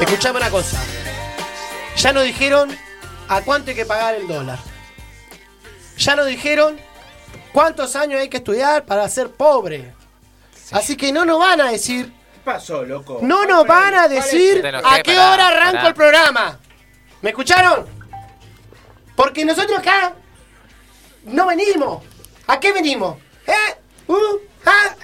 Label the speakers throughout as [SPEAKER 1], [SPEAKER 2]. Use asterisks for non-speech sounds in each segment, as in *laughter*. [SPEAKER 1] Escuchame una cosa. Ya nos dijeron a cuánto hay que pagar el dólar. Ya nos dijeron cuántos años hay que estudiar para ser pobre. Así que no nos van a decir,
[SPEAKER 2] ¿Qué pasó, loco?
[SPEAKER 1] no nos van a decir
[SPEAKER 3] Te enojé,
[SPEAKER 1] a qué
[SPEAKER 3] pará,
[SPEAKER 1] hora arranco
[SPEAKER 3] pará.
[SPEAKER 1] el programa. ¿Me escucharon? Porque nosotros acá no venimos. ¿A qué venimos? ¿Eh? ¿Uh? ¿Ah?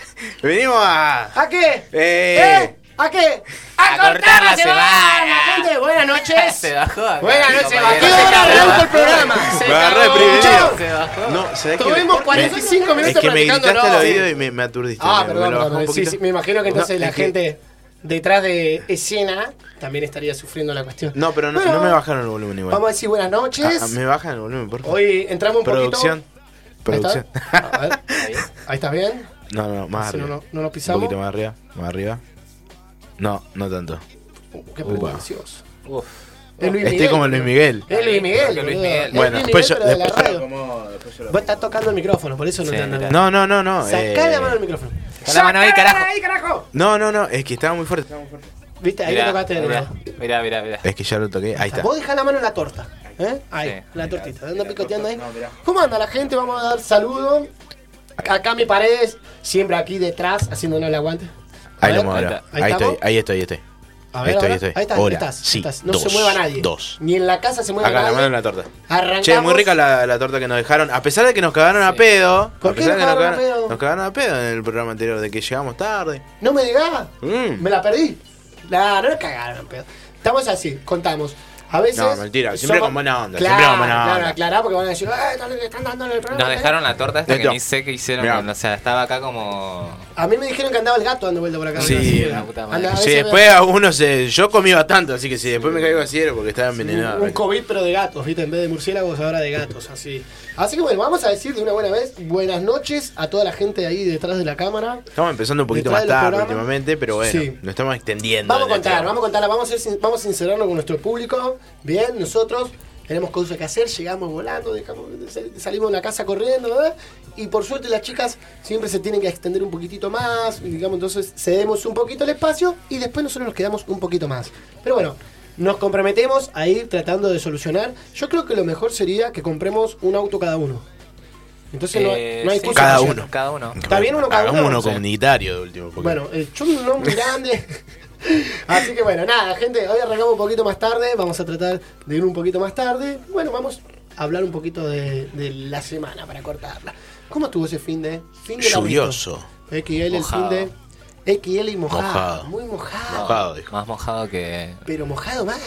[SPEAKER 2] Venimos a.
[SPEAKER 1] ¿A qué?
[SPEAKER 2] Eh.
[SPEAKER 1] ¿Eh? ¿A qué?
[SPEAKER 3] A cortar la
[SPEAKER 1] semana,
[SPEAKER 3] semana.
[SPEAKER 1] gente. Buenas
[SPEAKER 3] *laughs*
[SPEAKER 1] noches.
[SPEAKER 3] Se bajó acá,
[SPEAKER 1] Buenas
[SPEAKER 3] mi
[SPEAKER 1] noches. ¿A
[SPEAKER 3] compañero.
[SPEAKER 1] qué hora arranco el programa?
[SPEAKER 3] Se
[SPEAKER 2] Me agarré
[SPEAKER 3] cagó.
[SPEAKER 2] desprevenido.
[SPEAKER 3] Se bajó.
[SPEAKER 2] No, ¿sabés que me-
[SPEAKER 1] Tuvimos 45
[SPEAKER 2] Es
[SPEAKER 1] minutos
[SPEAKER 2] que me
[SPEAKER 1] practicando.
[SPEAKER 2] gritaste al
[SPEAKER 1] ¿no?
[SPEAKER 2] oído y me, me aturdiste.
[SPEAKER 1] Ah,
[SPEAKER 2] me- me
[SPEAKER 1] perdón,
[SPEAKER 2] lo bajó
[SPEAKER 1] perdón.
[SPEAKER 2] un
[SPEAKER 1] Sí,
[SPEAKER 2] poquito.
[SPEAKER 1] sí, me imagino que entonces
[SPEAKER 2] No,
[SPEAKER 1] la
[SPEAKER 2] es que-
[SPEAKER 1] gente detrás de escena también estaría sufriendo la cuestión.
[SPEAKER 2] No, pero no,
[SPEAKER 1] Bueno,
[SPEAKER 2] no me bajaron el volumen igual.
[SPEAKER 1] Vamos a decir buenas noches.
[SPEAKER 2] Ah, ah, me bajan el volumen, por favor.
[SPEAKER 1] Hoy entramos un
[SPEAKER 2] Producción.
[SPEAKER 1] poquito. Ahí está. Ah,
[SPEAKER 2] Producción.
[SPEAKER 1] A ver, ahí. ahí estás bien.
[SPEAKER 2] No, no, no, más
[SPEAKER 1] Si Ah, no,
[SPEAKER 2] arriba.
[SPEAKER 1] no, no nos
[SPEAKER 2] Un
[SPEAKER 1] pisamos.
[SPEAKER 2] poquito más arriba, más arriba. No, no tanto.
[SPEAKER 1] Uh, qué
[SPEAKER 2] Upa.
[SPEAKER 1] pretencioso.
[SPEAKER 3] Uf.
[SPEAKER 1] Es Luis Eh,
[SPEAKER 2] Estoy como Luis Miguel.
[SPEAKER 1] Es Luis Miguel.
[SPEAKER 3] Luis
[SPEAKER 1] boludo.
[SPEAKER 3] Miguel.
[SPEAKER 1] Es
[SPEAKER 2] Bueno,
[SPEAKER 1] Luis Miguel,
[SPEAKER 2] después yo-
[SPEAKER 1] pero de la
[SPEAKER 2] después-
[SPEAKER 1] radio.
[SPEAKER 2] Como, después yo lo-
[SPEAKER 1] Vos estás tocando el micrófono, por eso no
[SPEAKER 3] Sí,
[SPEAKER 1] te andan.
[SPEAKER 2] No, no, no, no.
[SPEAKER 1] Sacá
[SPEAKER 2] eh,
[SPEAKER 1] la mano del micrófono.
[SPEAKER 3] Sacá la mano ahí,
[SPEAKER 1] Sacá la
[SPEAKER 3] carajo.
[SPEAKER 1] ahí, carajo.
[SPEAKER 2] No, no, no, es que estaba muy fuerte.
[SPEAKER 1] Viste, ahí lo tocaste de
[SPEAKER 3] mirá,
[SPEAKER 1] nuevo.
[SPEAKER 3] mirá, mirá, mirá.
[SPEAKER 2] Es que ya lo toqué. Ahí está.
[SPEAKER 1] Vos dejá la mano en la torta. ¿eh? Ahí,
[SPEAKER 3] Sí.
[SPEAKER 1] la tortita. Anda
[SPEAKER 2] la
[SPEAKER 1] picoteando ahí.
[SPEAKER 2] torta, no, mirá.
[SPEAKER 1] ¿Cómo anda la gente? Vamos a dar saludos. Acá mi paredes, siempre aquí detrás, haciéndonos el aguante. A
[SPEAKER 2] Ahí lo
[SPEAKER 1] ver,
[SPEAKER 2] muevo ahora.
[SPEAKER 1] ahí
[SPEAKER 2] Ahí estoy,
[SPEAKER 1] estamos.
[SPEAKER 2] ahí estoy, ahí estoy.
[SPEAKER 1] A
[SPEAKER 2] Ahí estoy,
[SPEAKER 1] ahora.
[SPEAKER 2] ahí estoy.
[SPEAKER 1] Ahí estás,
[SPEAKER 2] Hola,
[SPEAKER 1] estás,
[SPEAKER 2] sí,
[SPEAKER 1] estás. No se
[SPEAKER 2] dos,
[SPEAKER 1] mueva nadie.
[SPEAKER 2] dos.
[SPEAKER 1] Ni en la casa se mueve
[SPEAKER 2] Acá, la
[SPEAKER 1] nadie.
[SPEAKER 2] mano en la torta.
[SPEAKER 1] Arrancamos.
[SPEAKER 2] Che, muy rica la, la torta que nos dejaron. A pesar de que nos cagaron a pedo.
[SPEAKER 1] ¿Por
[SPEAKER 2] a
[SPEAKER 1] qué
[SPEAKER 2] pesar de
[SPEAKER 1] nos
[SPEAKER 2] que
[SPEAKER 1] cagaron a pedo?
[SPEAKER 2] Nos cagaron a pedo en el programa anterior, de que llegamos tarde.
[SPEAKER 1] No me digas.
[SPEAKER 2] Mm.
[SPEAKER 1] Me la perdí. Nah, no la cagaron, pedo. Estamos así, contamos. A veces.
[SPEAKER 2] No, mentira, siempre con buena onda,
[SPEAKER 1] Claro,
[SPEAKER 2] siempre con buena
[SPEAKER 1] claro,
[SPEAKER 2] onda.
[SPEAKER 1] aclará porque van a decir, "Eh, están- están dando en el programa.
[SPEAKER 3] Nos dejaron la torta hasta que
[SPEAKER 2] Esto.
[SPEAKER 3] ni sé qué hicieron.
[SPEAKER 2] Mirá.
[SPEAKER 3] con- O sea, estaba acá como.
[SPEAKER 1] A mí me dijeron que andaba el gato dando vuelta por acá.
[SPEAKER 2] Sí,
[SPEAKER 1] Así que-
[SPEAKER 3] la puta madre.
[SPEAKER 1] Anda, a
[SPEAKER 2] Si
[SPEAKER 1] veces
[SPEAKER 2] después a uno se. Yo comí bastante, así que si después me caigo así era porque estaba
[SPEAKER 1] Un,
[SPEAKER 2] envenenado.
[SPEAKER 1] un COVID pero de gatos, ¿viste? En vez de murciélagos, ahora de gatos, así. Así que bueno, vamos a decir de una buena vez buenas noches a toda la gente ahí detrás de la cámara.
[SPEAKER 2] Estamos empezando un poquito
[SPEAKER 1] Detrás
[SPEAKER 2] más
[SPEAKER 1] del
[SPEAKER 2] tarde
[SPEAKER 1] programa.
[SPEAKER 2] últimamente, pero bueno,
[SPEAKER 1] Sí.
[SPEAKER 2] nos estamos extendiendo.
[SPEAKER 1] Vamos a
[SPEAKER 2] en el
[SPEAKER 1] contar,
[SPEAKER 2] programa.
[SPEAKER 1] vamos a contarla, vamos a, ser sin- vamos a sincerarnos con nuestro público. Bien, nosotros tenemos cosas que hacer, llegamos volando, dejamos- sal- salimos de la casa corriendo, ¿verdad? Y por suerte las chicas siempre se tienen que extender un poquitito más, digamos, entonces cedemos un poquito el espacio y después nosotros nos quedamos un poquito más. Pero bueno, nos comprometemos a ir tratando de solucionar. Yo creo que lo mejor sería que compremos un auto cada uno. Entonces no-
[SPEAKER 3] Eh,
[SPEAKER 1] no, hay
[SPEAKER 3] sí,
[SPEAKER 1] excusa.
[SPEAKER 2] Cada
[SPEAKER 1] ¿no es
[SPEAKER 2] uno.
[SPEAKER 1] cierto?
[SPEAKER 3] Cada uno.
[SPEAKER 1] ¿Está bien uno cada
[SPEAKER 2] Hagamos
[SPEAKER 1] uno?
[SPEAKER 2] uno
[SPEAKER 1] Sí.
[SPEAKER 2] comunitario de último. porque-
[SPEAKER 1] Bueno, eh, el chum no muy grande. Así que bueno, nada, gente, hoy arrancamos un poquito más tarde, vamos a tratar de ir un poquito más tarde. Bueno, vamos a hablar un poquito de, de la semana para cortarla. ¿Cómo estuvo ese fin de? Fin de
[SPEAKER 2] lluvioso.
[SPEAKER 1] laberinto. XL
[SPEAKER 3] Mojado.
[SPEAKER 1] el fin de. XL y mojado.
[SPEAKER 2] Mojado.
[SPEAKER 1] Muy mojado.
[SPEAKER 2] Mojado, dijo.
[SPEAKER 3] Más mojado que.
[SPEAKER 1] Pero mojado mal.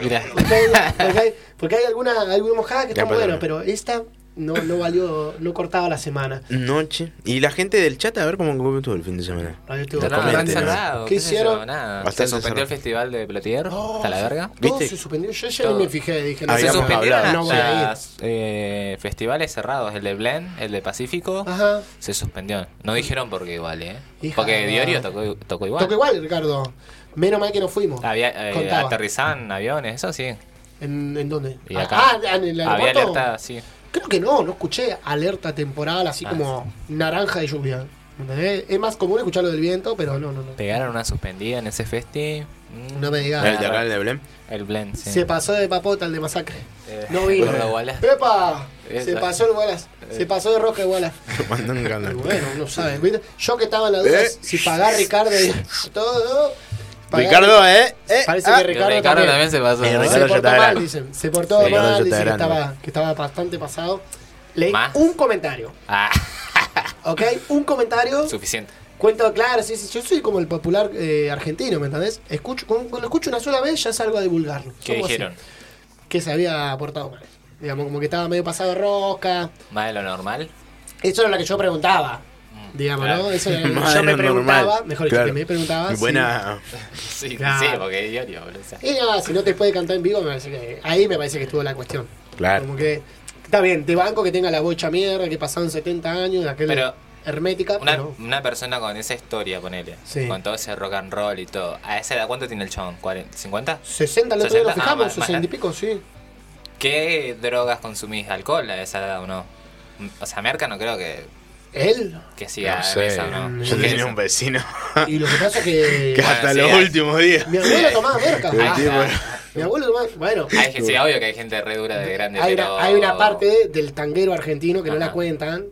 [SPEAKER 3] Mirá.
[SPEAKER 1] Porque hay, porque hay- porque hay alguna, alguna mojada que
[SPEAKER 2] Ya,
[SPEAKER 1] está
[SPEAKER 2] perdón.
[SPEAKER 1] buena, pero esta no, no valió, no cortaba la semana.
[SPEAKER 2] Noche. Y la gente del chat, a ver cómo cómo estuvo el fin de semana.
[SPEAKER 1] Radio Teo.
[SPEAKER 3] No, no,
[SPEAKER 2] comenten,
[SPEAKER 3] no han
[SPEAKER 2] ¿no?
[SPEAKER 3] cerrado.
[SPEAKER 1] ¿Qué
[SPEAKER 3] qué sé yo,
[SPEAKER 1] hicieron?
[SPEAKER 3] Nada. Se
[SPEAKER 2] Bastante
[SPEAKER 3] suspendió
[SPEAKER 2] cerrado.
[SPEAKER 3] el festival de Plotier.
[SPEAKER 1] No,
[SPEAKER 3] Hasta la
[SPEAKER 1] se-
[SPEAKER 3] verga.
[SPEAKER 1] Todo
[SPEAKER 2] ¿Viste?
[SPEAKER 1] se suspendió. Yo ya ni
[SPEAKER 3] Todo.
[SPEAKER 1] me fijé. Dije,
[SPEAKER 2] Ah,
[SPEAKER 1] sé,
[SPEAKER 3] Se
[SPEAKER 2] habíamos
[SPEAKER 3] suspendieron
[SPEAKER 2] hablado.
[SPEAKER 1] No voy a ir.
[SPEAKER 3] las, eh, festivales cerrados, el de Blen, el de Pacífico,
[SPEAKER 1] Ajá.
[SPEAKER 3] se suspendió. No dijeron por qué igual, ¿eh?
[SPEAKER 1] Ah. Hija
[SPEAKER 3] Porque
[SPEAKER 1] de-
[SPEAKER 3] Diorio tocó, tocó igual.
[SPEAKER 1] Tocó igual, Ricardo. Menos mal que no fuimos.
[SPEAKER 3] Había, eh,
[SPEAKER 1] Contaba.
[SPEAKER 3] aterrizaban aviones, eso sí.
[SPEAKER 1] ¿En, en dónde?
[SPEAKER 3] Y
[SPEAKER 1] Ah,
[SPEAKER 3] acá
[SPEAKER 1] Ah, en el
[SPEAKER 3] había
[SPEAKER 1] aeropuerto.
[SPEAKER 3] alerta, sí.
[SPEAKER 1] Creo que no, no escuché alerta temporal así
[SPEAKER 3] Ah,
[SPEAKER 1] como naranja de lluvia. ¿Entendés? Es más común escuchar lo del viento, pero no, no, no.
[SPEAKER 3] Pegaron una suspendida en ese festi. Mm,
[SPEAKER 1] No me digas.
[SPEAKER 2] El de acá, el de *laughs* Belén.
[SPEAKER 3] El Blen, sí.
[SPEAKER 1] Se pasó de papota el de masacre.
[SPEAKER 3] Eh,
[SPEAKER 1] No vino.
[SPEAKER 3] Gordo Wallace.
[SPEAKER 1] ¡Epa! Se
[SPEAKER 3] Esa. Eh.
[SPEAKER 1] pasó el Wallace. Se pasó de roca el Wallace.
[SPEAKER 2] Mandó un canal.
[SPEAKER 1] Bueno, no sabes. ¿viste? Yo que estaba en la duda
[SPEAKER 2] Eh.
[SPEAKER 1] si pagar Ricardo
[SPEAKER 2] *laughs*
[SPEAKER 1] y todo. pagar-
[SPEAKER 2] Ricardo, ¿eh? eh
[SPEAKER 1] Parece
[SPEAKER 2] ah.
[SPEAKER 1] que
[SPEAKER 3] Que
[SPEAKER 1] Ricardo,
[SPEAKER 3] Ricardo
[SPEAKER 1] también.
[SPEAKER 3] también se pasó.
[SPEAKER 2] Eh,
[SPEAKER 3] ¿no?
[SPEAKER 1] se
[SPEAKER 2] Ricardo ya
[SPEAKER 1] portó
[SPEAKER 2] está
[SPEAKER 1] mal,
[SPEAKER 2] grande.
[SPEAKER 1] dicen. Se portó
[SPEAKER 2] Ricardo ya
[SPEAKER 1] mal,
[SPEAKER 2] está
[SPEAKER 1] dicen que
[SPEAKER 2] grande.
[SPEAKER 1] estaba, que estaba bastante pasado. Leí
[SPEAKER 3] ¿Más?
[SPEAKER 1] un comentario,
[SPEAKER 3] Ah,
[SPEAKER 1] ¿ok? Un comentario.
[SPEAKER 3] suficiente.
[SPEAKER 1] Cuento claro, sí, sí, yo soy como el popular eh, argentino, ¿me entendés? Escucho, cuando cuando lo escucho una sola vez ya salgo a divulgarlo.
[SPEAKER 3] ¿Qué
[SPEAKER 1] Somos así.
[SPEAKER 3] dijeron?
[SPEAKER 1] que se había portado mal. Digamos, como que estaba medio pasado de rosca.
[SPEAKER 3] ¿Más de lo normal? *laughs*
[SPEAKER 1] Eso era lo que yo preguntaba. Digamos, ¿no? Eso era lo que yo
[SPEAKER 2] Madre,
[SPEAKER 1] me
[SPEAKER 2] lo
[SPEAKER 1] preguntaba,
[SPEAKER 2] normal.
[SPEAKER 1] mejor dicho,
[SPEAKER 2] Claro.
[SPEAKER 1] que me preguntaba. si-
[SPEAKER 2] Buena.
[SPEAKER 3] Sí,
[SPEAKER 1] Claro.
[SPEAKER 3] sí, porque es Diorio, boludo. o sea.
[SPEAKER 1] Y nada, si no te puede cantar en vivo, me parece que ahí me parece que estuvo la cuestión.
[SPEAKER 2] Claro.
[SPEAKER 1] Como que está bien, de banco que tenga la bocha mierda, que pasaron 70 años, aquella
[SPEAKER 3] Pero-
[SPEAKER 1] hermética,
[SPEAKER 3] Una,
[SPEAKER 1] pero
[SPEAKER 3] una persona con esa historia, ponele.
[SPEAKER 1] Sí.
[SPEAKER 3] Con todo ese rock and roll y todo. ¿A esa edad cuánto tiene el chabón? ¿40? ¿50?
[SPEAKER 1] 60 el otro día nos
[SPEAKER 3] 60, ah,
[SPEAKER 1] fijamos,
[SPEAKER 3] más-
[SPEAKER 1] 60 y pico, sí.
[SPEAKER 3] ¿Qué drogas consumís? ¿Alcohol a esa edad o no? O sea, merca no creo que
[SPEAKER 1] Él.
[SPEAKER 3] Que sí,
[SPEAKER 2] No
[SPEAKER 3] a
[SPEAKER 2] sé.
[SPEAKER 3] esa no.
[SPEAKER 2] Yo
[SPEAKER 3] Que
[SPEAKER 2] tenía
[SPEAKER 3] esa.
[SPEAKER 1] *laughs*
[SPEAKER 2] un vecino
[SPEAKER 1] Y lo que pasa es que.
[SPEAKER 3] *laughs*
[SPEAKER 2] que hasta
[SPEAKER 3] sí,
[SPEAKER 2] los
[SPEAKER 3] hay-
[SPEAKER 2] últimos días.
[SPEAKER 1] Mi abuelo tomaba merca.
[SPEAKER 2] El tipo
[SPEAKER 3] ah.
[SPEAKER 2] era-
[SPEAKER 1] Mi abuelo tomaba. Bueno.
[SPEAKER 3] Hay que, sí, obvio que hay gente re dura de grande,
[SPEAKER 1] Hay
[SPEAKER 3] Eh, pero...
[SPEAKER 1] una, hay una parte del tanguero argentino que no la
[SPEAKER 3] Ajá.
[SPEAKER 1] cuentan,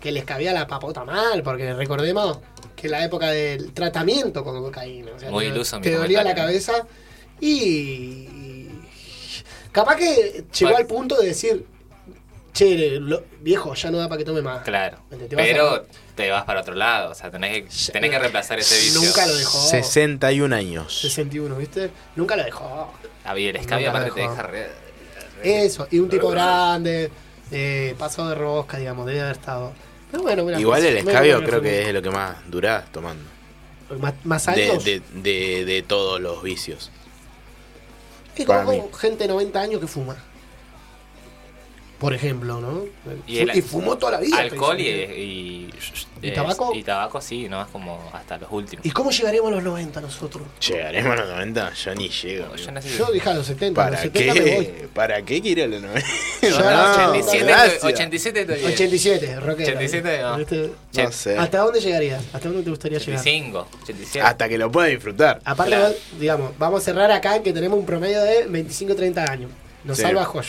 [SPEAKER 1] que les cabía la papota mal, porque recordemos que la época del tratamiento con cocaína. o sea,
[SPEAKER 3] Muy
[SPEAKER 1] te-
[SPEAKER 3] iluso mi
[SPEAKER 1] Te dolía la
[SPEAKER 3] comentario.
[SPEAKER 1] cabeza y. y- Capaz que llegó
[SPEAKER 3] Pa-
[SPEAKER 1] al punto de decir, che, lo- viejo, ya no da para que tome más.
[SPEAKER 3] Claro.
[SPEAKER 1] Te vas a-
[SPEAKER 3] pero te vas para otro lado. O sea, tenés que, tenés que reemplazar ese vicio.
[SPEAKER 1] Nunca lo dejó.
[SPEAKER 2] 61 años.
[SPEAKER 1] 61, ¿viste? Nunca lo dejó.
[SPEAKER 3] Había el escabio,
[SPEAKER 1] Nunca lo
[SPEAKER 3] aparte te
[SPEAKER 1] dejó.
[SPEAKER 3] deja re...
[SPEAKER 1] Eso, y un tipo grande, eh, pasado de rosca, digamos, debe haber estado. Pero bueno, mira,
[SPEAKER 2] Igual
[SPEAKER 1] pues,
[SPEAKER 2] el
[SPEAKER 1] me-
[SPEAKER 2] escabio
[SPEAKER 1] me-
[SPEAKER 2] creo
[SPEAKER 1] me-
[SPEAKER 2] que es lo que más durás tomando.
[SPEAKER 1] Más, más
[SPEAKER 2] De,
[SPEAKER 1] años.
[SPEAKER 2] de, de, de todos los vicios.
[SPEAKER 1] es
[SPEAKER 2] para
[SPEAKER 1] como
[SPEAKER 2] mí.
[SPEAKER 1] gente de 90 años que fuma. Por ejemplo, ¿no?
[SPEAKER 3] Y el-
[SPEAKER 1] fumó toda la vida.
[SPEAKER 3] Alcohol y,
[SPEAKER 1] te dicen.
[SPEAKER 3] y,
[SPEAKER 1] ¿Y tabaco?
[SPEAKER 3] Y tabaco sí, no es como hasta los últimos.
[SPEAKER 1] ¿Y cómo llegaremos a los 90 nosotros?
[SPEAKER 2] ¿Llegaremos a los 90? Yo ni llego.
[SPEAKER 3] Yo
[SPEAKER 2] amigo.
[SPEAKER 3] nací-
[SPEAKER 1] Yo dije a los 70, a los
[SPEAKER 2] ¿Para
[SPEAKER 1] 70 me voy.
[SPEAKER 2] qué? ¿Para qué quiero a los 90?
[SPEAKER 1] Yo
[SPEAKER 3] No,
[SPEAKER 2] *laughs*
[SPEAKER 1] no,
[SPEAKER 3] 87,
[SPEAKER 2] gracias.
[SPEAKER 3] 87 estoy bien.
[SPEAKER 1] 87, Roque.
[SPEAKER 3] 87 no.
[SPEAKER 1] ¿Viste?
[SPEAKER 2] No sé.
[SPEAKER 1] Este, ¿Hasta dónde llegarías? ¿Hasta dónde te gustaría llegar?
[SPEAKER 3] 85, 87.
[SPEAKER 2] Hasta que lo pueda disfrutar.
[SPEAKER 1] Aparte,
[SPEAKER 3] Claro.
[SPEAKER 1] igual, digamos, vamos a cerrar acá que tenemos un promedio de 25-30 años. Nos
[SPEAKER 2] Sí.
[SPEAKER 1] salva Joyo.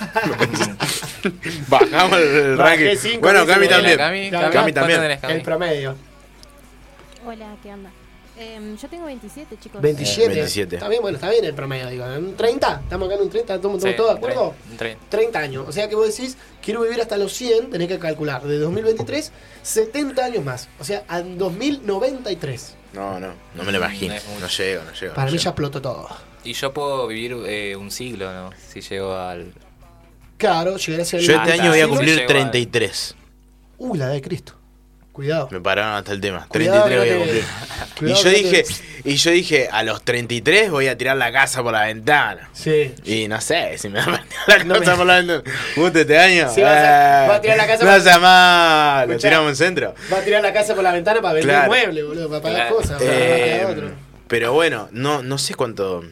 [SPEAKER 3] Mm.
[SPEAKER 2] Bajamos
[SPEAKER 1] Bajé
[SPEAKER 2] el ranking.
[SPEAKER 1] cinco
[SPEAKER 2] Bueno,
[SPEAKER 1] décimos.
[SPEAKER 2] Cami
[SPEAKER 1] Hola,
[SPEAKER 2] también.
[SPEAKER 3] Cami,
[SPEAKER 1] Cami
[SPEAKER 2] Cami también.
[SPEAKER 3] ¿cuánto tenés, Cami?
[SPEAKER 1] El promedio.
[SPEAKER 2] Eh,
[SPEAKER 4] Hola, ¿qué onda? Em, yo tengo 27, chicos.
[SPEAKER 1] 27.
[SPEAKER 2] 27.
[SPEAKER 1] Está bien, bueno, está bien el promedio, digo. ¿En 30? ¿Estamos acá en un 30? ¿Estamos,
[SPEAKER 3] Sí,
[SPEAKER 1] estamos todos de acuerdo?
[SPEAKER 3] un tren, un
[SPEAKER 1] 30 años. O sea que vos decís, quiero vivir hasta los 100, tenés que calcular. De 2023, 70 años más. O sea, al 2093.
[SPEAKER 2] No, no, no me lo imagino.
[SPEAKER 3] No es mucho.
[SPEAKER 2] No llego, no llego.
[SPEAKER 1] Para
[SPEAKER 2] no
[SPEAKER 1] mí ya
[SPEAKER 2] llego.
[SPEAKER 1] explotó todo.
[SPEAKER 3] tren. Y yo puedo vivir eh, un siglo, ¿no? Si llego al...
[SPEAKER 1] Claro, llegaré a ser el-
[SPEAKER 2] Yo este
[SPEAKER 3] Ah,
[SPEAKER 2] año voy
[SPEAKER 3] sí,
[SPEAKER 2] a
[SPEAKER 3] no
[SPEAKER 2] cumplir
[SPEAKER 1] eh.
[SPEAKER 3] llego a-
[SPEAKER 2] 33.
[SPEAKER 1] Uh, la de Cristo. Cuidado.
[SPEAKER 2] Me pararon hasta el tema.
[SPEAKER 1] Cuidado,
[SPEAKER 2] 33 voy a
[SPEAKER 1] no te-
[SPEAKER 2] cumplir. Y
[SPEAKER 1] cuidado,
[SPEAKER 2] yo
[SPEAKER 1] no te-
[SPEAKER 2] dije, y yo dije, a los 33 voy a tirar la casa por la ventana.
[SPEAKER 1] Sí.
[SPEAKER 2] Y no sé, si me va a tirar la
[SPEAKER 1] No
[SPEAKER 2] casa
[SPEAKER 1] me-
[SPEAKER 2] por la ventana. ¿Gusta este año?
[SPEAKER 1] Sí, vas a-
[SPEAKER 2] Eh,
[SPEAKER 1] vas a tirar la casa
[SPEAKER 2] No
[SPEAKER 1] por-
[SPEAKER 2] sea mal, lo
[SPEAKER 1] Escuchá.
[SPEAKER 2] tiramos en centro.
[SPEAKER 1] Va a tirar la casa por la ventana para vender
[SPEAKER 2] Claro.
[SPEAKER 1] muebles, boludo, para pagar
[SPEAKER 3] Claro.
[SPEAKER 1] cosas.
[SPEAKER 2] Eh,
[SPEAKER 1] para otro.
[SPEAKER 2] pero bueno, no, no sé cuánto.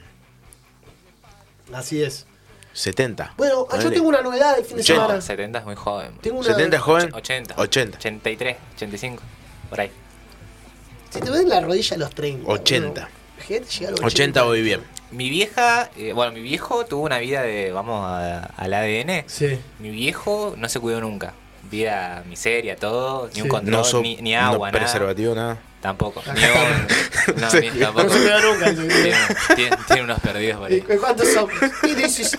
[SPEAKER 1] Así es.
[SPEAKER 2] 70.
[SPEAKER 1] Bueno, ah, yo
[SPEAKER 2] Ponele.
[SPEAKER 1] tengo una novedad el fin de
[SPEAKER 2] Ochenta.
[SPEAKER 1] semana.
[SPEAKER 3] No, 70 es muy joven.
[SPEAKER 1] Tengo una,
[SPEAKER 2] 70 joven.
[SPEAKER 3] 80.
[SPEAKER 2] 80.
[SPEAKER 3] 83, 85. Por ahí.
[SPEAKER 1] Si te ven la rodilla a los 30.
[SPEAKER 2] 80.
[SPEAKER 1] boludo. Gente, llega a los
[SPEAKER 2] 80 voy bien.
[SPEAKER 3] Mi vieja, eh, bueno, mi viejo tuvo una vida de, vamos a- al ADN.
[SPEAKER 1] Sí.
[SPEAKER 3] Mi viejo no se cuidó nunca. Vida miseria, todo, ni
[SPEAKER 1] Sí.
[SPEAKER 3] un control,
[SPEAKER 2] No so-
[SPEAKER 3] ni, ni
[SPEAKER 2] no
[SPEAKER 3] agua, nada.
[SPEAKER 2] preservativo, nada.
[SPEAKER 3] Tampoco.
[SPEAKER 1] Acá
[SPEAKER 3] Ni un- no, ni- tampoco.
[SPEAKER 1] No se queda
[SPEAKER 3] *laughs*
[SPEAKER 1] nunca. se queda.
[SPEAKER 3] Tiene, tiene- tiene unos perdidos por
[SPEAKER 1] ¿Y *laughs*
[SPEAKER 3] ahí.
[SPEAKER 1] cu- cuántos son?
[SPEAKER 3] *laughs*
[SPEAKER 1] Y dices.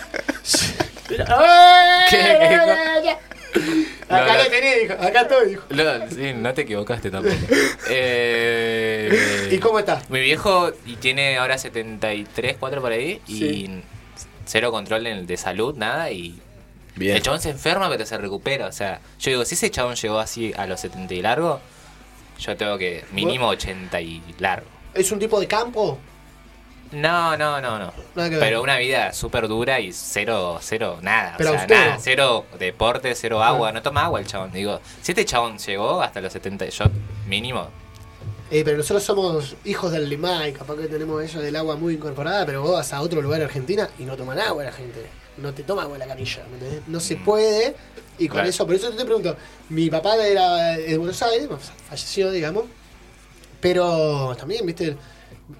[SPEAKER 1] Mira.
[SPEAKER 3] ¿Qué?
[SPEAKER 4] Eh,
[SPEAKER 1] Eh, Acá
[SPEAKER 3] No,
[SPEAKER 1] lo
[SPEAKER 3] no.
[SPEAKER 1] tenés, dijo. Acá estoy, dijo.
[SPEAKER 3] No, sí, no te equivocaste tampoco.
[SPEAKER 1] *laughs*
[SPEAKER 3] Eh,
[SPEAKER 1] ¿Y cómo está?
[SPEAKER 3] Mi viejo y tiene ahora 73, 4 por ahí y
[SPEAKER 1] Sí.
[SPEAKER 3] cero control en- de salud, nada y
[SPEAKER 2] Bien.
[SPEAKER 3] el chabón se enferma pero se recupera, o sea, yo digo, si ese chabón llegó así a los 70 y largo, yo tengo que mínimo 80 y largo.
[SPEAKER 1] ¿Es un tipo de campo?
[SPEAKER 3] No, no, no, no.
[SPEAKER 1] Nada que ver.
[SPEAKER 3] Pero una vida súper dura y cero, cero, nada.
[SPEAKER 1] Pero
[SPEAKER 3] o sea,
[SPEAKER 1] austero.
[SPEAKER 3] nada, cero deporte, cero agua. No toma agua el chabón. Digo, si este chabón llegó hasta los 70 yo mínimo,
[SPEAKER 1] Eh, pero nosotros somos hijos del Limay, capaz que tenemos eso del agua muy incorporada, pero vos vas a otro lugar de Argentina y no toman agua la gente. No te toma agua la canilla, ¿me entendés? No se puede. Y con
[SPEAKER 3] Claro.
[SPEAKER 1] eso, por eso te pregunto, mi papá era de Buenos Aires, falleció, digamos, pero también, viste,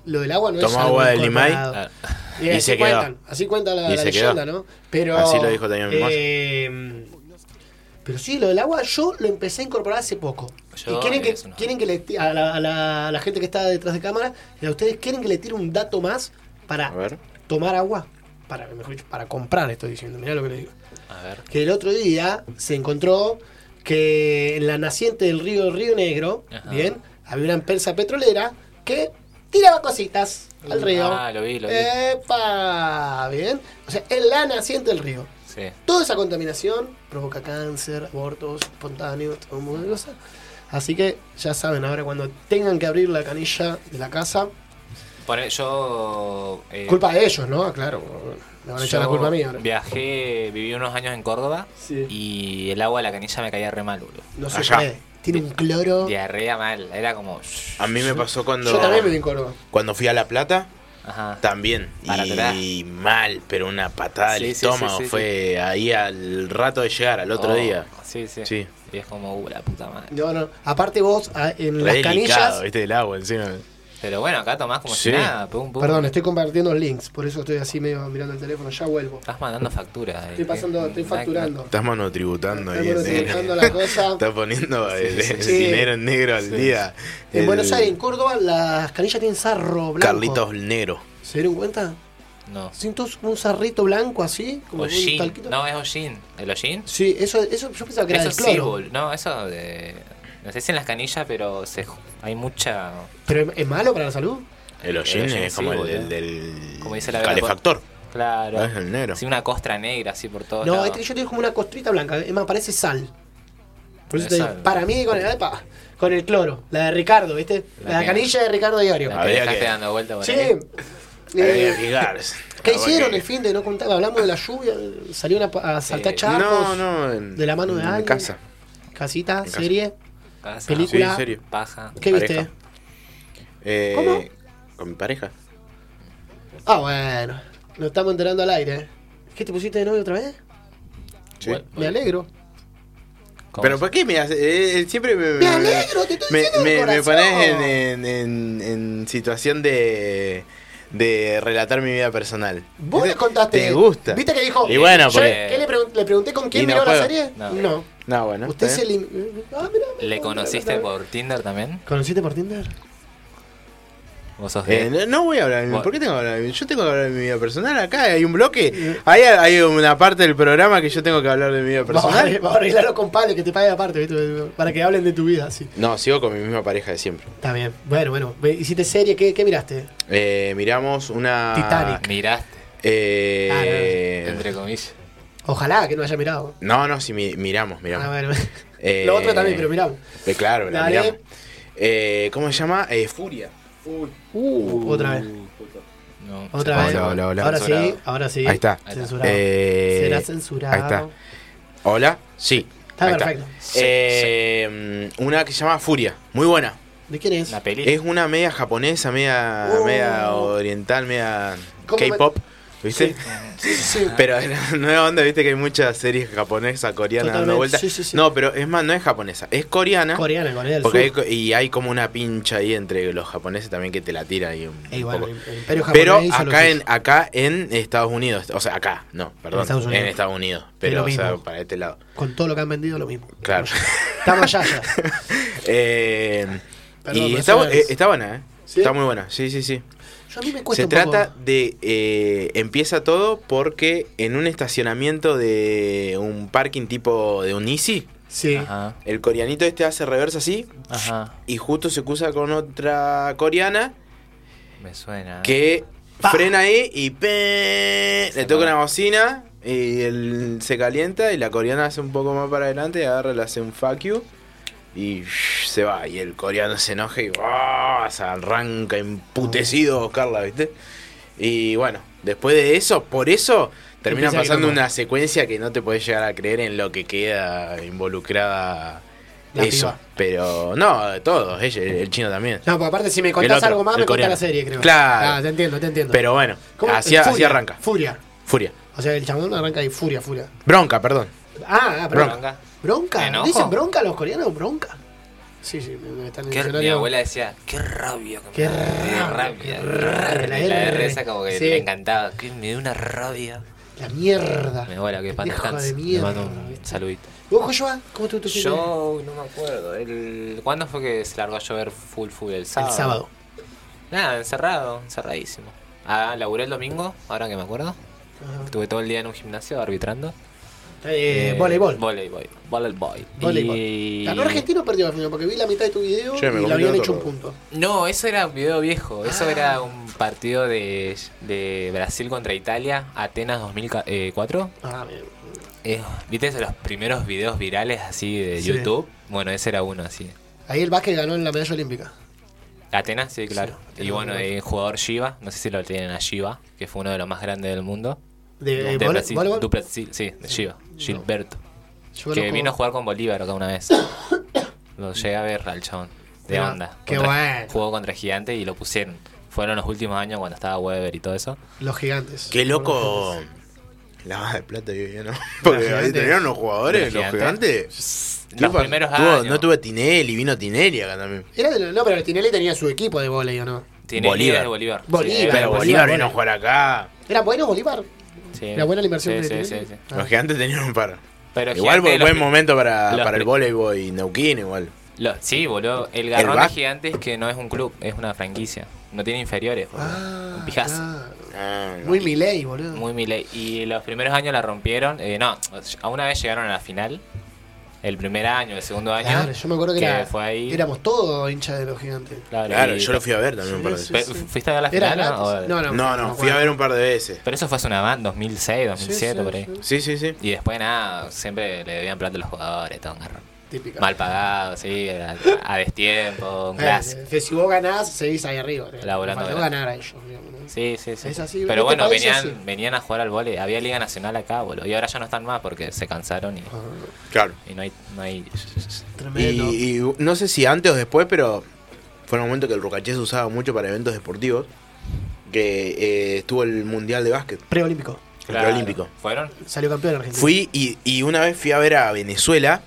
[SPEAKER 1] lo del agua no es
[SPEAKER 2] Tomó
[SPEAKER 1] algo
[SPEAKER 2] agua del Limay.
[SPEAKER 1] incorporado.
[SPEAKER 3] ah,
[SPEAKER 1] Y,
[SPEAKER 2] Y
[SPEAKER 1] así
[SPEAKER 2] se quedó.
[SPEAKER 1] cuentan, así cuenta la,
[SPEAKER 2] Y
[SPEAKER 1] la
[SPEAKER 2] se quedó.
[SPEAKER 1] leyenda, ¿no? Pero,
[SPEAKER 2] Así lo dijo también Moyo.
[SPEAKER 1] eh, Pero sí, lo del agua yo lo empecé a incorporar hace poco.
[SPEAKER 3] Yo,
[SPEAKER 1] y quieren que,
[SPEAKER 3] eso no.
[SPEAKER 1] quieren que le ti- a, la, a la- a la gente que está detrás de cámara, y a ustedes quieren que le tire un dato más
[SPEAKER 2] A
[SPEAKER 1] para
[SPEAKER 2] ver.
[SPEAKER 1] tomar agua, para, mejor dicho, para comprar, estoy diciendo, mirá lo que le digo.
[SPEAKER 3] a ver.
[SPEAKER 1] Que el otro día se encontró que en la naciente del río Río Negro,
[SPEAKER 3] Ajá.
[SPEAKER 1] bien, había una empresa petrolera que tiraba cositas al río. Eh.
[SPEAKER 3] Ah, lo vi, lo vi.
[SPEAKER 1] ¡Epa! Bien. O sea, en la naciente del río.
[SPEAKER 3] Sí.
[SPEAKER 1] Toda esa contaminación provoca cáncer, abortos espontáneos, todo un montón de cosas. Así que ya saben, ahora cuando tengan que abrir la canilla de la casa,
[SPEAKER 3] Poné- yo. eh,
[SPEAKER 1] culpa de ellos, ¿no? Ah, Claro, me van a echar la
[SPEAKER 3] yo
[SPEAKER 1] culpa a mí ahora.
[SPEAKER 3] Viajé, viví unos años en Córdoba
[SPEAKER 1] Sí.
[SPEAKER 3] y el agua de la canilla me caía re mal, boludo.
[SPEAKER 1] No se
[SPEAKER 2] Allá.
[SPEAKER 1] puede. Tiene un cloro.
[SPEAKER 3] Diarrea mal, era como. shh.
[SPEAKER 2] A mí me pasó cuando.
[SPEAKER 1] Yo también me vi en Córdoba.
[SPEAKER 2] Cuando fui a La Plata,
[SPEAKER 3] Ajá.
[SPEAKER 2] también.
[SPEAKER 3] Para
[SPEAKER 2] y mal, pero una patada al
[SPEAKER 3] Sí, sí,
[SPEAKER 2] estómago.
[SPEAKER 3] sí, sí,
[SPEAKER 2] fue ahí al rato de llegar, al otro
[SPEAKER 3] Oh,
[SPEAKER 2] día.
[SPEAKER 3] Sí, sí.
[SPEAKER 2] Sí.
[SPEAKER 3] Y es como, uh, la puta madre.
[SPEAKER 1] No, no. Aparte vos, a- en
[SPEAKER 2] Re
[SPEAKER 1] las canillas.
[SPEAKER 2] delicado, viste, del agua encima.
[SPEAKER 3] Pero bueno, acá tomás como si
[SPEAKER 2] Sí.
[SPEAKER 3] nada. pum, pum.
[SPEAKER 1] Perdón, estoy compartiendo links, por eso estoy así medio mirando el teléfono. Ya vuelvo.
[SPEAKER 3] Estás mandando facturas. eh.
[SPEAKER 1] Estoy pasando, estoy
[SPEAKER 3] Nada que-
[SPEAKER 1] facturando.
[SPEAKER 2] Estás monotributando ahí.
[SPEAKER 1] Estamos
[SPEAKER 2] en
[SPEAKER 1] retributando
[SPEAKER 2] negro.
[SPEAKER 1] la cosa.
[SPEAKER 2] Estás poniendo el, el
[SPEAKER 1] sí.
[SPEAKER 2] dinero en negro al día.
[SPEAKER 1] En
[SPEAKER 2] El
[SPEAKER 1] Buenos Aires, en Córdoba, las canillas tienen sarro blanco.
[SPEAKER 2] Carlitos Negro.
[SPEAKER 1] ¿Se dieron cuenta?
[SPEAKER 3] No.
[SPEAKER 1] Siento un sarrito blanco así, como un
[SPEAKER 3] Ojin.
[SPEAKER 1] talquito.
[SPEAKER 3] Pues No, es Ojin. ¿El Ojin?
[SPEAKER 1] Sí, eso, eso yo pensaba que era
[SPEAKER 3] Eso
[SPEAKER 1] del
[SPEAKER 3] sí,
[SPEAKER 1] cloro.
[SPEAKER 3] bol- No, eso de. No sé si en las canillas, pero se, ju- hay mucha.
[SPEAKER 1] Pero ¿es malo para la salud?
[SPEAKER 2] El
[SPEAKER 3] El
[SPEAKER 2] hollín
[SPEAKER 3] hollín,
[SPEAKER 2] es como
[SPEAKER 3] sí,
[SPEAKER 2] el,
[SPEAKER 3] boludo.
[SPEAKER 2] el del
[SPEAKER 3] Como dice la verdad,
[SPEAKER 2] calefactor.
[SPEAKER 3] Claro.
[SPEAKER 2] Ah, es el negro.
[SPEAKER 3] Sí, una costra negra así por todos
[SPEAKER 1] No,
[SPEAKER 3] lados.
[SPEAKER 1] este que yo tengo es como una costrita blanca, es más, parece sal. Por eso
[SPEAKER 3] Es
[SPEAKER 1] te digo,
[SPEAKER 3] sal.
[SPEAKER 1] para mí, con el, epa, con el cloro, la de Ricardo, ¿viste?
[SPEAKER 3] La
[SPEAKER 1] La,
[SPEAKER 3] que-
[SPEAKER 1] canilla de Ricardo Diario.
[SPEAKER 3] La que
[SPEAKER 2] Habría
[SPEAKER 3] dejaste
[SPEAKER 2] que-
[SPEAKER 3] dando vuelta por
[SPEAKER 1] Sí.
[SPEAKER 3] ahí.
[SPEAKER 2] Habría que
[SPEAKER 1] Eh,
[SPEAKER 2] fijarse.
[SPEAKER 1] *laughs* ¿Qué
[SPEAKER 2] Ah,
[SPEAKER 1] hicieron
[SPEAKER 2] porque-
[SPEAKER 1] el fin de no contar? Hablamos de la lluvia, salieron a, a saltar
[SPEAKER 3] Sí.
[SPEAKER 1] charcos.
[SPEAKER 2] No, no. en-
[SPEAKER 1] de la mano de
[SPEAKER 2] en
[SPEAKER 1] alguien.
[SPEAKER 2] casa.
[SPEAKER 1] Casita,
[SPEAKER 2] casa.
[SPEAKER 1] serie.
[SPEAKER 3] Casa,
[SPEAKER 1] Película.
[SPEAKER 2] Sí, en serio.
[SPEAKER 3] Paja.
[SPEAKER 1] ¿Qué
[SPEAKER 2] Pareja.
[SPEAKER 1] viste?
[SPEAKER 2] Eh,
[SPEAKER 1] ¿Cómo?
[SPEAKER 2] Con mi pareja.
[SPEAKER 1] Ah, bueno. Nos estamos enterando al aire. ¿eh? ¿Qué te pusiste de novio otra vez?
[SPEAKER 2] Sí.
[SPEAKER 3] Bueno,
[SPEAKER 1] Me alegro.
[SPEAKER 3] ¿cómo
[SPEAKER 2] Pero
[SPEAKER 3] se-
[SPEAKER 2] ¿por qué me hace? eh, él siempre me...
[SPEAKER 1] Me alegro, te estoy
[SPEAKER 2] me,
[SPEAKER 1] diciendo
[SPEAKER 2] me,
[SPEAKER 1] del
[SPEAKER 2] me
[SPEAKER 1] corazón.
[SPEAKER 2] pones en, en, en- en situación de, de relatar mi vida personal.
[SPEAKER 1] Vos le contaste.
[SPEAKER 2] ¿Te gusta?
[SPEAKER 1] ¿Viste que dijo?
[SPEAKER 2] Y bueno,
[SPEAKER 1] yo-
[SPEAKER 2] porque-
[SPEAKER 1] ¿qué le, pregun- le pregunté con quién
[SPEAKER 2] Y no
[SPEAKER 1] miró la
[SPEAKER 2] puedo.
[SPEAKER 1] serie?
[SPEAKER 3] No.
[SPEAKER 2] No, bueno.
[SPEAKER 1] Usted
[SPEAKER 2] está
[SPEAKER 1] se
[SPEAKER 2] bien.
[SPEAKER 1] lim... Ah, mirá, mirá,
[SPEAKER 3] ¿Le
[SPEAKER 1] mirá,
[SPEAKER 3] conociste
[SPEAKER 1] mirá.
[SPEAKER 3] por Tinder también?
[SPEAKER 1] ¿Conociste por Tinder?
[SPEAKER 3] ¿Vos sos
[SPEAKER 2] Eh,
[SPEAKER 3] de-
[SPEAKER 2] no, no voy a hablar de mi,
[SPEAKER 3] Bueno.
[SPEAKER 2] ¿Por qué tengo que hablar de mi- Yo tengo que hablar de mi vida personal. Acá hay un bloque. Ahí hay, hay una parte del programa que yo tengo que hablar de mi vida
[SPEAKER 1] Vamos a arreglar-
[SPEAKER 2] personal.
[SPEAKER 1] vamos a arreglarlo con Pablo, que te pague aparte, ¿viste? para que hablen de tu vida, sí.
[SPEAKER 2] No, sigo con mi misma pareja de siempre.
[SPEAKER 1] Está bien. Bueno, bueno. Ve, ¿Hiciste serie? ¿Qué, qué miraste?
[SPEAKER 2] Eh, miramos una.
[SPEAKER 1] Titanic. Ah,
[SPEAKER 3] Miraste,
[SPEAKER 2] Eh,
[SPEAKER 3] entre comillas.
[SPEAKER 1] Ojalá que no haya mirado.
[SPEAKER 2] no, no, sí, mi- miramos, miramos.
[SPEAKER 1] Ah, bueno.
[SPEAKER 2] Eh,
[SPEAKER 1] Lo otro también, pero miramos.
[SPEAKER 2] Eh, claro, la
[SPEAKER 1] Dale.
[SPEAKER 2] miramos. Eh, ¿Cómo se llama? Eh, Furia.
[SPEAKER 1] Uh, otra vez.
[SPEAKER 3] No,
[SPEAKER 1] Otra
[SPEAKER 2] Hola,
[SPEAKER 1] vez.
[SPEAKER 2] hola, hola.
[SPEAKER 1] Ahora
[SPEAKER 3] Censurado.
[SPEAKER 1] sí, ahora sí.
[SPEAKER 2] Ahí está.
[SPEAKER 1] Censurado.
[SPEAKER 2] Eh,
[SPEAKER 1] Uh, Será censurado.
[SPEAKER 2] Ahí está. ¿Hola? Sí.
[SPEAKER 1] Está
[SPEAKER 2] ahí
[SPEAKER 1] perfecto.
[SPEAKER 3] Sí,
[SPEAKER 2] Eh, Una que se llama Furia. Muy buena.
[SPEAKER 1] ¿De quién es?
[SPEAKER 3] Una peli.
[SPEAKER 2] Es una media japonesa, media,
[SPEAKER 1] Oh.
[SPEAKER 2] media oriental, media
[SPEAKER 1] ¿Cómo me-
[SPEAKER 2] K-pop, ¿viste?
[SPEAKER 1] Sí, sí.
[SPEAKER 2] *laughs* Pero en la nueva onda, viste que hay muchas series japonesas, coreanas dando
[SPEAKER 1] Totalmente,
[SPEAKER 2] vueltas.
[SPEAKER 1] sí, sí, sí.
[SPEAKER 2] No, pero es más, no es japonesa, es coreana.
[SPEAKER 1] Coreana, Corea del
[SPEAKER 2] porque hay,
[SPEAKER 1] Sur.
[SPEAKER 2] co- y hay como una pincha ahí entre los japoneses también que te la tira ahí un,
[SPEAKER 1] Eh,
[SPEAKER 2] un
[SPEAKER 1] bueno,
[SPEAKER 2] poco.
[SPEAKER 1] el- el Imperio
[SPEAKER 2] Pero
[SPEAKER 1] japonés hizo lo
[SPEAKER 2] acá
[SPEAKER 1] que
[SPEAKER 2] en,
[SPEAKER 1] hizo.
[SPEAKER 2] acá en Estados Unidos, o sea, acá, no, perdón, en
[SPEAKER 1] Estados
[SPEAKER 2] Estados
[SPEAKER 1] Unidos.
[SPEAKER 2] Unidos,
[SPEAKER 1] lo
[SPEAKER 2] pero o sea,
[SPEAKER 1] mismo.
[SPEAKER 2] para este lado.
[SPEAKER 1] Con todo lo que han vendido, lo mismo.
[SPEAKER 2] Claro.
[SPEAKER 1] Estamos allá ya.
[SPEAKER 2] Eh,
[SPEAKER 1] Perdón,
[SPEAKER 2] y
[SPEAKER 1] pero
[SPEAKER 2] está,
[SPEAKER 1] eso
[SPEAKER 2] bu-
[SPEAKER 1] es-
[SPEAKER 2] eh, está buena, ¿eh?
[SPEAKER 1] ¿Sí?
[SPEAKER 2] Está muy buena, sí, sí, sí.
[SPEAKER 1] Yo a mí me cuesta
[SPEAKER 2] Se
[SPEAKER 1] un poco.
[SPEAKER 2] trata de. eh, empieza todo porque en un estacionamiento de un parking tipo de un Easy,
[SPEAKER 1] Sí.
[SPEAKER 3] Ajá,
[SPEAKER 2] el coreanito este hace reversa así
[SPEAKER 3] ajá.
[SPEAKER 2] y justo se cruza con otra coreana
[SPEAKER 3] Me suena. ¿eh?
[SPEAKER 2] que
[SPEAKER 1] Pa.
[SPEAKER 2] frena ahí y pe-
[SPEAKER 3] Se
[SPEAKER 2] le toca
[SPEAKER 3] para.
[SPEAKER 2] una bocina y él se calienta y la coreana hace un poco más para adelante y agarra, le hace un fuck you. Y se va, y el coreano se enoja y ¡ah! se arranca emputecido a buscarla, ¿viste? Y bueno, después de eso, por eso termina
[SPEAKER 1] Empieza a
[SPEAKER 2] pasando
[SPEAKER 1] quilombo.
[SPEAKER 2] una secuencia que no te podés llegar a creer en lo que queda involucrada
[SPEAKER 1] La
[SPEAKER 2] eso.
[SPEAKER 1] piba.
[SPEAKER 2] Pero no, todos, ella- el chino también.
[SPEAKER 1] No, porque aparte, si me
[SPEAKER 2] El
[SPEAKER 1] contás
[SPEAKER 2] otro,
[SPEAKER 1] algo más,
[SPEAKER 2] el
[SPEAKER 1] me contás
[SPEAKER 2] coreano.
[SPEAKER 1] la serie, creo.
[SPEAKER 2] Claro.
[SPEAKER 1] Ah, te entiendo, te entiendo.
[SPEAKER 2] Pero bueno,
[SPEAKER 1] ¿Cómo?
[SPEAKER 2] así,
[SPEAKER 1] Eh,
[SPEAKER 2] así
[SPEAKER 1] Furia,
[SPEAKER 2] arranca.
[SPEAKER 1] Furia.
[SPEAKER 2] Furia.
[SPEAKER 1] O sea, el chabón arranca ahí, furia, furia.
[SPEAKER 2] Bronca, perdón.
[SPEAKER 1] Ah, ah, perdón.
[SPEAKER 3] Bronca.
[SPEAKER 1] ¿Bronca?
[SPEAKER 3] ¿Enojo?
[SPEAKER 1] ¿Dicen bronca los coreanos? ¿Bronca? Sí, sí, me me están en el
[SPEAKER 3] Qué- mi
[SPEAKER 1] diccionario.
[SPEAKER 3] abuela decía, qué rabia. que me
[SPEAKER 1] Qué
[SPEAKER 3] da,
[SPEAKER 1] rabia,
[SPEAKER 3] Qué
[SPEAKER 1] qué
[SPEAKER 3] rabia.
[SPEAKER 1] rabia,
[SPEAKER 3] La
[SPEAKER 1] la
[SPEAKER 3] R
[SPEAKER 1] R.
[SPEAKER 3] esa como que
[SPEAKER 1] Sí.
[SPEAKER 3] me encantaba. Que me dio una rabia.
[SPEAKER 1] La mierda.
[SPEAKER 3] Mi abuela, que pan
[SPEAKER 1] Hijo
[SPEAKER 3] descanse.
[SPEAKER 1] de
[SPEAKER 3] Le
[SPEAKER 1] mierda.
[SPEAKER 3] mando un saludito.
[SPEAKER 1] ¿Vos, Joshua? ¿Cómo te tu
[SPEAKER 3] Yo no me acuerdo. El... ¿Cuándo fue que se largó a llover full full? El
[SPEAKER 1] El
[SPEAKER 3] sábado.
[SPEAKER 1] sábado.
[SPEAKER 3] Nada, encerrado, encerradísimo. Ah, laburé el domingo, ahora que me acuerdo.
[SPEAKER 1] Ajá.
[SPEAKER 3] Estuve todo el día en un gimnasio arbitrando.
[SPEAKER 1] Eh, voleibol.
[SPEAKER 3] Voleibol. Voleibol.
[SPEAKER 1] Voleibol.
[SPEAKER 3] Y-
[SPEAKER 1] Ganó Argentino o perdió al final, porque vi la mitad de tu video
[SPEAKER 2] Che, me
[SPEAKER 1] y
[SPEAKER 2] comí
[SPEAKER 1] le habían
[SPEAKER 2] otro.
[SPEAKER 1] hecho un punto.
[SPEAKER 3] No, eso era un video viejo. Eso
[SPEAKER 1] Ah.
[SPEAKER 3] era un partido de, de Brasil contra Italia, Atenas 2004.
[SPEAKER 1] Ah, bien.
[SPEAKER 3] Eh, ¿Viste esos los primeros videos virales así de
[SPEAKER 1] Sí.
[SPEAKER 3] YouTube? Bueno, ese era uno así.
[SPEAKER 1] Ahí el básquet ganó en la medalla olímpica.
[SPEAKER 3] Atenas, sí, claro.
[SPEAKER 1] Sí,
[SPEAKER 3] y bueno,
[SPEAKER 1] Atenas.
[SPEAKER 3] el jugador Shiva, no sé si lo tienen a Shiva, que fue uno de los más grandes del mundo.
[SPEAKER 1] De, eh,
[SPEAKER 3] de
[SPEAKER 1] vole-
[SPEAKER 3] Brasil,
[SPEAKER 1] voleibol.
[SPEAKER 3] du Brasil, sí, de Shiva, Gilberto.
[SPEAKER 1] Yo
[SPEAKER 3] que
[SPEAKER 1] conozco-
[SPEAKER 3] vino a jugar con Bolívar acá una
[SPEAKER 1] *coughs*
[SPEAKER 3] vez. lo llegué a ver al chabón. De
[SPEAKER 1] Mirá,
[SPEAKER 3] onda.
[SPEAKER 1] qué bueno.
[SPEAKER 3] Jugó contra Gigante y lo pusieron. Fueron los últimos años cuando estaba Weber y todo eso.
[SPEAKER 1] Los gigantes.
[SPEAKER 2] Qué loco. La más de plata yo, yo no. *laughs* Porque ahí
[SPEAKER 5] gigantes.
[SPEAKER 2] tenían los
[SPEAKER 3] Los
[SPEAKER 2] jugadores, los
[SPEAKER 3] gigantes.
[SPEAKER 2] gigantes.
[SPEAKER 3] Los
[SPEAKER 2] Tuvo-
[SPEAKER 3] primeros
[SPEAKER 2] tuvo-
[SPEAKER 3] años.
[SPEAKER 2] No tuve Tinelli, vino Tinelli acá también.
[SPEAKER 1] Era de lo- no, pero Tinelli tenía su equipo de volei, ¿o no?
[SPEAKER 3] Tiene
[SPEAKER 2] Bolívar.
[SPEAKER 3] líder de Bolívar. Sí,
[SPEAKER 1] Bolívar.
[SPEAKER 2] Pero
[SPEAKER 1] Bolívar,
[SPEAKER 2] Eh, Bolívar vino
[SPEAKER 1] Bolívar.
[SPEAKER 2] a jugar acá.
[SPEAKER 3] Ah.
[SPEAKER 1] Era bueno Bolívar.
[SPEAKER 3] sí.
[SPEAKER 1] Era buena la inversión
[SPEAKER 3] Eh, Sí, sí,
[SPEAKER 1] de
[SPEAKER 3] sí,
[SPEAKER 1] Tinelli.
[SPEAKER 3] sí.
[SPEAKER 1] Ah.
[SPEAKER 2] Los gigantes tenían un par.
[SPEAKER 3] Pero
[SPEAKER 2] Igual
[SPEAKER 3] Gigante,
[SPEAKER 2] buen,
[SPEAKER 3] los
[SPEAKER 2] buen
[SPEAKER 3] pri-
[SPEAKER 2] momento para,
[SPEAKER 3] los
[SPEAKER 2] para el
[SPEAKER 3] pri-
[SPEAKER 2] voleibol y Neuquén igual.
[SPEAKER 3] Lo- sí, boludo. El garrón
[SPEAKER 2] El
[SPEAKER 3] de
[SPEAKER 2] Bac-
[SPEAKER 3] gigantes es que no es un club, es una franquicia. No tiene inferiores, boludo. un pijazo.
[SPEAKER 1] Ah, claro.
[SPEAKER 2] Ah,
[SPEAKER 1] Muy Milei, boludo.
[SPEAKER 3] Muy Milei. Y los primeros años la rompieron. eh, no, a una vez llegaron a la final. El primer año, el segundo año.
[SPEAKER 1] Claro, yo me acuerdo que, era-
[SPEAKER 3] fue ahí.
[SPEAKER 1] éramos todos hinchas de los gigantes.
[SPEAKER 3] claro,
[SPEAKER 2] Claro,
[SPEAKER 3] y-
[SPEAKER 2] yo lo fui a ver también un par de
[SPEAKER 1] Sí,
[SPEAKER 3] Pe-
[SPEAKER 2] veces.
[SPEAKER 1] sí, sí.
[SPEAKER 3] ¿Fuiste a ver la
[SPEAKER 1] Era
[SPEAKER 3] final? no?
[SPEAKER 1] gratis.
[SPEAKER 3] O-
[SPEAKER 1] No, no.
[SPEAKER 2] No, no, fui a ver un par de veces.
[SPEAKER 3] Pero eso fue hace una van, 2006, 2007,
[SPEAKER 1] Sí, sí,
[SPEAKER 3] por ahí.
[SPEAKER 1] sí.
[SPEAKER 2] Sí, sí, sí.
[SPEAKER 3] Y después nada, siempre le debían plata a los jugadores, todo un garrón.
[SPEAKER 1] Típica.
[SPEAKER 3] Mal pagado, sí, a, a destiempo, un
[SPEAKER 1] Eh,
[SPEAKER 3] clásico.
[SPEAKER 1] que si vos ganás, seguís ahí arriba.
[SPEAKER 3] Laburando,
[SPEAKER 1] Faltó
[SPEAKER 3] ¿verdad?
[SPEAKER 1] ganar a ellos. digamos, ¿no?
[SPEAKER 3] Sí, sí, sí.
[SPEAKER 1] Es así,
[SPEAKER 3] Pero
[SPEAKER 1] en este
[SPEAKER 3] bueno,
[SPEAKER 1] país es
[SPEAKER 3] venían,
[SPEAKER 1] así.
[SPEAKER 3] venían a jugar al vole. Había Liga Nacional acá, boludo. Y ahora ya no están más porque se cansaron y,
[SPEAKER 1] Ah.
[SPEAKER 2] Claro.
[SPEAKER 3] y no hay... No hay...
[SPEAKER 1] Tremendo.
[SPEAKER 2] Y, y no sé si antes o después, pero fue un momento que el Rucaché se usaba mucho para eventos deportivos. Que eh, estuvo el Mundial de Básquet,
[SPEAKER 1] Preolímpico.
[SPEAKER 2] el Preolímpico.
[SPEAKER 3] ¿Fueron?
[SPEAKER 1] Salió campeón en Argentina.
[SPEAKER 2] Fui y, y una vez fui a ver a Venezuela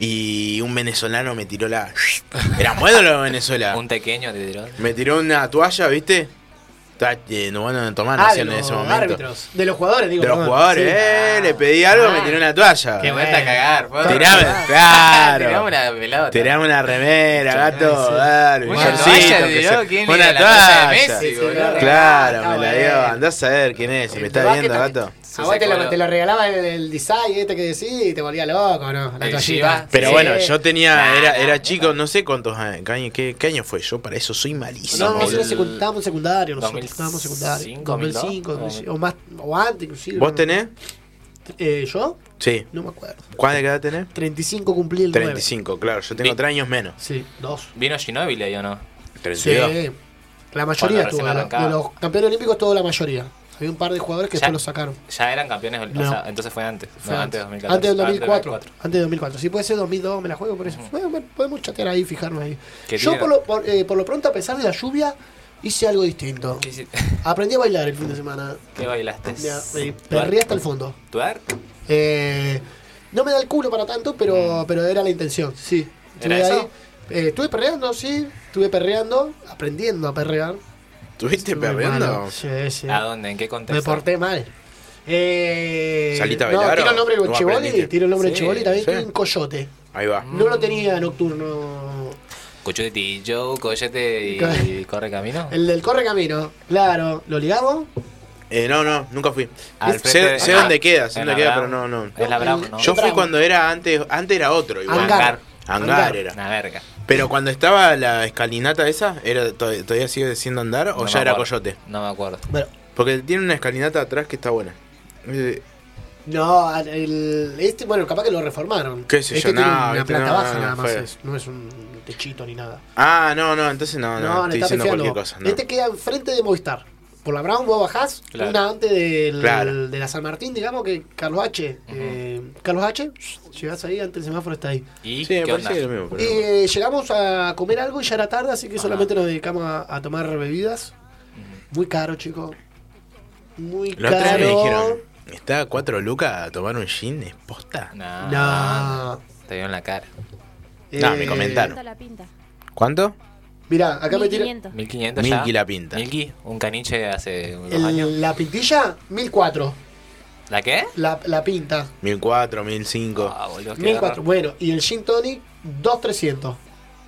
[SPEAKER 2] y un venezolano me tiró la. *laughs* Era muédolo de Venezuela.
[SPEAKER 3] Un pequeño de Drone.
[SPEAKER 2] Me tiró una toalla, ¿viste? Ta- eh, no van a tomar,
[SPEAKER 1] Ah,
[SPEAKER 2] hacían en ese momento.
[SPEAKER 1] árbitros. De los jugadores, digo.
[SPEAKER 2] De los
[SPEAKER 1] perdón.
[SPEAKER 2] jugadores,
[SPEAKER 1] Sí.
[SPEAKER 2] eh, le pedí algo, me tiró una toalla.
[SPEAKER 3] Ah. Qué
[SPEAKER 1] bueno.
[SPEAKER 3] vuelta a cagar, boludo.
[SPEAKER 2] Tirame,
[SPEAKER 3] Ah,
[SPEAKER 2] claro.
[SPEAKER 3] Tirame una pelota.
[SPEAKER 2] Tirame una remera,
[SPEAKER 1] sí.
[SPEAKER 2] gato, dale, un
[SPEAKER 3] Una
[SPEAKER 2] shortcito,
[SPEAKER 3] toalla,
[SPEAKER 2] aunque
[SPEAKER 3] tiró,
[SPEAKER 2] sea.
[SPEAKER 3] ¿quién
[SPEAKER 2] Una
[SPEAKER 3] era la toalla de
[SPEAKER 2] toalla.
[SPEAKER 3] Messi, boludo?
[SPEAKER 2] Claro,
[SPEAKER 1] Ah,
[SPEAKER 2] me la
[SPEAKER 1] bueno.
[SPEAKER 2] dio. Andás a ver quién es, si me está
[SPEAKER 1] Básquet
[SPEAKER 2] viendo,
[SPEAKER 1] también.
[SPEAKER 2] gato.
[SPEAKER 1] A vos te
[SPEAKER 3] Sí,
[SPEAKER 1] lo,
[SPEAKER 3] sí,
[SPEAKER 1] te lo regalaba el, el design este que decís y te volvía loco, ¿no? La
[SPEAKER 3] El
[SPEAKER 1] toallita.
[SPEAKER 3] Shiva.
[SPEAKER 2] Pero
[SPEAKER 1] Sí.
[SPEAKER 2] bueno, yo tenía,
[SPEAKER 3] Nah,
[SPEAKER 2] era,
[SPEAKER 3] nah,
[SPEAKER 2] era
[SPEAKER 3] nah.
[SPEAKER 2] chico, no sé cuántos años, qué, año- qué- qué año fue yo, para eso soy malísimo.
[SPEAKER 1] No, nosotros
[SPEAKER 2] boludo.
[SPEAKER 3] el-
[SPEAKER 1] secu- estábamos en secundario, nosotros
[SPEAKER 3] 2005,
[SPEAKER 1] estábamos en secundario.
[SPEAKER 3] 2002,
[SPEAKER 1] 2005,
[SPEAKER 3] 2006,
[SPEAKER 1] o más, o antes inclusive.
[SPEAKER 2] ¿Vos tenés?
[SPEAKER 1] Eh, ¿Yo?
[SPEAKER 2] Sí.
[SPEAKER 1] No me acuerdo.
[SPEAKER 2] ¿Cuál de cada tenés?
[SPEAKER 1] 35 cumplí el 35.
[SPEAKER 2] 35, claro, yo tengo
[SPEAKER 3] Sí.
[SPEAKER 2] 3 años menos.
[SPEAKER 1] Sí, dos.
[SPEAKER 3] ¿Vino Ginóbili o no?
[SPEAKER 1] Sí.
[SPEAKER 2] 32.
[SPEAKER 1] La mayoría
[SPEAKER 3] Cuando
[SPEAKER 1] estuvo.
[SPEAKER 3] recién
[SPEAKER 1] De los,
[SPEAKER 3] arrancaba.
[SPEAKER 1] de los campeones olímpicos, toda la mayoría. Había un par de jugadores que
[SPEAKER 3] Ya.
[SPEAKER 1] después los sacaron.
[SPEAKER 3] Ya eran campeones, o
[SPEAKER 1] No.
[SPEAKER 3] sea, entonces fue antes.
[SPEAKER 1] Fue
[SPEAKER 3] no, antes de 2014.
[SPEAKER 1] Antes del
[SPEAKER 3] Ah, antes de
[SPEAKER 1] 2004. Antes de 2004. Si puede ser 2002, me la juego por eso. Bueno, bueno, podemos chatear ahí, fijarnos ahí.
[SPEAKER 3] ¿Qué
[SPEAKER 1] Yo,
[SPEAKER 3] tiene?
[SPEAKER 1] por lo, por, eh, por lo pronto, a pesar de la lluvia, hice algo distinto.
[SPEAKER 3] ¿Qué, hiciste? *laughs*
[SPEAKER 1] Aprendí a bailar el fin de semana.
[SPEAKER 3] ¿Qué bailaste?
[SPEAKER 1] Me, me perré eh, hasta el fondo.
[SPEAKER 3] ¿Twerk?
[SPEAKER 1] Eh, no me da el culo para tanto,
[SPEAKER 2] Mm.
[SPEAKER 1] pero, pero era la intención, sí.
[SPEAKER 3] ¿Era
[SPEAKER 1] Estuve
[SPEAKER 3] eso?
[SPEAKER 1] Eh, estuve perreando, sí. Estuve perreando, aprendiendo a perrear.
[SPEAKER 2] ¿Tuviste
[SPEAKER 1] Estuve
[SPEAKER 2] perdiendo?
[SPEAKER 1] malo, Sí, sí.
[SPEAKER 3] ¿A dónde? ¿En qué
[SPEAKER 1] Me
[SPEAKER 3] contexto?
[SPEAKER 1] porté mal. Eh,
[SPEAKER 2] ¿Saliste a
[SPEAKER 1] no,
[SPEAKER 2] bailar
[SPEAKER 1] tiro el
[SPEAKER 2] o
[SPEAKER 1] nombre del
[SPEAKER 2] no
[SPEAKER 1] Chivoli,
[SPEAKER 2] aprendiste?
[SPEAKER 1] tiro el nombre del
[SPEAKER 3] Sí,
[SPEAKER 1] Chivoli, también
[SPEAKER 2] sí. Mm.
[SPEAKER 1] tuve un coyote.
[SPEAKER 2] Ahí va.
[SPEAKER 1] No lo tenía nocturno.
[SPEAKER 3] Coyote y Joe, Coyote y,
[SPEAKER 1] Claro.
[SPEAKER 3] y Corre Camino.
[SPEAKER 1] El del corre camino, claro. ¿Lo ligamos?
[SPEAKER 2] Eh, no, no, nunca fui.
[SPEAKER 3] Al frente
[SPEAKER 2] Sé,
[SPEAKER 3] de-
[SPEAKER 2] sé
[SPEAKER 3] Ah,
[SPEAKER 2] dónde queda, sé
[SPEAKER 3] en
[SPEAKER 2] dónde
[SPEAKER 3] la
[SPEAKER 2] queda, pero
[SPEAKER 3] Brown.
[SPEAKER 2] no, no.
[SPEAKER 3] Es la Brown, ¿no?
[SPEAKER 2] Yo
[SPEAKER 1] Otra.
[SPEAKER 2] fui cuando era antes, antes era otro igual.
[SPEAKER 1] Hangar.
[SPEAKER 2] Hangar
[SPEAKER 1] Hangar.
[SPEAKER 2] era.
[SPEAKER 3] Una verga.
[SPEAKER 2] Pero cuando estaba la escalinata esa, era to- ¿todavía sigue siendo andar o
[SPEAKER 3] No
[SPEAKER 2] ya
[SPEAKER 3] me
[SPEAKER 2] era
[SPEAKER 3] acuerdo.
[SPEAKER 2] coyote?
[SPEAKER 3] No me acuerdo.
[SPEAKER 1] Bueno,
[SPEAKER 2] Porque tiene una escalinata atrás que está buena. Eh,
[SPEAKER 1] no, el, este, bueno, capaz que lo reformaron.
[SPEAKER 2] Qué sé yo,
[SPEAKER 1] este tiene
[SPEAKER 2] no,
[SPEAKER 1] una
[SPEAKER 2] este
[SPEAKER 1] planta
[SPEAKER 2] no,
[SPEAKER 1] baja
[SPEAKER 2] no,
[SPEAKER 1] nada más,
[SPEAKER 2] fue.
[SPEAKER 1] es, no es un techito ni nada.
[SPEAKER 2] Ah, no, no, entonces no, no,
[SPEAKER 1] No, no,
[SPEAKER 2] estoy
[SPEAKER 1] está
[SPEAKER 2] diciendo
[SPEAKER 1] pifiando.
[SPEAKER 2] cualquier cosa. no.
[SPEAKER 1] Este queda enfrente de Movistar. Por la Brown vos bajás,
[SPEAKER 3] Claro.
[SPEAKER 1] una antes del,
[SPEAKER 2] Claro.
[SPEAKER 1] de la San Martín, digamos que Carlos H. eh, Carlos H, shh, llegás ahí, antes el semáforo está ahí.
[SPEAKER 3] ¿Y
[SPEAKER 2] Sí, me
[SPEAKER 3] qué onda?
[SPEAKER 2] parece que es lo mismo. pero-
[SPEAKER 1] Y eh, llegamos a comer algo y ya era tarde, así que
[SPEAKER 3] Ajá.
[SPEAKER 1] solamente nos dedicamos a, a tomar bebidas. Muy caro, chico. Muy
[SPEAKER 2] La otra vez me
[SPEAKER 1] caro.
[SPEAKER 2] dijeron, está a cuatro lucas a tomar un gin, es posta.
[SPEAKER 3] No,
[SPEAKER 1] No. Eh,
[SPEAKER 3] Te vio en la cara.
[SPEAKER 2] No, me comentaron.
[SPEAKER 4] Pinta la pinta.
[SPEAKER 2] ¿Cuánto?
[SPEAKER 1] Mirá, acá me tiran.
[SPEAKER 4] 1500.
[SPEAKER 3] 1500 ya.
[SPEAKER 2] Milky la pinta.
[SPEAKER 3] Milky, un caniche hace unos años.
[SPEAKER 1] el- La pintilla, 1004.
[SPEAKER 3] ¿La qué?
[SPEAKER 1] La, la pinta,
[SPEAKER 2] 1004, 1005.
[SPEAKER 3] Ah, boludo, qué
[SPEAKER 1] 1004.
[SPEAKER 3] garrón.
[SPEAKER 1] Bueno, y el gin tonic, 2300.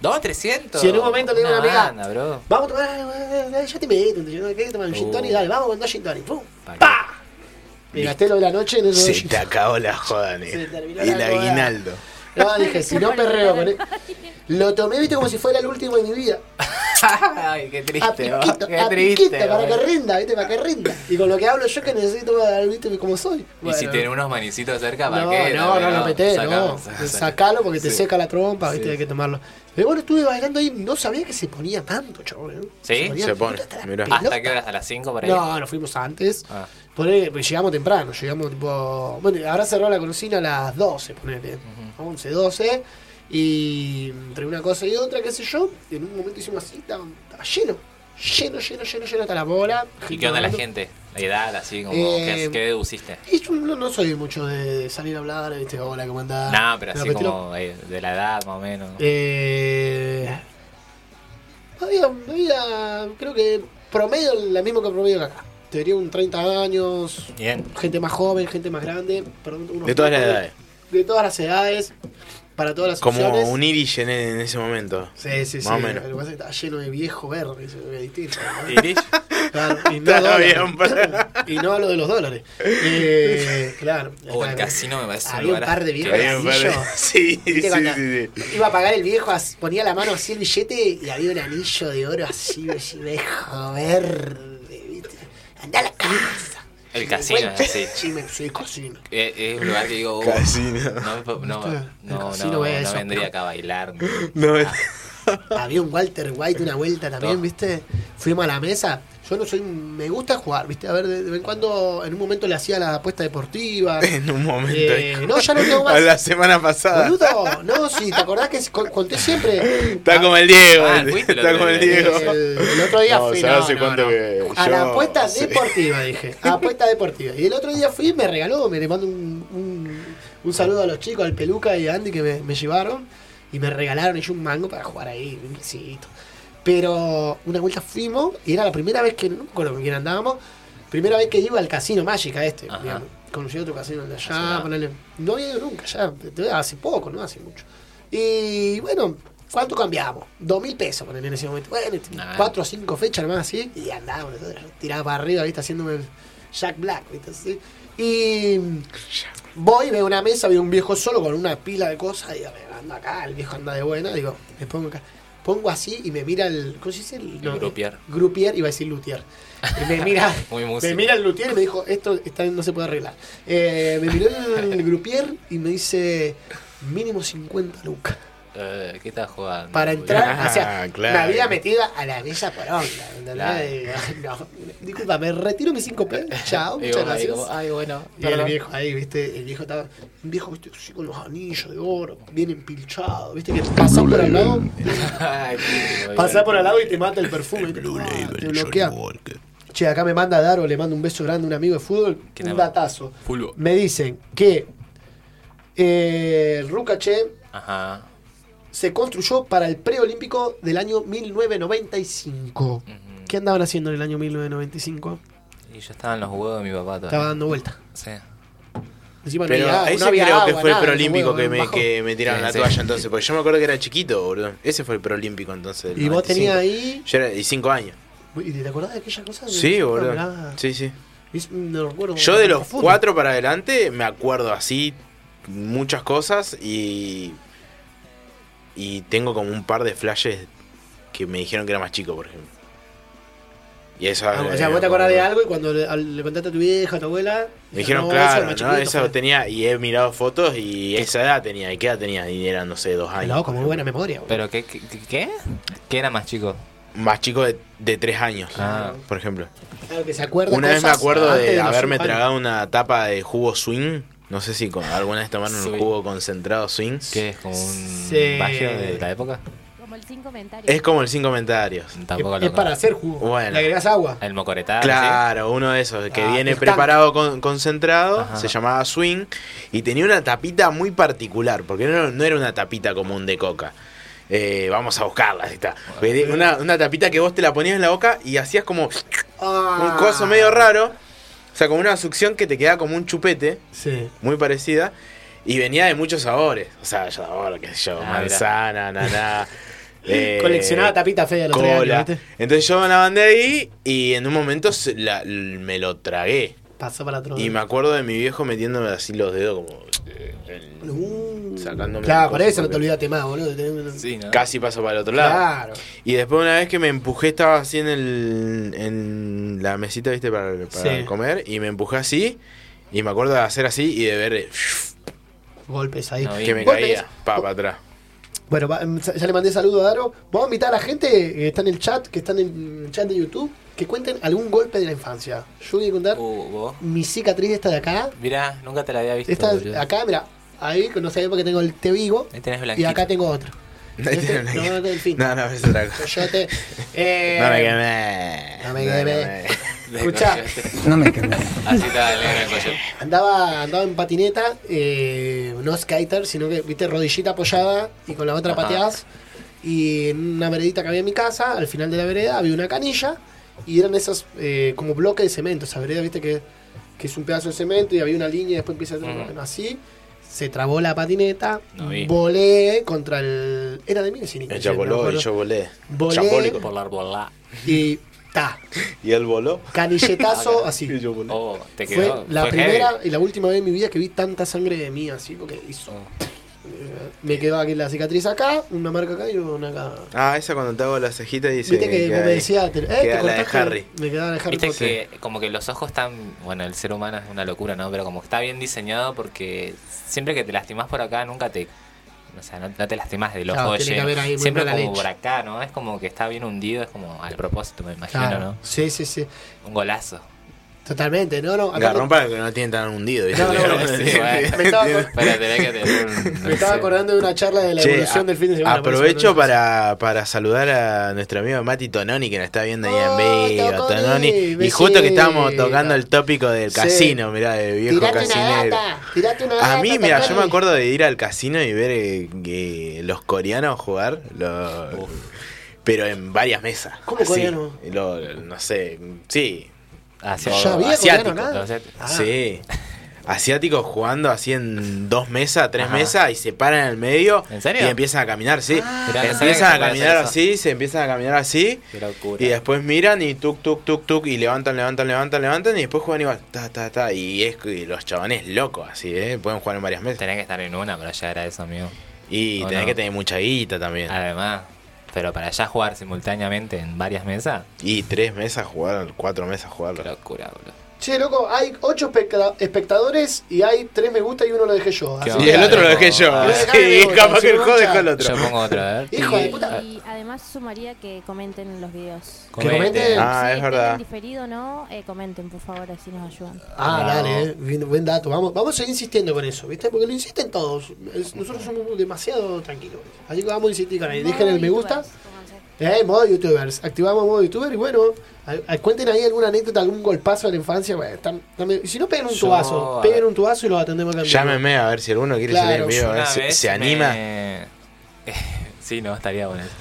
[SPEAKER 3] ¿Dos, 300?
[SPEAKER 1] Si en un momento le digo a una amiga-
[SPEAKER 3] banda, bro.
[SPEAKER 1] Vamos a tomar, eh, eh, eh, ya te meto, ¿entendés? ¿no? ¿Querés tomar un gin
[SPEAKER 3] Uh.
[SPEAKER 1] tonic? Dale, vamos con dos gin tonic. ¡Pum!
[SPEAKER 3] Pa'
[SPEAKER 1] ¡Pa! Me gasté lo de la noche en esos dos
[SPEAKER 2] Se
[SPEAKER 1] gin
[SPEAKER 2] te acabó la joda,
[SPEAKER 1] Se
[SPEAKER 2] negro.
[SPEAKER 1] terminó
[SPEAKER 2] El
[SPEAKER 1] la joda.
[SPEAKER 2] aguinaldo.
[SPEAKER 1] *laughs* No, dije, si no perreo con él. Lo tomé, viste, como si fuera el último de mi vida.
[SPEAKER 3] *laughs* Ay, qué
[SPEAKER 1] A
[SPEAKER 3] triste, bro.
[SPEAKER 1] piquito,
[SPEAKER 3] Qué
[SPEAKER 1] a
[SPEAKER 3] triste.
[SPEAKER 1] piquito, para que
[SPEAKER 3] bro.
[SPEAKER 1] rinda, viste, para que rinda. Y con lo que hablo yo que necesito, para- viste, como
[SPEAKER 3] Y
[SPEAKER 1] soy.
[SPEAKER 3] si
[SPEAKER 1] Bueno.
[SPEAKER 3] tiene unos manicitos cerca, ¿para
[SPEAKER 1] No,
[SPEAKER 3] qué?
[SPEAKER 1] no, no lo metés, no.
[SPEAKER 3] Sacá-
[SPEAKER 1] Sacalo porque te
[SPEAKER 3] Sí.
[SPEAKER 1] seca la trompa, viste,
[SPEAKER 3] Sí.
[SPEAKER 1] hay que tomarlo. Pero bueno, estuve bailando ahí, no sabía que se ponía tanto, chabón. ¿eh?
[SPEAKER 3] ¿Sí?
[SPEAKER 1] ponía
[SPEAKER 2] Se pone,
[SPEAKER 1] hasta la
[SPEAKER 2] mirá.
[SPEAKER 1] pelota.
[SPEAKER 3] ¿Hasta qué horas? ¿A las 5 por ahí?
[SPEAKER 1] No, nos fuimos antes.
[SPEAKER 3] Ah.
[SPEAKER 1] Ponele, pues, llegamos temprano, llegamos tipo. Bueno, habrá cerrado la cocina a las 12, ponele. 11, 12. Y entre una cosa y otra, qué sé yo, en un momento hicimos así, estaba, estaba lleno. lleno, lleno, lleno, lleno hasta la bola.
[SPEAKER 3] ¿Y qué onda la
[SPEAKER 1] hablando.
[SPEAKER 3] gente? La edad, así como.
[SPEAKER 1] Eh,
[SPEAKER 3] ¿qué, qué deduciste?
[SPEAKER 1] Y yo no, no soy mucho de salir a hablar, ¿viste? Hola, ¿cómo andás?
[SPEAKER 3] Nada, pero
[SPEAKER 1] Me
[SPEAKER 3] así
[SPEAKER 1] retiro.
[SPEAKER 3] como eh, de la edad más o menos.
[SPEAKER 1] Eh, había, había, creo que promedio, la misma que promedio que acá. Tendría un 30 años,
[SPEAKER 3] Bien.
[SPEAKER 1] gente más joven, gente más grande. perdón, unos
[SPEAKER 2] De todas las
[SPEAKER 1] pocos,
[SPEAKER 2] edades.
[SPEAKER 1] De todas las edades, para todas las
[SPEAKER 2] Como
[SPEAKER 1] opciones.
[SPEAKER 2] un iris en, en ese momento.
[SPEAKER 1] Sí, sí, sí.
[SPEAKER 2] Más o menos.
[SPEAKER 1] Lo que pasa es que está lleno de viejo verde, eso es distinto. ¿no?
[SPEAKER 3] *laughs*
[SPEAKER 1] *laughs*
[SPEAKER 3] ¿Iris?
[SPEAKER 1] Claro, y, no
[SPEAKER 2] Está
[SPEAKER 1] dólares.
[SPEAKER 2] bien, pues. para-
[SPEAKER 1] *laughs* y no hablo de los dólares.
[SPEAKER 2] *laughs*
[SPEAKER 1] Eh, claro.
[SPEAKER 3] O Oh, el casino me parece
[SPEAKER 1] Había un
[SPEAKER 3] lugar
[SPEAKER 1] par de viejos.
[SPEAKER 3] que-
[SPEAKER 2] Ahí me parece-
[SPEAKER 1] anillo.
[SPEAKER 2] *laughs* Sí, sí,
[SPEAKER 1] ¿Viste cuando
[SPEAKER 2] sí, sí.
[SPEAKER 1] Iba a pagar el viejo, as- ponía la mano así el billete y había un anillo de oro así, así viejo verde. ¿viste? Andá a la casa.
[SPEAKER 3] El casino es así.
[SPEAKER 1] *laughs* Sí, me soy casino.
[SPEAKER 3] Eh, Es un lugar que digo. oh,
[SPEAKER 2] Casino.
[SPEAKER 3] No, no, no,
[SPEAKER 1] El
[SPEAKER 3] no,
[SPEAKER 1] casino
[SPEAKER 3] no,
[SPEAKER 1] ve eso,
[SPEAKER 3] vendría
[SPEAKER 1] pero-
[SPEAKER 3] acá a
[SPEAKER 1] *laughs*
[SPEAKER 3] bailar.
[SPEAKER 2] No, es-
[SPEAKER 1] Ah. Había un Walter White una vuelta también,
[SPEAKER 3] Todo.
[SPEAKER 1] ¿viste? Fuimos a la mesa. Yo no soy. Me gusta jugar, ¿viste? A ver, de, de vez en cuando, en un momento le hacía la apuesta deportiva.
[SPEAKER 2] *laughs* en un momento.
[SPEAKER 1] Eh,
[SPEAKER 2] hijo.
[SPEAKER 1] no, ya no tengo más.
[SPEAKER 2] A la semana pasada.
[SPEAKER 1] Boludo, no, sí, ¿te acordás que con- conté siempre?
[SPEAKER 2] Está como el Diego.
[SPEAKER 3] Ah,
[SPEAKER 2] el-
[SPEAKER 3] fuiste el
[SPEAKER 2] está
[SPEAKER 3] otro
[SPEAKER 2] como el
[SPEAKER 3] día.
[SPEAKER 2] Diego.
[SPEAKER 1] El, el otro día
[SPEAKER 2] No,
[SPEAKER 1] fui.
[SPEAKER 2] ya
[SPEAKER 1] no,
[SPEAKER 2] hace
[SPEAKER 1] no,
[SPEAKER 2] cuánto
[SPEAKER 1] no.
[SPEAKER 2] que
[SPEAKER 1] A
[SPEAKER 2] yo-
[SPEAKER 1] la apuesta
[SPEAKER 2] sí.
[SPEAKER 1] deportiva, dije. A apuesta deportiva. Y el otro día fui y me regaló, me le mando un, un, un saludo a los chicos, al Peluca y a Andy que me, me llevaron. Y me regalaron ellos un mango para jugar ahí, un pisito. Pero una vuelta fuimos y era la primera vez que, no me acuerdo con quién andábamos, primera vez que iba al casino Mágica este.
[SPEAKER 3] Ajá.
[SPEAKER 1] digamos. Conocí otro casino de allá,
[SPEAKER 3] nada.
[SPEAKER 1] ponele. No había ido nunca, ya, hace poco, no hace mucho. Y bueno, ¿cuánto cambiamos? Dos mil pesos ponele en ese momento. Bueno, este,
[SPEAKER 3] Nah.
[SPEAKER 1] cuatro o cinco fechas nomás así. Y andaba, boludo, yo tiraba para arriba, viste, haciéndome el Jack Black, viste, así. Y voy, veo una mesa, veo un viejo solo con una pila de cosas. Y digo, "Me ando acá, el viejo anda de buena. Digo, me pongo acá. Pongo así y me mira el. ¿Cómo se dice? El,
[SPEAKER 3] Grupier.
[SPEAKER 1] Grupier, iba a decir luthier. Y me mira.
[SPEAKER 3] *laughs* Muy músico.
[SPEAKER 1] me mira el luthier y me dijo, esto está- no se puede arreglar. Eh, me miró el
[SPEAKER 3] *laughs*
[SPEAKER 1] grupier y me dice, mínimo 50 lucas.
[SPEAKER 3] Eh, ¿Qué estás jugando?
[SPEAKER 1] Para
[SPEAKER 3] *laughs*
[SPEAKER 1] entrar,
[SPEAKER 2] Ah,
[SPEAKER 1] o sea,
[SPEAKER 2] claro.
[SPEAKER 1] me había metido a la mesa por onda. ¿entendés?
[SPEAKER 3] Claro.
[SPEAKER 1] Digo, *laughs* No, disculpa, me retiro mis 5 pesos.
[SPEAKER 3] *laughs*
[SPEAKER 1] Chao,
[SPEAKER 3] Y
[SPEAKER 1] ah, muchas
[SPEAKER 3] vos ahí
[SPEAKER 1] gracias.
[SPEAKER 3] como, Ay, bueno.
[SPEAKER 1] Y el
[SPEAKER 3] perdón".
[SPEAKER 1] viejo ahí, viste, el viejo estaba, un viejo, viste, así con los anillos de oro, bien empilchado, viste, que pasa por al lado,
[SPEAKER 3] *laughs* Ay, qué lindo,
[SPEAKER 1] pasa por al lado y te mata el perfume, te, te bloquea. Che, acá me manda Daro, le mando un beso grande a un amigo de fútbol,
[SPEAKER 3] ¿Qué
[SPEAKER 1] un
[SPEAKER 3] tal?
[SPEAKER 1] datazo.
[SPEAKER 3] Fulbo.
[SPEAKER 1] Me dicen que eh, Rucache
[SPEAKER 3] Ajá.
[SPEAKER 1] se construyó para el preolímpico del año 1995.
[SPEAKER 3] Ujú.
[SPEAKER 1] ¿Qué andaban haciendo en el año 1995?
[SPEAKER 3] Y yo estaba en los huevos de mi papá todavía.
[SPEAKER 1] Estaba dando vuelta.
[SPEAKER 3] Sí.
[SPEAKER 1] Encima no
[SPEAKER 2] Pero
[SPEAKER 1] había-
[SPEAKER 2] ese
[SPEAKER 1] no había
[SPEAKER 2] creo que
[SPEAKER 1] agua,
[SPEAKER 2] fue el
[SPEAKER 1] nada,
[SPEAKER 2] preolímpico
[SPEAKER 1] esos
[SPEAKER 2] que
[SPEAKER 1] huevos
[SPEAKER 2] me,
[SPEAKER 1] eran
[SPEAKER 2] que me tiraron
[SPEAKER 3] Sí,
[SPEAKER 2] la
[SPEAKER 3] sí.
[SPEAKER 2] toalla entonces, porque yo me acuerdo que era chiquito, boludo. Ese fue el preolímpico entonces.
[SPEAKER 1] bajos.
[SPEAKER 2] del
[SPEAKER 1] Y vos
[SPEAKER 2] 95.
[SPEAKER 1] tenías ahí...
[SPEAKER 2] Yo era de 5 años.
[SPEAKER 1] ¿Y te acordás de aquella cosa?
[SPEAKER 2] Sí, boludo.
[SPEAKER 1] Mirá,
[SPEAKER 2] Sí, sí.
[SPEAKER 1] es- no recuerdo.
[SPEAKER 2] Yo de los
[SPEAKER 1] Fútbol.
[SPEAKER 2] cuatro para adelante me acuerdo así muchas cosas y. Y tengo como un par de flashes que me dijeron que era más chico, por ejemplo. Y eso.
[SPEAKER 1] Ah, o sea,
[SPEAKER 2] eh,
[SPEAKER 1] vos te acordás de algo y cuando le, al- le contaste a tu vieja, a tu abuela...
[SPEAKER 2] Me dijeron,
[SPEAKER 1] no,
[SPEAKER 2] claro,
[SPEAKER 1] eso era
[SPEAKER 2] ¿no?
[SPEAKER 1] más
[SPEAKER 2] Eso
[SPEAKER 1] chiquito,
[SPEAKER 2] tenía, y he mirado fotos y esa edad tenía, ¿y qué edad tenía? Y era, no sé, dos
[SPEAKER 1] fue-
[SPEAKER 2] años.
[SPEAKER 1] Loco, muy buena memoria. boludo.
[SPEAKER 3] ¿Pero qué? ¿Qué? ¿Qué, ¿Qué era más chico?
[SPEAKER 2] Más chico de, de tres años,
[SPEAKER 3] Ah.
[SPEAKER 2] por ejemplo.
[SPEAKER 1] Claro, que se acuerda
[SPEAKER 2] Una vez me
[SPEAKER 1] cosas
[SPEAKER 2] acuerdo
[SPEAKER 1] antes
[SPEAKER 2] de,
[SPEAKER 1] los
[SPEAKER 2] haberme
[SPEAKER 1] cinco años.
[SPEAKER 2] tragado una tapa de jugo swing. No sé si con- alguna vez tomaron un
[SPEAKER 3] Swing.
[SPEAKER 2] jugo concentrado swing.
[SPEAKER 3] ¿Qué es como un
[SPEAKER 1] Sí.
[SPEAKER 3] bagio de la época?
[SPEAKER 4] Como el sin comentarios.
[SPEAKER 2] Es como el sin comentarios.
[SPEAKER 3] Tampoco
[SPEAKER 1] Es,
[SPEAKER 3] lo
[SPEAKER 1] es para
[SPEAKER 3] conozco.
[SPEAKER 1] hacer jugo.
[SPEAKER 2] Bueno.
[SPEAKER 1] Le agregás agua.
[SPEAKER 3] El mocoretá.
[SPEAKER 2] Claro, uno de esos que
[SPEAKER 1] Ah,
[SPEAKER 2] viene
[SPEAKER 1] el
[SPEAKER 2] preparado con, concentrado,
[SPEAKER 3] Ajá.
[SPEAKER 2] se llamaba Swing y tenía una tapita muy particular, porque no, no era una tapita común de coca. Eh, vamos a buscarla, ahí está. Una, una tapita que vos te la ponías en la boca y hacías como un
[SPEAKER 1] Ah.
[SPEAKER 2] coso medio raro, o sea, como una succión que te quedaba como un chupete,
[SPEAKER 1] Sí.
[SPEAKER 2] muy parecida, y venía de muchos sabores, o sea, ya ahora, qué sé yo,
[SPEAKER 3] Ah,
[SPEAKER 2] manzana, naná. eh,
[SPEAKER 1] Coleccionaba tapita fea los tres
[SPEAKER 2] cola.
[SPEAKER 1] años, ¿viste?
[SPEAKER 2] Entonces yo me la mandé ahí y en un momento se- la- l- me lo tragué.
[SPEAKER 1] Pasó para otro.
[SPEAKER 2] Y me acuerdo de mi viejo metiéndome así los dedos como... eh, en-
[SPEAKER 1] Uh.
[SPEAKER 2] sacándome
[SPEAKER 1] Claro,
[SPEAKER 2] el
[SPEAKER 1] por
[SPEAKER 2] coso,
[SPEAKER 1] eso no te
[SPEAKER 2] porque-
[SPEAKER 1] olvidaste más, boludo. de tener un-
[SPEAKER 3] ¿sí? Sí, ¿no?
[SPEAKER 2] Casi paso para el otro lado.
[SPEAKER 1] Claro.
[SPEAKER 2] Y después una vez que me empujé, estaba así en, el, en la mesita, viste, para, para
[SPEAKER 1] Sí.
[SPEAKER 2] comer. Y me empujé así. Y me acuerdo de hacer así y de ver eh,
[SPEAKER 1] Golpes ahí.
[SPEAKER 3] No, y-
[SPEAKER 2] que me
[SPEAKER 1] Golpes.
[SPEAKER 2] caía. Pa, para atrás.
[SPEAKER 1] Bueno, va- em, ya le mandé saludo a Daro. Vamos a invitar a la gente que está en el chat, que está en el chat de YouTube, que cuenten algún golpe de la infancia. Yo voy a contar
[SPEAKER 2] Oh.
[SPEAKER 3] Uh, vos.
[SPEAKER 1] mi cicatriz esta de acá.
[SPEAKER 3] Mirá, nunca te la había visto.
[SPEAKER 1] Esta
[SPEAKER 3] boludo.
[SPEAKER 1] acá, mira, ahí no sabía porque tengo el tebigo
[SPEAKER 3] Ahí tenés
[SPEAKER 1] y
[SPEAKER 3] blanquito.
[SPEAKER 1] acá tengo otro. Este,
[SPEAKER 2] no,
[SPEAKER 1] no, no, el fin.
[SPEAKER 2] *laughs* no, no, es otra cosa.
[SPEAKER 1] Coyote. Eh,
[SPEAKER 2] No me quemé.
[SPEAKER 1] no me quemé.
[SPEAKER 3] *laughs*
[SPEAKER 1] Escuchá.
[SPEAKER 5] No me quemé.
[SPEAKER 3] Así estaba el negro en el cuello.
[SPEAKER 1] Andaba, andaba en patineta, eh, no skater, sino que, viste, rodillita apoyada y con la otra
[SPEAKER 3] Ajá.
[SPEAKER 1] pateás. Y en una veredita que había en mi casa, al final de la vereda, había una canilla y eran esos eh, como bloques de cemento. Esa vereda, viste, que, que es un pedazo de cemento y había una línea y después empieza a
[SPEAKER 3] Ujú.
[SPEAKER 1] así. Se trabó la patineta,
[SPEAKER 3] No vi.
[SPEAKER 1] volé contra el. Era de mí, sí,
[SPEAKER 2] Ella voló y yo volé.
[SPEAKER 1] Volé.
[SPEAKER 2] Chambólico.
[SPEAKER 3] Por la arbolá.
[SPEAKER 1] Y
[SPEAKER 2] *laughs*
[SPEAKER 1] ta,
[SPEAKER 2] Y él voló.
[SPEAKER 1] canilletazo,
[SPEAKER 2] Y
[SPEAKER 1] así.
[SPEAKER 2] yo volé.
[SPEAKER 3] Oh, te
[SPEAKER 1] Fue
[SPEAKER 3] quedó.
[SPEAKER 1] la
[SPEAKER 3] fue
[SPEAKER 1] primera
[SPEAKER 3] heavy.
[SPEAKER 1] y la última vez en mi vida que vi tanta sangre de mí, así, porque hizo.
[SPEAKER 3] Oh.
[SPEAKER 2] Ah.
[SPEAKER 1] Eh, Me quedó aquí la cicatriz acá, una marca acá y una acá.
[SPEAKER 2] Ah, esa cuando te hago la cejita y dice.
[SPEAKER 1] Viste que vos
[SPEAKER 2] ahí.
[SPEAKER 1] me decías, te- eh, te
[SPEAKER 2] Queda la de
[SPEAKER 1] cortaste,
[SPEAKER 2] Harry.
[SPEAKER 1] Me quedaba la de Harry
[SPEAKER 3] Viste
[SPEAKER 1] Potter.
[SPEAKER 3] que como que los ojos están, bueno, el ser humano es una locura, ¿no? Pero como que está bien diseñado porque siempre que te lastimás por acá nunca te... O sea, no, no te lastimas del ojo
[SPEAKER 1] Claro, tiene que
[SPEAKER 3] lleno.
[SPEAKER 1] haber ahí muy
[SPEAKER 3] Siempre
[SPEAKER 1] mala
[SPEAKER 3] como
[SPEAKER 1] leche.
[SPEAKER 3] por acá, ¿no? Es como que está bien hundido, es como al propósito, me imagino,
[SPEAKER 1] Claro,
[SPEAKER 3] ¿no?
[SPEAKER 1] Sí, sí, sí.
[SPEAKER 3] Un golazo.
[SPEAKER 1] Totalmente, no, no. acá
[SPEAKER 2] Garrón para que no tiene tan hundido. ¿viste?
[SPEAKER 1] No,
[SPEAKER 2] *laughs*
[SPEAKER 1] no,
[SPEAKER 3] sí, bueno.
[SPEAKER 1] Me estaba acor-
[SPEAKER 3] Pero tenés que tener un...
[SPEAKER 1] *laughs* Me estaba acordando de una charla de la
[SPEAKER 2] Che,
[SPEAKER 1] evolución
[SPEAKER 2] a-
[SPEAKER 1] del fin de semana. por eso
[SPEAKER 2] Aprovecho
[SPEAKER 1] no-
[SPEAKER 2] para, para saludar a nuestro amigo Mati Tononi que nos está viendo ahí
[SPEAKER 1] Oh,
[SPEAKER 2] en vivo.
[SPEAKER 1] Tononi,
[SPEAKER 2] Tononi. Y
[SPEAKER 1] besito.
[SPEAKER 2] justo que estábamos tocando el tópico del
[SPEAKER 1] Sí.
[SPEAKER 2] casino, mirá, de viejo
[SPEAKER 1] Tirate una
[SPEAKER 2] casinero.
[SPEAKER 1] data, tirate una data.
[SPEAKER 2] Ah, A mí, mira, yo
[SPEAKER 1] Tocani.
[SPEAKER 2] me acuerdo de ir al casino y ver eh, que los coreanos jugar, lo- pero en varias mesas.
[SPEAKER 1] ¿Cómo coreano?
[SPEAKER 2] lo- no sé, sí,
[SPEAKER 3] Hacia,
[SPEAKER 1] Ya había
[SPEAKER 2] asiático,
[SPEAKER 1] coreano acá. Ah.
[SPEAKER 2] sí. Asiáticos jugando así en dos mesas, tres
[SPEAKER 3] Ajá.
[SPEAKER 2] mesas y se paran en el medio
[SPEAKER 3] ¿En serio?
[SPEAKER 2] y empiezan a caminar, sí.
[SPEAKER 1] Ah.
[SPEAKER 3] Mirá, no sabía que se
[SPEAKER 2] empiezan a
[SPEAKER 3] podía
[SPEAKER 2] caminar
[SPEAKER 3] hacer
[SPEAKER 2] así, se empiezan a caminar así
[SPEAKER 3] Qué locura.
[SPEAKER 2] y después miran y tuk, tuk, tuk, tuk y levantan, levantan, levantan, levantan y después juegan igual. Ta, ta, ta. Y, es, y los chabones locos así, ¿eh? Pueden jugar en varias mesas.
[SPEAKER 3] Tenés que estar en una para llegar a eso, amigo.
[SPEAKER 2] Y
[SPEAKER 3] ¿O
[SPEAKER 2] tenés
[SPEAKER 3] no?
[SPEAKER 2] que tener mucha guita también.
[SPEAKER 3] Además, pero para ya jugar simultáneamente en varias mesas,
[SPEAKER 2] Y tres mesas jugar, cuatro mesas jugar.
[SPEAKER 3] qué locura, boludo.
[SPEAKER 1] Che, loco, hay 8 espectadores y hay 3 me gusta y uno lo dejé yo.
[SPEAKER 3] Qué
[SPEAKER 1] así
[SPEAKER 2] Y
[SPEAKER 1] que
[SPEAKER 2] el
[SPEAKER 1] dale.
[SPEAKER 2] otro lo dejé yo.
[SPEAKER 3] Ah.
[SPEAKER 2] Sí, capaz que el juego dejó el
[SPEAKER 3] Yo
[SPEAKER 2] otro.
[SPEAKER 3] pongo otra, a ver.
[SPEAKER 1] Hijo de
[SPEAKER 4] Y-
[SPEAKER 1] puta.
[SPEAKER 4] Y además sumaría que comenten los videos.
[SPEAKER 1] comenten.
[SPEAKER 3] Comenten.
[SPEAKER 2] Ah,
[SPEAKER 4] Si
[SPEAKER 2] es
[SPEAKER 4] tienen
[SPEAKER 2] verdad.
[SPEAKER 4] diferido o no, eh, comenten, por favor, así nos ayudan.
[SPEAKER 1] Ah,
[SPEAKER 3] Bravo.
[SPEAKER 1] dale, eh. Bien- buen dato. Vamos, vamos a seguir insistiendo con eso, ¿viste? Porque lo insisten todos. Es- nosotros somos demasiado tranquilos. Así que vamos a insistir con ahí. Dejen el me gusta.
[SPEAKER 4] Youtubers, pónganse.
[SPEAKER 1] Eh, modo youtubers. Activamos modo youtuber y bueno, a- a- cuenten ahí alguna anécdota, algún golpazo de la infancia. Bueno, están- están medio- y si no, peguen un
[SPEAKER 3] Yo,
[SPEAKER 1] tubazo.
[SPEAKER 3] a
[SPEAKER 1] Peguen
[SPEAKER 3] ver.
[SPEAKER 1] un tubazo y los atendemos también.
[SPEAKER 2] Llámeme a ver si alguno quiere
[SPEAKER 1] Claro,
[SPEAKER 2] salir en vivo. a ver
[SPEAKER 3] Una
[SPEAKER 2] si- se,
[SPEAKER 3] vez me-
[SPEAKER 2] anima.
[SPEAKER 3] *laughs* sí, no, estaría bueno. eso.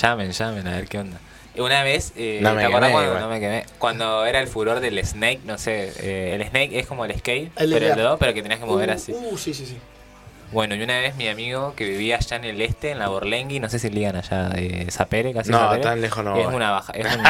[SPEAKER 3] Llamen, llamen, a ver qué onda. Una vez, eh,
[SPEAKER 2] No me
[SPEAKER 3] ¿te acordás
[SPEAKER 2] quemé,
[SPEAKER 3] cuando,
[SPEAKER 2] igual.
[SPEAKER 3] no me quemé? Cuando era el furor del Snake? No sé, eh, el Snake es como el skate,
[SPEAKER 1] El de
[SPEAKER 3] pero el
[SPEAKER 1] la-
[SPEAKER 3] de dos, pero que tenías que mover así.
[SPEAKER 1] Uh, sí, sí, sí.
[SPEAKER 3] Bueno, y una vez mi amigo que vivía allá en el este, en la Borlengui, no sé si ligan allá de Zapere, casi
[SPEAKER 2] No,
[SPEAKER 3] Zapere.
[SPEAKER 2] tan lejos no
[SPEAKER 3] Es
[SPEAKER 2] voy.
[SPEAKER 3] una baja. es
[SPEAKER 2] *laughs*
[SPEAKER 3] un-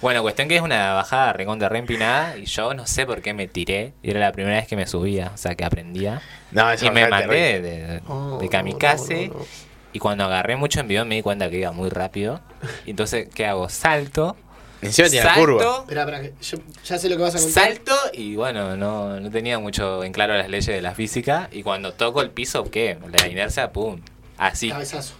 [SPEAKER 3] bueno, cuestión que es una bajada recontra re empinada y yo no sé por qué me tiré. Y era la primera vez que me subía, o sea que aprendía.
[SPEAKER 2] No, esa
[SPEAKER 3] y me
[SPEAKER 2] bajada es
[SPEAKER 3] mandé de,
[SPEAKER 2] terrible.
[SPEAKER 3] de-
[SPEAKER 1] Oh,
[SPEAKER 3] de kamikaze.
[SPEAKER 1] no, no, no.
[SPEAKER 3] Y cuando agarré mucho envión me di cuenta que iba muy rápido. Y entonces, ¿qué hago? Salto.
[SPEAKER 2] Encima tiene la
[SPEAKER 3] salto,
[SPEAKER 2] curva.
[SPEAKER 1] Esperá, esperá, que yo ya sé lo que vas a contar.
[SPEAKER 3] Salto y bueno, no, no tenía mucho en claro las leyes de la física. Y cuando toco el piso, ¿qué? La inercia, pum. Así.
[SPEAKER 1] Cabezazo.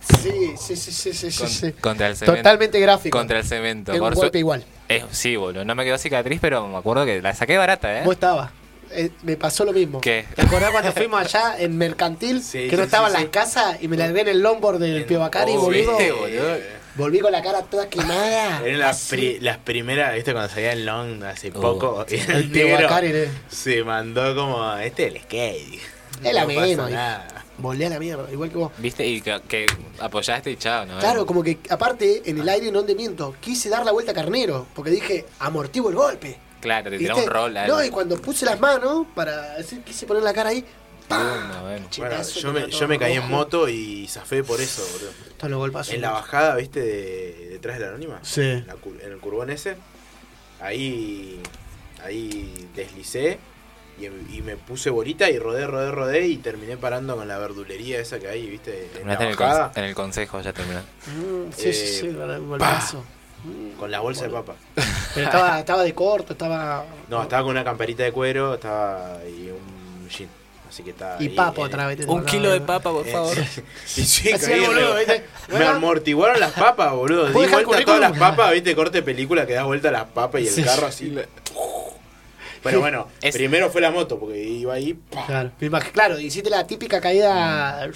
[SPEAKER 1] Sí, sí, sí, sí, sí, Ah, sí,
[SPEAKER 3] con-
[SPEAKER 1] sí.
[SPEAKER 3] Contra el cemento.
[SPEAKER 1] Totalmente gráfico.
[SPEAKER 3] Contra el cemento.
[SPEAKER 1] Es un
[SPEAKER 3] por su-
[SPEAKER 1] golpe igual.
[SPEAKER 3] Eh, sí, boludo. No me quedó cicatriz, pero me acuerdo que la saqué barata, ¿eh?
[SPEAKER 1] Vos estabas. Eh, me pasó lo mismo.
[SPEAKER 3] ¿Qué?
[SPEAKER 1] ¿Te acordás cuando fuimos allá en Mercantil?
[SPEAKER 2] *laughs* Sí,
[SPEAKER 1] que no
[SPEAKER 2] sí,
[SPEAKER 1] estaban
[SPEAKER 2] sí,
[SPEAKER 1] las
[SPEAKER 2] sí.
[SPEAKER 1] casas y me largué en el longboard del Pio Bacari,
[SPEAKER 3] Oh,
[SPEAKER 1] boludo.
[SPEAKER 3] ¿viste, boludo?
[SPEAKER 1] Volví con la cara toda
[SPEAKER 2] *laughs*
[SPEAKER 1] quemada.
[SPEAKER 2] Eran las, pri- las primeras, viste, cuando salía el long hace poco. *laughs* y el
[SPEAKER 1] El Pio
[SPEAKER 2] negro
[SPEAKER 1] Bacari, eh.
[SPEAKER 2] se mandó como, este es el skate.
[SPEAKER 1] Es la
[SPEAKER 2] no pasa
[SPEAKER 1] misma,
[SPEAKER 2] nada.
[SPEAKER 1] Volé a la mierda, igual que vos.
[SPEAKER 3] ¿Viste? Y que, que apoyaste y chao, ¿no?
[SPEAKER 1] Claro, como que aparte en el aire no te miento, quise dar la vuelta a Carnero, porque dije, amortivo el golpe.
[SPEAKER 3] Claro, te tiró
[SPEAKER 1] ¿viste?
[SPEAKER 3] un rol. algo.
[SPEAKER 1] No, y cuando puse las manos para decir, quise poner la cara ahí, ¡pam!
[SPEAKER 3] Uno, bueno.
[SPEAKER 2] Bueno,
[SPEAKER 1] Chinazo,
[SPEAKER 2] yo me,
[SPEAKER 1] tenía
[SPEAKER 2] yo me
[SPEAKER 1] todo
[SPEAKER 2] caí en
[SPEAKER 1] rojo.
[SPEAKER 2] moto y zafé por eso, boludo.
[SPEAKER 1] Todos los golpazos.
[SPEAKER 2] En la bajada, viste, de- detrás de la anónima.
[SPEAKER 1] Ah, Sí.
[SPEAKER 2] En, la cur- en el curbón ese. Ahí, ahí deslicé y, em, y me puse bolita y rodé, rodé, rodé y terminé parando con la verdulería esa que hay, viste, en la
[SPEAKER 3] Terminaste en el,
[SPEAKER 2] bajada,
[SPEAKER 3] conse- en el consejo, ya terminó.
[SPEAKER 1] Mm, sí, sí, sí,
[SPEAKER 2] Eh,
[SPEAKER 1] un golpazo. Mm.
[SPEAKER 2] con la bolsa de papa.
[SPEAKER 3] *laughs*
[SPEAKER 1] Pero estaba, estaba de corto, estaba.
[SPEAKER 2] No, estaba con una camperita de cuero, estaba y un jean. Así que estaba.
[SPEAKER 1] Y
[SPEAKER 2] ahí,
[SPEAKER 1] papo
[SPEAKER 2] eh,
[SPEAKER 1] otra vez.
[SPEAKER 3] Un kilo de papa, por
[SPEAKER 2] eh,
[SPEAKER 3] favor.
[SPEAKER 2] *laughs* Y sí,
[SPEAKER 1] Así
[SPEAKER 2] caí
[SPEAKER 1] el
[SPEAKER 2] re-
[SPEAKER 1] boludo, ¿viste?
[SPEAKER 2] Me amortiguaron las papas, boludo. Di
[SPEAKER 1] ¿Puedo dejar
[SPEAKER 2] vuelta a todas
[SPEAKER 1] currículum?
[SPEAKER 2] las papas, viste, corte de película que da vuelta a las papas y el
[SPEAKER 1] Sí.
[SPEAKER 2] carro así. Bueno, bueno,
[SPEAKER 3] Es-
[SPEAKER 2] primero fue la moto, porque iba ahí. ¡pa!
[SPEAKER 1] Claro, me imag- claro, hiciste la típica caída.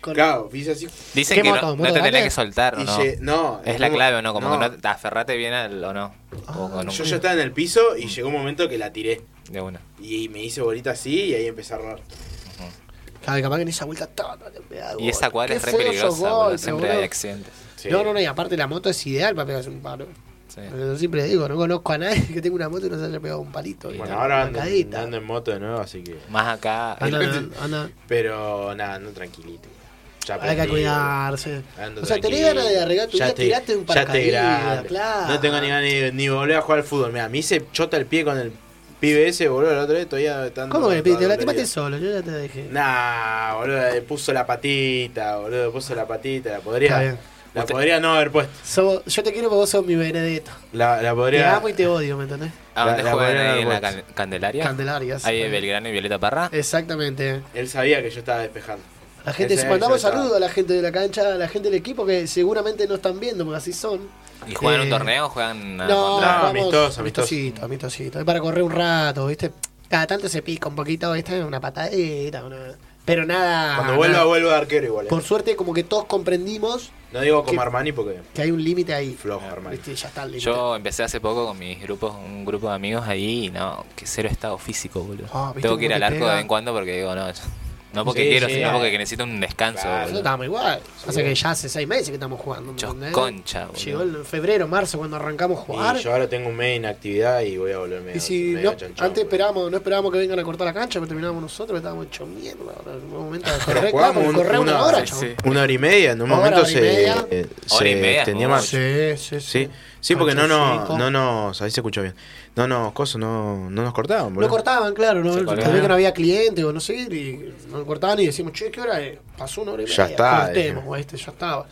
[SPEAKER 1] con-
[SPEAKER 2] Mm. Claro, hice así.
[SPEAKER 3] Dicen
[SPEAKER 1] ¿Qué
[SPEAKER 3] que no-
[SPEAKER 1] moto?
[SPEAKER 3] no,
[SPEAKER 1] ¿Moto
[SPEAKER 3] te
[SPEAKER 1] grande?
[SPEAKER 3] tenés que soltar, ¿o
[SPEAKER 2] y
[SPEAKER 3] ¿no?
[SPEAKER 2] lle- no,
[SPEAKER 3] Es la
[SPEAKER 2] como-
[SPEAKER 3] clave, ¿o no? Como que no te aferrate bien al o no. O con un-
[SPEAKER 2] Yo ya estaba en el piso y llegó un momento que la tiré.
[SPEAKER 3] De una.
[SPEAKER 2] Y me hice bolita así y ahí empecé a rodar.
[SPEAKER 1] Claro, capaz que en esa vuelta todo te pega de
[SPEAKER 3] Y esa
[SPEAKER 1] golpe.
[SPEAKER 3] cuadra
[SPEAKER 1] Oh, Qué
[SPEAKER 3] es re
[SPEAKER 1] feos esos
[SPEAKER 3] peligrosa, boludo.
[SPEAKER 1] golpes,
[SPEAKER 3] Siempre
[SPEAKER 1] boludo.
[SPEAKER 3] hay accidentes.
[SPEAKER 2] Sí.
[SPEAKER 1] No, no, no, y aparte la moto es ideal para pegarse un palo.
[SPEAKER 3] Sí.
[SPEAKER 1] Yo siempre digo, no conozco a nadie que tenga una moto y no se haya pegado un palito.
[SPEAKER 2] Bueno,
[SPEAKER 1] Una
[SPEAKER 2] ahora ando,
[SPEAKER 1] cadita.
[SPEAKER 2] ando en moto de nuevo, así que.
[SPEAKER 3] Más acá.
[SPEAKER 1] Anda,
[SPEAKER 2] *laughs*
[SPEAKER 1] anda, anda.
[SPEAKER 2] Pero nada, no tranquilito. Ya
[SPEAKER 1] Hay que
[SPEAKER 2] aprendí.
[SPEAKER 1] cuidarse.
[SPEAKER 2] Ah, Ando
[SPEAKER 1] o sea, tenés
[SPEAKER 2] tranquilo.
[SPEAKER 1] ganas de arreglar tu
[SPEAKER 2] Ya
[SPEAKER 1] vida,
[SPEAKER 2] te-
[SPEAKER 1] tirate un
[SPEAKER 2] ya te
[SPEAKER 1] paracaídas,
[SPEAKER 2] grande.
[SPEAKER 1] claro.
[SPEAKER 2] No tengo ni ganas de- ni volver a jugar al fútbol. Mira, me hice chota el pie con el pibe ese, boludo, el otro día todavía estando.
[SPEAKER 1] ¿Cómo que le pediste? Te lastimaste solo,
[SPEAKER 2] dolorido.
[SPEAKER 1] yo ya te dejé.
[SPEAKER 2] Nah, boludo, le puso la patita, boludo, puso la patita, la podría.
[SPEAKER 1] Está bien.
[SPEAKER 2] La
[SPEAKER 3] Usted-
[SPEAKER 2] podría no haber puesto.
[SPEAKER 1] Somos- yo te quiero porque vos sos mi Benedetto.
[SPEAKER 2] La, la
[SPEAKER 1] Te
[SPEAKER 2] podría.
[SPEAKER 1] amo y te odio, ¿me entendés?
[SPEAKER 3] ¿A dónde
[SPEAKER 2] La- la
[SPEAKER 3] juegan
[SPEAKER 2] Bolera
[SPEAKER 3] ahí en la
[SPEAKER 2] Box.
[SPEAKER 3] Can- Candelaria?
[SPEAKER 1] Candelarias.
[SPEAKER 3] Ahí de Belgrano y Violeta Parra.
[SPEAKER 1] Eh, Exactamente.
[SPEAKER 2] Él sabía que yo estaba despejando.
[SPEAKER 1] La gente,
[SPEAKER 2] Ese-
[SPEAKER 1] mandamos
[SPEAKER 2] ese está.
[SPEAKER 1] saludos a la gente de la cancha, a la gente del equipo que seguramente no están viendo porque así son.
[SPEAKER 3] ¿Y juegan
[SPEAKER 1] Eh,
[SPEAKER 3] un torneo? ¿Juegan a
[SPEAKER 1] No,
[SPEAKER 3] contra-
[SPEAKER 1] vamos,
[SPEAKER 2] amistoso, amistoso.
[SPEAKER 1] amistosito, amistosito. Es para correr un rato, ¿viste? Cada tanto se pica un poquito, ¿viste? Una patadita, una... pero nada.
[SPEAKER 2] Cuando vuelva,
[SPEAKER 1] nada.
[SPEAKER 2] vuelvo de arquero igual. eh.
[SPEAKER 1] Ah, Por suerte, como que todos comprendimos
[SPEAKER 2] No digo como
[SPEAKER 1] ¿Qué?
[SPEAKER 2] Armani porque
[SPEAKER 1] que hay un límite ahí.
[SPEAKER 2] flojo Armani.
[SPEAKER 1] ¿Viste? Ya está el límite.
[SPEAKER 3] Yo empecé hace poco con mis grupos, un grupo de amigos ahí y no, que cero estado físico, boludo.
[SPEAKER 1] Ah, ¿viste
[SPEAKER 3] Tengo que ir al
[SPEAKER 1] cómo te
[SPEAKER 3] arco
[SPEAKER 1] pega?
[SPEAKER 3] de vez en cuando porque digo, no, yo- no porque
[SPEAKER 2] Sí,
[SPEAKER 3] quiero,
[SPEAKER 2] sí,
[SPEAKER 3] sino
[SPEAKER 2] eh.
[SPEAKER 3] porque necesito un descanso,
[SPEAKER 2] Claro.
[SPEAKER 1] Nosotros
[SPEAKER 3] boludo.
[SPEAKER 1] estábamos igual. Hace
[SPEAKER 2] Sí.
[SPEAKER 1] que ya hace seis meses que estamos jugando. ¿me entendés?
[SPEAKER 3] Chosconcha, boludo.
[SPEAKER 1] Llegó en febrero, marzo, cuando arrancamos a jugar.
[SPEAKER 2] Y yo ahora tengo un mes de inactividad y voy a volverme
[SPEAKER 1] Y si
[SPEAKER 2] medio
[SPEAKER 1] no-
[SPEAKER 2] chanchón,
[SPEAKER 1] antes
[SPEAKER 2] boludo.
[SPEAKER 1] esperábamos, no esperábamos que vengan a cortar la cancha, pero terminábamos nosotros, estábamos hecho mierda. ahora, En un momento de
[SPEAKER 2] Pero
[SPEAKER 1] correr,
[SPEAKER 2] jugamos
[SPEAKER 1] claro,
[SPEAKER 2] un-
[SPEAKER 1] correr una,
[SPEAKER 2] una-
[SPEAKER 1] hora,
[SPEAKER 2] sí,
[SPEAKER 1] chabón.
[SPEAKER 3] sí.
[SPEAKER 2] Una hora y media, en un
[SPEAKER 1] Hora,
[SPEAKER 2] momento
[SPEAKER 1] Ah, hora y
[SPEAKER 2] se,
[SPEAKER 1] media.
[SPEAKER 2] eh,
[SPEAKER 3] Hora y
[SPEAKER 2] se
[SPEAKER 3] media,
[SPEAKER 2] extendía
[SPEAKER 3] ¿no?
[SPEAKER 2] más. Sí,
[SPEAKER 1] Sí, sí, sí.
[SPEAKER 2] sí, porque no nos,
[SPEAKER 1] Pancho
[SPEAKER 2] no nos, ahí se escuchó bien. No nos, coso, no, no nos cortaban,
[SPEAKER 1] No
[SPEAKER 2] boludo.
[SPEAKER 1] cortaban, claro, no,
[SPEAKER 3] Se
[SPEAKER 1] tal
[SPEAKER 3] colgaban.
[SPEAKER 1] vez que no había clientes o no sé, y no cortaban y decimos, che, ¿qué hora es? Pasó una hora y media.
[SPEAKER 2] Ya está,
[SPEAKER 1] cortemos,
[SPEAKER 2] dijimos.
[SPEAKER 1] este, ya estaba.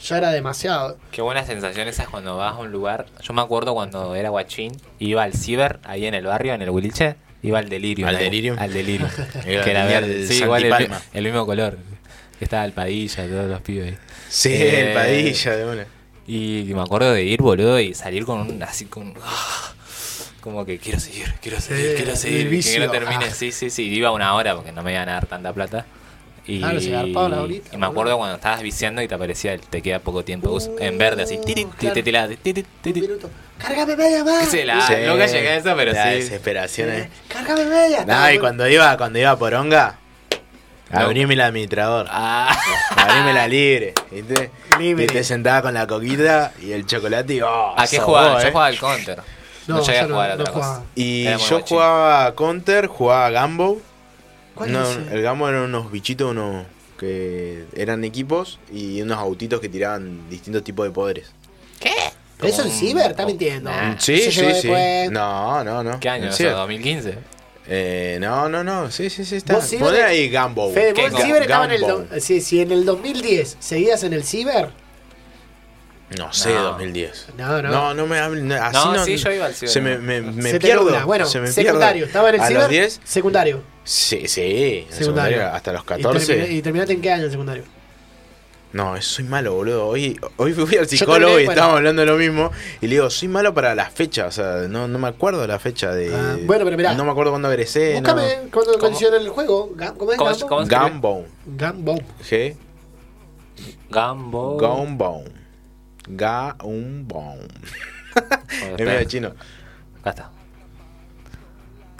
[SPEAKER 1] Ya era demasiado.
[SPEAKER 3] Qué buena sensación esas cuando vas a un lugar. Yo me acuerdo cuando era guachín, iba al ciber, ahí en el barrio, en el Wiliche, iba al delirio.
[SPEAKER 2] Al Delirium.
[SPEAKER 3] Al delirio.
[SPEAKER 2] Era
[SPEAKER 3] que era
[SPEAKER 2] genial,
[SPEAKER 3] verde.
[SPEAKER 2] el
[SPEAKER 3] Sí, igual el,
[SPEAKER 2] Santipalma.
[SPEAKER 3] mi- el mismo color. Que estaba el Padilla, todos los pibes.
[SPEAKER 2] Sí,
[SPEAKER 3] Eh,
[SPEAKER 2] el padilla de una.
[SPEAKER 3] Y me acuerdo de ir, boludo, y salir con un. así con. ah, como que quiero seguir, quiero seguir,
[SPEAKER 1] Sí,
[SPEAKER 3] quiero
[SPEAKER 1] el
[SPEAKER 3] seguir. que- Que
[SPEAKER 1] vicio,
[SPEAKER 3] no termine.
[SPEAKER 1] ah.
[SPEAKER 3] Sí, sí, sí. Iba una hora porque no me iban a dar tanta plata. Y,
[SPEAKER 1] Claro, se garpaba Ah, la horita,
[SPEAKER 3] y me acuerdo
[SPEAKER 1] boludo.
[SPEAKER 3] cuando estabas viciando y te aparecía el te queda poco tiempo.
[SPEAKER 1] Uh,
[SPEAKER 3] en verde, así. tiri, tiri,
[SPEAKER 1] claro.
[SPEAKER 3] te tiraba, tiri,
[SPEAKER 1] Un
[SPEAKER 3] tiri.
[SPEAKER 1] minuto. ¡Cárgame media más!
[SPEAKER 3] Sí, la- Ah, nunca llegué a eso, pero
[SPEAKER 2] la
[SPEAKER 3] sí.
[SPEAKER 2] desesperación
[SPEAKER 1] Eh,
[SPEAKER 2] eh.
[SPEAKER 1] ¡Cárgame media!
[SPEAKER 2] Nah, y cuando iba, cuando iba por onga,
[SPEAKER 3] No.
[SPEAKER 2] abríme el administrador. *laughs*
[SPEAKER 3] Ah.
[SPEAKER 2] Abrime la libre, ¿viste?
[SPEAKER 1] Libre.
[SPEAKER 2] Y te sentaba con la coquita y el chocolate y oh,
[SPEAKER 3] ¿A qué
[SPEAKER 2] sos
[SPEAKER 3] jugaba?
[SPEAKER 2] vos,
[SPEAKER 3] Yo
[SPEAKER 2] eh.
[SPEAKER 3] jugaba al counter. No,
[SPEAKER 1] No,
[SPEAKER 3] llegué a
[SPEAKER 1] yo no-
[SPEAKER 3] jugar a
[SPEAKER 1] no
[SPEAKER 3] otra
[SPEAKER 1] jugaba.
[SPEAKER 3] cosa.
[SPEAKER 2] Y
[SPEAKER 3] Era muy
[SPEAKER 2] yo
[SPEAKER 3] guachín.
[SPEAKER 2] jugaba a Counter, jugaba a Gambo.
[SPEAKER 1] ¿Cuál
[SPEAKER 2] No,
[SPEAKER 1] es ese?
[SPEAKER 2] el Gambo eran unos bichitos, unos que eran equipos y unos autitos que tiraban distintos tipos de poderes.
[SPEAKER 1] ¿Pero ¿Eso en
[SPEAKER 3] Mm,
[SPEAKER 1] ciber? ¿Estás
[SPEAKER 3] no.
[SPEAKER 1] mintiendo?
[SPEAKER 3] Nah.
[SPEAKER 2] Sí,
[SPEAKER 1] Eso
[SPEAKER 2] sí,
[SPEAKER 1] llegó
[SPEAKER 2] sí.
[SPEAKER 1] después.
[SPEAKER 2] No, no, no.
[SPEAKER 3] ¿Qué año?
[SPEAKER 2] En
[SPEAKER 3] eso?
[SPEAKER 2] ciber.
[SPEAKER 3] ¿2015?
[SPEAKER 2] Eh, no, no, no. Sí, sí, sí. Está.
[SPEAKER 1] ¿Vos ciber?
[SPEAKER 2] Poné ahí Gambo.
[SPEAKER 1] Fede,
[SPEAKER 3] ¿Qué
[SPEAKER 1] vos en
[SPEAKER 3] con-
[SPEAKER 1] ciber estaba en el...
[SPEAKER 2] Gumball.
[SPEAKER 1] do- Sí, sí, en el 2010 seguías en el ciber...
[SPEAKER 2] No sé,
[SPEAKER 3] No.
[SPEAKER 2] 2010.
[SPEAKER 1] No, no.
[SPEAKER 2] No, no me hablen. no, así
[SPEAKER 3] No,
[SPEAKER 2] no-
[SPEAKER 3] sí, yo iba al ciber.
[SPEAKER 2] Se me, me, me
[SPEAKER 1] Se te
[SPEAKER 2] pierdo.
[SPEAKER 1] nubla. Bueno,
[SPEAKER 2] se me pierdo.
[SPEAKER 1] secundario. Estaba en el
[SPEAKER 2] ¿A
[SPEAKER 1] ciber.
[SPEAKER 2] los 10?
[SPEAKER 1] Secundario.
[SPEAKER 2] Sí, sí. en secundario, Hasta los
[SPEAKER 1] ¿Y
[SPEAKER 2] 14.
[SPEAKER 1] terminé- ¿Y, terminaste en qué año el secundario?
[SPEAKER 2] No, eso soy malo, boludo. Hoy, hoy fui al
[SPEAKER 1] Yo
[SPEAKER 2] psicólogo
[SPEAKER 1] también,
[SPEAKER 2] y
[SPEAKER 1] bueno.
[SPEAKER 2] estábamos hablando de lo mismo. Y le digo, soy malo para las fechas. O sea, no, no me acuerdo la fecha de.
[SPEAKER 1] Ah, bueno, pero mirá.
[SPEAKER 2] Eh, No me acuerdo cuándo egresé.
[SPEAKER 1] Búscame cuando
[SPEAKER 3] ¿Cómo?
[SPEAKER 1] condiciona el juego. Ga- ¿Cómo es?
[SPEAKER 3] ¿Cómo- cómo
[SPEAKER 1] Gambo?
[SPEAKER 3] se
[SPEAKER 2] No.
[SPEAKER 3] escribe?
[SPEAKER 2] Gumball.
[SPEAKER 1] Gambo.
[SPEAKER 2] G.
[SPEAKER 1] Oh.
[SPEAKER 3] Gambo.
[SPEAKER 2] Gumball. Gumball.
[SPEAKER 3] Joder,
[SPEAKER 2] Es medio
[SPEAKER 3] espera.
[SPEAKER 2] chino.
[SPEAKER 3] Acá está.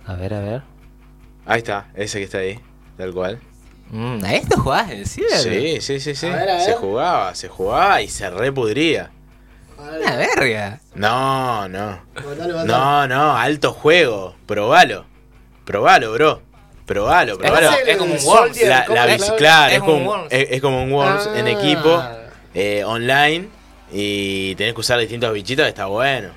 [SPEAKER 3] A ver, a ver.
[SPEAKER 2] Ahí está, ese que está ahí. Tal cual.
[SPEAKER 3] Mm, ¿A esto jugabas en el ciber?
[SPEAKER 2] Sí, sí, sí, sí.
[SPEAKER 1] A ver, a
[SPEAKER 2] Se
[SPEAKER 1] ver.
[SPEAKER 2] jugaba, se jugaba y se repudría.
[SPEAKER 1] A
[SPEAKER 3] Una
[SPEAKER 1] ver,
[SPEAKER 3] verga.
[SPEAKER 2] No, no.
[SPEAKER 1] botale, botale.
[SPEAKER 2] No, no, alto juego. Probalo. Probalo, bro. Probalo, probalo.
[SPEAKER 1] Ese
[SPEAKER 3] es como un
[SPEAKER 1] el
[SPEAKER 3] Worms.
[SPEAKER 1] Soldier,
[SPEAKER 2] La,
[SPEAKER 1] ¿cómo
[SPEAKER 2] la
[SPEAKER 1] es?
[SPEAKER 2] bici- claro,
[SPEAKER 3] es
[SPEAKER 2] es,
[SPEAKER 3] un
[SPEAKER 2] como, un-
[SPEAKER 3] Worms.
[SPEAKER 2] es, es como un Worms en
[SPEAKER 1] Ah.
[SPEAKER 2] equipo, eh, online, y tenés que usar distintos bichitos, está bueno.